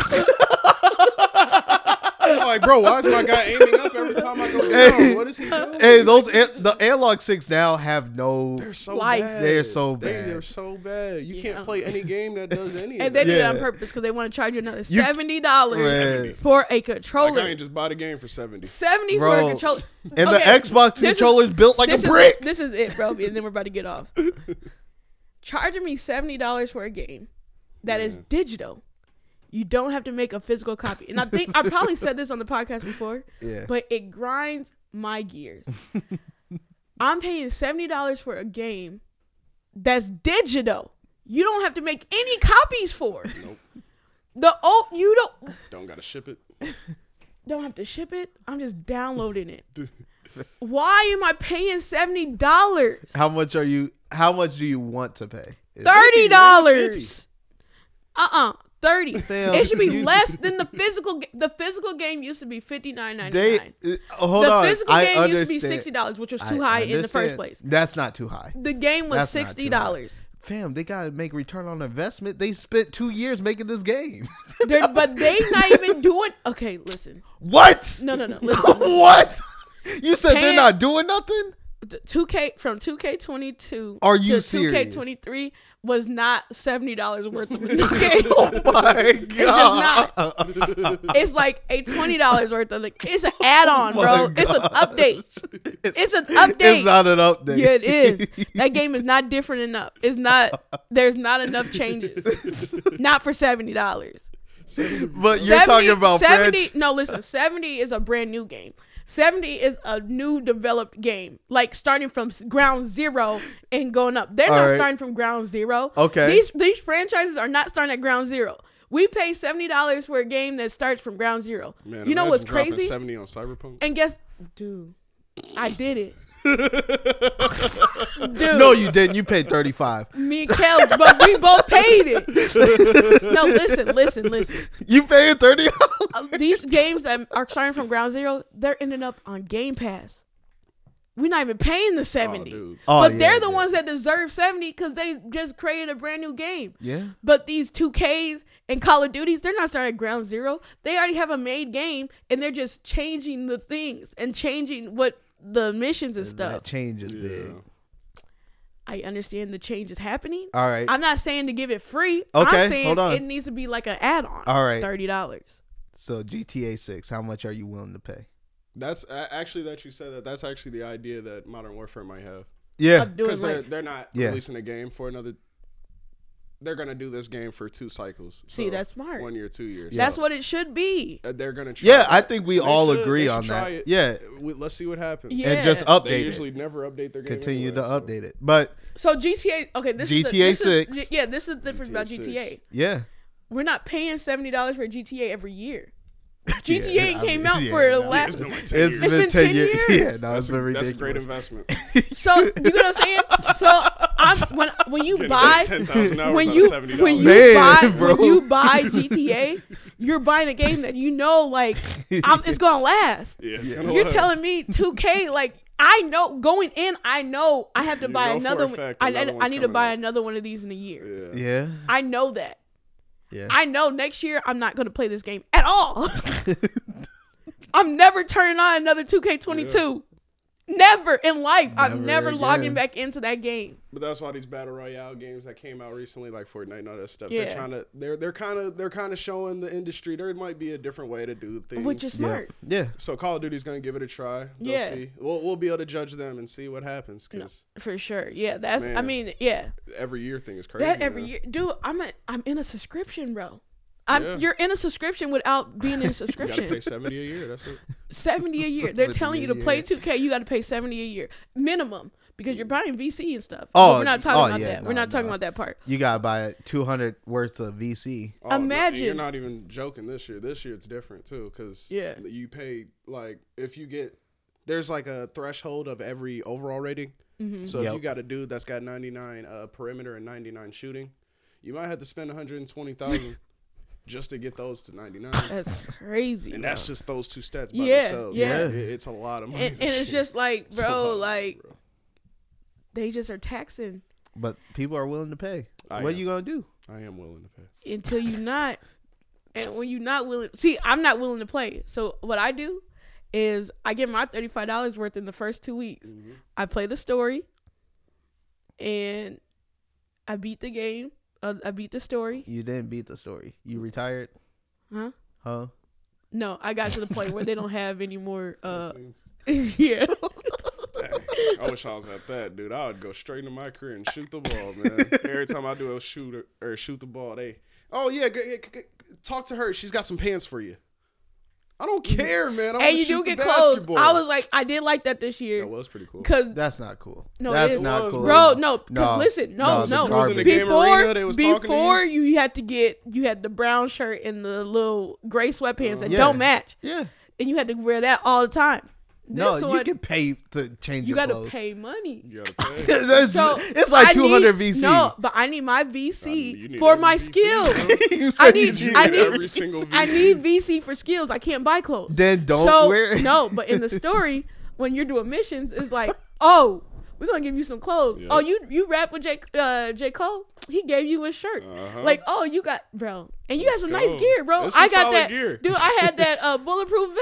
Speaker 3: I'm like, bro, why is my guy aiming up every time I go down?
Speaker 2: Hey.
Speaker 3: what is he doing?
Speaker 2: hey, those an- the analog sticks now have no.
Speaker 3: they're so
Speaker 1: Life.
Speaker 3: bad.
Speaker 2: They're so
Speaker 3: They
Speaker 2: bad.
Speaker 3: are so bad. You
Speaker 1: Yeah.
Speaker 3: can't play any game that does any. of
Speaker 1: And they
Speaker 3: that.
Speaker 1: did it on
Speaker 2: Yeah.
Speaker 1: purpose because they want to charge you another
Speaker 2: You-
Speaker 1: seventy dollars
Speaker 2: Right.
Speaker 1: for a
Speaker 3: Like,
Speaker 1: controller.
Speaker 3: I ain't just buy the game for seventy.
Speaker 1: seventy for
Speaker 2: Bro.
Speaker 1: a controller.
Speaker 2: And the
Speaker 1: Okay,
Speaker 2: Xbox
Speaker 1: this is-
Speaker 2: controller's built like a
Speaker 1: this is-
Speaker 2: brick.
Speaker 1: This is it, bro. And then we're about to get off. Charging me seventy dollars for a game that is digital. You don't have to make a physical copy. And I think I probably said this on the podcast before.
Speaker 2: Yeah.
Speaker 1: But it grinds my gears. I'm paying seventy dollars for a game that's digital. You don't have to make any copies for.
Speaker 3: Nope.
Speaker 1: The oh, you don't
Speaker 3: Don't gotta ship it.
Speaker 1: don't have to ship it. I'm just downloading it. Why am I paying seventy dollars?
Speaker 2: How much are you? How much do you want to pay? Is-
Speaker 1: Thirty
Speaker 3: $50.
Speaker 1: dollars. Uh uh. Thirty.
Speaker 2: Fam,
Speaker 1: it should be
Speaker 2: you-
Speaker 1: less than the physical. ga- The physical game used to be fifty nine ninety
Speaker 2: They
Speaker 1: nine.
Speaker 2: uh, hold
Speaker 1: The
Speaker 2: on.
Speaker 1: physical
Speaker 2: I
Speaker 1: game used to be
Speaker 2: understand.
Speaker 1: sixty dollars, which was
Speaker 2: I
Speaker 1: too high in the first
Speaker 2: understand.
Speaker 1: place.
Speaker 2: That's not too high.
Speaker 1: The game was
Speaker 2: That's not
Speaker 1: sixty
Speaker 2: too high.
Speaker 1: dollars.
Speaker 2: Fam, they gotta make return on investment. They spent two years making this game.
Speaker 1: They're- But they not even doing. Okay, listen.
Speaker 2: what?
Speaker 1: No, no, no. Listen.
Speaker 2: what? You said they're
Speaker 1: Paying-
Speaker 2: not doing nothing?
Speaker 1: two K from two K twenty two.
Speaker 2: Are
Speaker 1: to
Speaker 2: you
Speaker 1: two K
Speaker 2: serious?
Speaker 1: twenty three was not seventy dollars worth of a new game.
Speaker 2: My God.
Speaker 1: not. it's like a twenty dollars worth of like it's an add on,
Speaker 2: my
Speaker 1: bro. It's an update. It's an update.
Speaker 2: It's not an update.
Speaker 1: Yeah, it is. That game is not different enough. It's not. There's not enough changes. Not for seventy dollars.
Speaker 2: but you're talking about French.
Speaker 1: No, listen. Seventy is a brand new game. Seventy is a new developed game, like starting from s- ground zero and going up. They're not
Speaker 2: Alright.
Speaker 1: starting from ground zero.
Speaker 2: Okay.
Speaker 1: These these franchises are not starting at ground zero. We pay seventy dollars for a game that starts from ground zero.
Speaker 3: Man,
Speaker 1: you know what's
Speaker 3: imagine dropping
Speaker 1: crazy?
Speaker 3: Seventy on Cyberpunk.
Speaker 1: And guess, dude, I did it. dude,
Speaker 2: No, you didn't. You paid thirty five.
Speaker 1: me and Kel, but we both paid it. no, listen, listen, listen.
Speaker 2: You paid thirty.
Speaker 1: Uh, these games that are starting from ground zero, they're ending up on Game Pass. We're not even paying the seventy,
Speaker 3: dude.
Speaker 2: Oh,
Speaker 1: but
Speaker 2: yeah,
Speaker 1: they're the
Speaker 2: yeah.
Speaker 1: ones that deserve seventy because they just created a brand new game.
Speaker 2: Yeah.
Speaker 1: But these two Ks and Call of Duties, they're not starting at ground zero. They already have a made game, and they're just changing the things and changing what the missions and stuff.
Speaker 2: That change is big.
Speaker 1: I understand the change is happening.
Speaker 2: All right.
Speaker 1: I'm not saying to give it free.
Speaker 2: Okay,
Speaker 1: I'm saying
Speaker 2: hold on.
Speaker 1: it needs to be like an add on.
Speaker 2: All right.
Speaker 1: Thirty dollars.
Speaker 2: So GTA Six, how much are you willing to pay?
Speaker 3: That's a- actually that you said that. That's actually the idea that Modern Warfare might have
Speaker 2: Yeah.
Speaker 1: Of doing
Speaker 3: because they're
Speaker 1: like
Speaker 3: they're not
Speaker 2: Yeah.
Speaker 3: releasing a game for another. They're gonna do this game for two cycles.
Speaker 1: See,
Speaker 3: So,
Speaker 1: that's smart.
Speaker 3: One year, two years.
Speaker 1: that's
Speaker 3: So,
Speaker 1: what it should be.
Speaker 3: uh, they're gonna. Try
Speaker 2: Yeah, I
Speaker 3: that.
Speaker 2: think we
Speaker 3: They
Speaker 2: all
Speaker 3: should.
Speaker 2: agree
Speaker 3: They should
Speaker 2: on
Speaker 3: try
Speaker 2: that.
Speaker 3: it.
Speaker 2: Yeah.
Speaker 3: We- let's see what happens.
Speaker 1: Yeah.
Speaker 2: And just
Speaker 3: They
Speaker 2: update
Speaker 3: usually
Speaker 2: it.
Speaker 3: never update their game.
Speaker 2: Continue to
Speaker 3: anyway, so-
Speaker 2: update it. But
Speaker 1: So GTA. Okay, this is the,
Speaker 2: GTA
Speaker 1: this is-
Speaker 2: 6.
Speaker 1: yeah, this is the difference about
Speaker 3: GTA 6.
Speaker 1: GTA.
Speaker 2: yeah.
Speaker 1: We're not paying seventy dollars for GTA every year.
Speaker 2: Yeah,
Speaker 1: GTA
Speaker 2: I
Speaker 1: came
Speaker 2: mean,
Speaker 1: out
Speaker 2: yeah,
Speaker 1: for the
Speaker 2: no.
Speaker 1: last.
Speaker 3: like
Speaker 2: It's
Speaker 1: It's
Speaker 2: been
Speaker 1: been
Speaker 2: 10
Speaker 1: 10
Speaker 2: years.
Speaker 1: years.
Speaker 2: Yeah, no, it's
Speaker 3: That's,
Speaker 2: been
Speaker 3: a,
Speaker 2: ridiculous.
Speaker 3: that's a great investment.
Speaker 1: So you know what I'm saying? So I'm when when you buy
Speaker 3: ten thousand hours
Speaker 1: when
Speaker 3: out
Speaker 1: you
Speaker 3: of seventy
Speaker 1: when you
Speaker 2: Man,
Speaker 1: buy
Speaker 2: bro.
Speaker 1: when you buy GTA, you're buying a game that you know like I'm, it's gonna last.
Speaker 3: yeah, it's gonna
Speaker 1: You're
Speaker 3: last.
Speaker 1: telling me 2K like I know going in, I know I have to
Speaker 3: You
Speaker 1: buy
Speaker 3: know for
Speaker 1: another
Speaker 3: a
Speaker 1: one.
Speaker 3: fact
Speaker 1: I,
Speaker 3: another
Speaker 1: I,
Speaker 3: one's
Speaker 1: need to
Speaker 3: coming
Speaker 1: buy
Speaker 3: out.
Speaker 1: another one of these in a year.
Speaker 3: Yeah.
Speaker 2: Yeah.
Speaker 1: I know that.
Speaker 2: Yeah.
Speaker 1: I know next year I'm not gonna play this game at all. I'm never turning on another 2K22. Never in life. I'm never
Speaker 2: Never
Speaker 1: logging
Speaker 2: again.
Speaker 1: back into that game.
Speaker 3: But that's why these battle royale games that came out recently, like Fortnite and all that stuff,
Speaker 1: Yeah.
Speaker 3: they're trying to they're they're kind of they're kind of showing the industry there might be a different way to do things.
Speaker 1: Which is smart.
Speaker 2: Yeah.
Speaker 3: so Call of Duty's gonna give it a try. They'll
Speaker 1: Yeah.
Speaker 3: see. We'll we'll be able to judge them and see what happens because
Speaker 1: For sure. Yeah, that's I
Speaker 3: Man.
Speaker 1: mean, yeah.
Speaker 3: every year thing is crazy.
Speaker 1: That every
Speaker 3: man.
Speaker 1: year. Dude, I'm a, I'm in a subscription, bro. I'm
Speaker 3: Yeah.
Speaker 1: you're in a subscription without being in a
Speaker 3: you gotta pay
Speaker 1: subscription.
Speaker 3: seventy a year. That's it.
Speaker 1: 70 a year. They're telling you to play 2K, you got to pay 70 a year minimum because you're buying VC and stuff.
Speaker 2: Oh,
Speaker 1: But we're not talking
Speaker 2: oh,
Speaker 1: about
Speaker 2: yeah,
Speaker 1: that. we're
Speaker 2: no,
Speaker 1: not talking
Speaker 2: no.
Speaker 1: about that part.
Speaker 2: You gotta buy two hundred worth of VC.
Speaker 3: Oh, no, and you're
Speaker 1: Imagine.
Speaker 3: not even joking this year. This year it's different too because
Speaker 1: Yeah.
Speaker 3: you pay like if you get there's like a threshold of every overall rating.
Speaker 1: Mm-hmm.
Speaker 3: So
Speaker 2: Yep.
Speaker 3: if you got a dude that's got 99 uh, perimeter and 99 shooting, you might have to spend 120,000 just to get those to 99.
Speaker 1: That's crazy.
Speaker 3: And that's just those two stats by
Speaker 1: Yeah,
Speaker 3: themselves.
Speaker 1: yeah.
Speaker 3: Like, it- it's a lot of money.
Speaker 1: and, and it's just like,
Speaker 3: a lot of
Speaker 1: bro,
Speaker 3: money,
Speaker 1: like
Speaker 3: bro.
Speaker 1: they just are taxing
Speaker 2: But people are willing to pay.
Speaker 3: I
Speaker 2: what
Speaker 3: am.
Speaker 2: you gonna do?
Speaker 3: I am willing to pay.
Speaker 1: until you not and when you're not willing see i'm not willing to play so what i do is i get my $35 worth in the first two weeks
Speaker 3: Mm-hmm.
Speaker 1: i play the story and i beat the game uh, i beat the story
Speaker 2: You didn't beat the story. You retired.
Speaker 1: huh
Speaker 2: Huh?
Speaker 1: no i got to the point where they don't have any more uh yeah
Speaker 3: I wish I was at that, dude. I would go straight into my career and shoot the ball, man. Every time I do a shooter or shoot the ball, they, oh yeah, g- g- g- talk to her. She's got some pants for you. I don't care,
Speaker 1: Mm-hmm.
Speaker 3: man. I
Speaker 1: and
Speaker 3: wanna
Speaker 1: you
Speaker 3: shoot
Speaker 1: do
Speaker 3: the
Speaker 1: get clothes
Speaker 3: basketball.
Speaker 1: i was like i did like that this year
Speaker 3: that was pretty cool.
Speaker 1: because
Speaker 2: That's not cool.
Speaker 1: No, it
Speaker 2: that's
Speaker 1: is.
Speaker 2: not
Speaker 3: It
Speaker 2: cool.
Speaker 3: was,
Speaker 1: Bro, no, 'cause
Speaker 2: No.
Speaker 1: listen,
Speaker 2: No,
Speaker 1: no,
Speaker 2: it's a
Speaker 1: no.
Speaker 2: garbage. It was in the
Speaker 3: game
Speaker 1: before,
Speaker 3: arena, they was talking to
Speaker 1: before you. had to get you had the brown shirt and the little gray
Speaker 3: Uh,
Speaker 1: sweatpants that
Speaker 2: Yeah.
Speaker 1: don't match,
Speaker 2: Yeah.
Speaker 1: and you had to wear that all the time. This
Speaker 2: No,
Speaker 1: one,
Speaker 2: you can pay to change
Speaker 1: you
Speaker 2: your
Speaker 1: gotta
Speaker 2: clothes.
Speaker 1: pay money.
Speaker 3: you gotta pay.
Speaker 2: it's,
Speaker 1: So
Speaker 2: it's like
Speaker 1: I
Speaker 2: two hundred
Speaker 1: need-
Speaker 2: VC.
Speaker 1: No, but I need my
Speaker 3: I- you
Speaker 1: VC
Speaker 3: need
Speaker 1: for
Speaker 3: every
Speaker 1: my
Speaker 3: VC,
Speaker 1: skills.
Speaker 3: bro.
Speaker 2: you said
Speaker 1: I
Speaker 2: you
Speaker 1: need,
Speaker 2: did.
Speaker 1: I need,
Speaker 3: every single
Speaker 1: I
Speaker 3: VC.
Speaker 1: need VC for skills. I can't buy clothes.
Speaker 2: Then don't
Speaker 1: so,
Speaker 2: wear-
Speaker 1: no, but in the story, when you're doing missions, it's like, oh, we're gonna give you some clothes.
Speaker 3: Yeah.
Speaker 1: Oh, you you rap with J uh, J Cole? he gave you his shirt.
Speaker 3: Uh,
Speaker 10: Uh-huh.
Speaker 1: Like, oh, you got bro, and you got some nice
Speaker 10: go.
Speaker 1: gear, bro.
Speaker 10: That's
Speaker 1: I
Speaker 10: some
Speaker 1: got
Speaker 10: solid
Speaker 1: that,
Speaker 10: gear.
Speaker 1: dude. I had that uh, bulletproof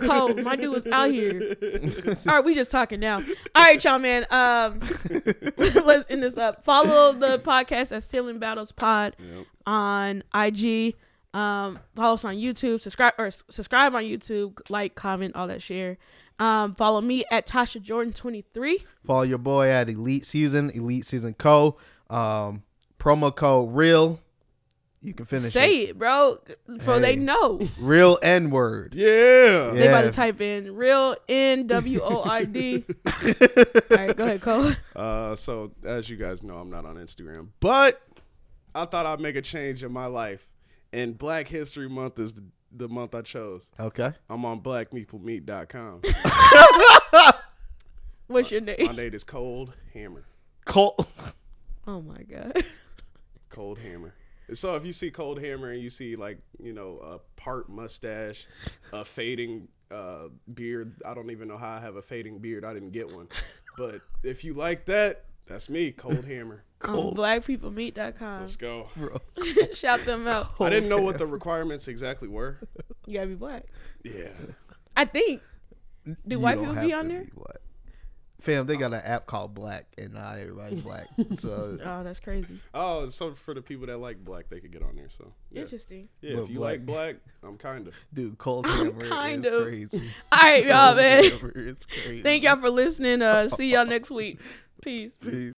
Speaker 1: Cold. My dude was out here. All right, we just talking now. All right, y'all, man. Um, let's end this up. Follow the podcast at Stealing Battles Pod
Speaker 10: Yep.
Speaker 1: on IG. Um, follow us on YouTube. Subscribe or s- subscribe on YouTube. Like, comment, all that. Share. Um, follow me at Tasha Jordan twenty three.
Speaker 2: Follow your boy at Elite Season, Elite Season Co. Um, promo code real. You can finish it.
Speaker 1: Say it, bro, so they
Speaker 2: Hey.
Speaker 1: know.
Speaker 2: Real N word.
Speaker 10: Yeah.
Speaker 1: They about to
Speaker 2: Yeah.
Speaker 1: type in real N W O R D. All right, go ahead, Cole.
Speaker 3: Uh, so as you guys know, I'm not on Instagram, but I thought I'd make a change in my life. And Black History Month is the, the month I chose.
Speaker 2: Okay.
Speaker 3: I'm on blackmeatmeat.com.
Speaker 1: What's your
Speaker 3: my
Speaker 1: name?
Speaker 3: name is Cold Hammer.
Speaker 2: Col-
Speaker 1: Oh my god.
Speaker 3: Cold Hammer. So if you see Cold Hammer and you see like you know a part mustache, a fading uh, beard, I don't even know how I have a fading beard. I didn't get one, but if you like that, that's me, Cold Hammer.
Speaker 1: On blackpeoplemeet.com.
Speaker 3: Let's go.
Speaker 1: Shout them out.
Speaker 3: I didn't know what the requirements exactly were.
Speaker 1: You gotta be black.
Speaker 3: Yeah,
Speaker 1: I think. Do
Speaker 2: You
Speaker 1: white
Speaker 2: don't
Speaker 1: people
Speaker 2: have
Speaker 1: be
Speaker 2: to
Speaker 1: on there?
Speaker 2: black. Fam, they got an app called Black, and not everybody's black. So
Speaker 1: Oh, that's crazy.
Speaker 3: Oh, so for the people that like black, they could get on there. So yeah,
Speaker 1: Interesting.
Speaker 3: yeah
Speaker 2: But
Speaker 3: if you
Speaker 2: black-
Speaker 3: like black, I'm kind of.
Speaker 2: Dude, cold hammer
Speaker 1: kind
Speaker 2: is
Speaker 1: of.
Speaker 2: crazy.
Speaker 1: All right, y'all, man.
Speaker 2: It's crazy.
Speaker 1: Thank y'all for listening. Uh, see y'all next week. Peace.
Speaker 2: Peace.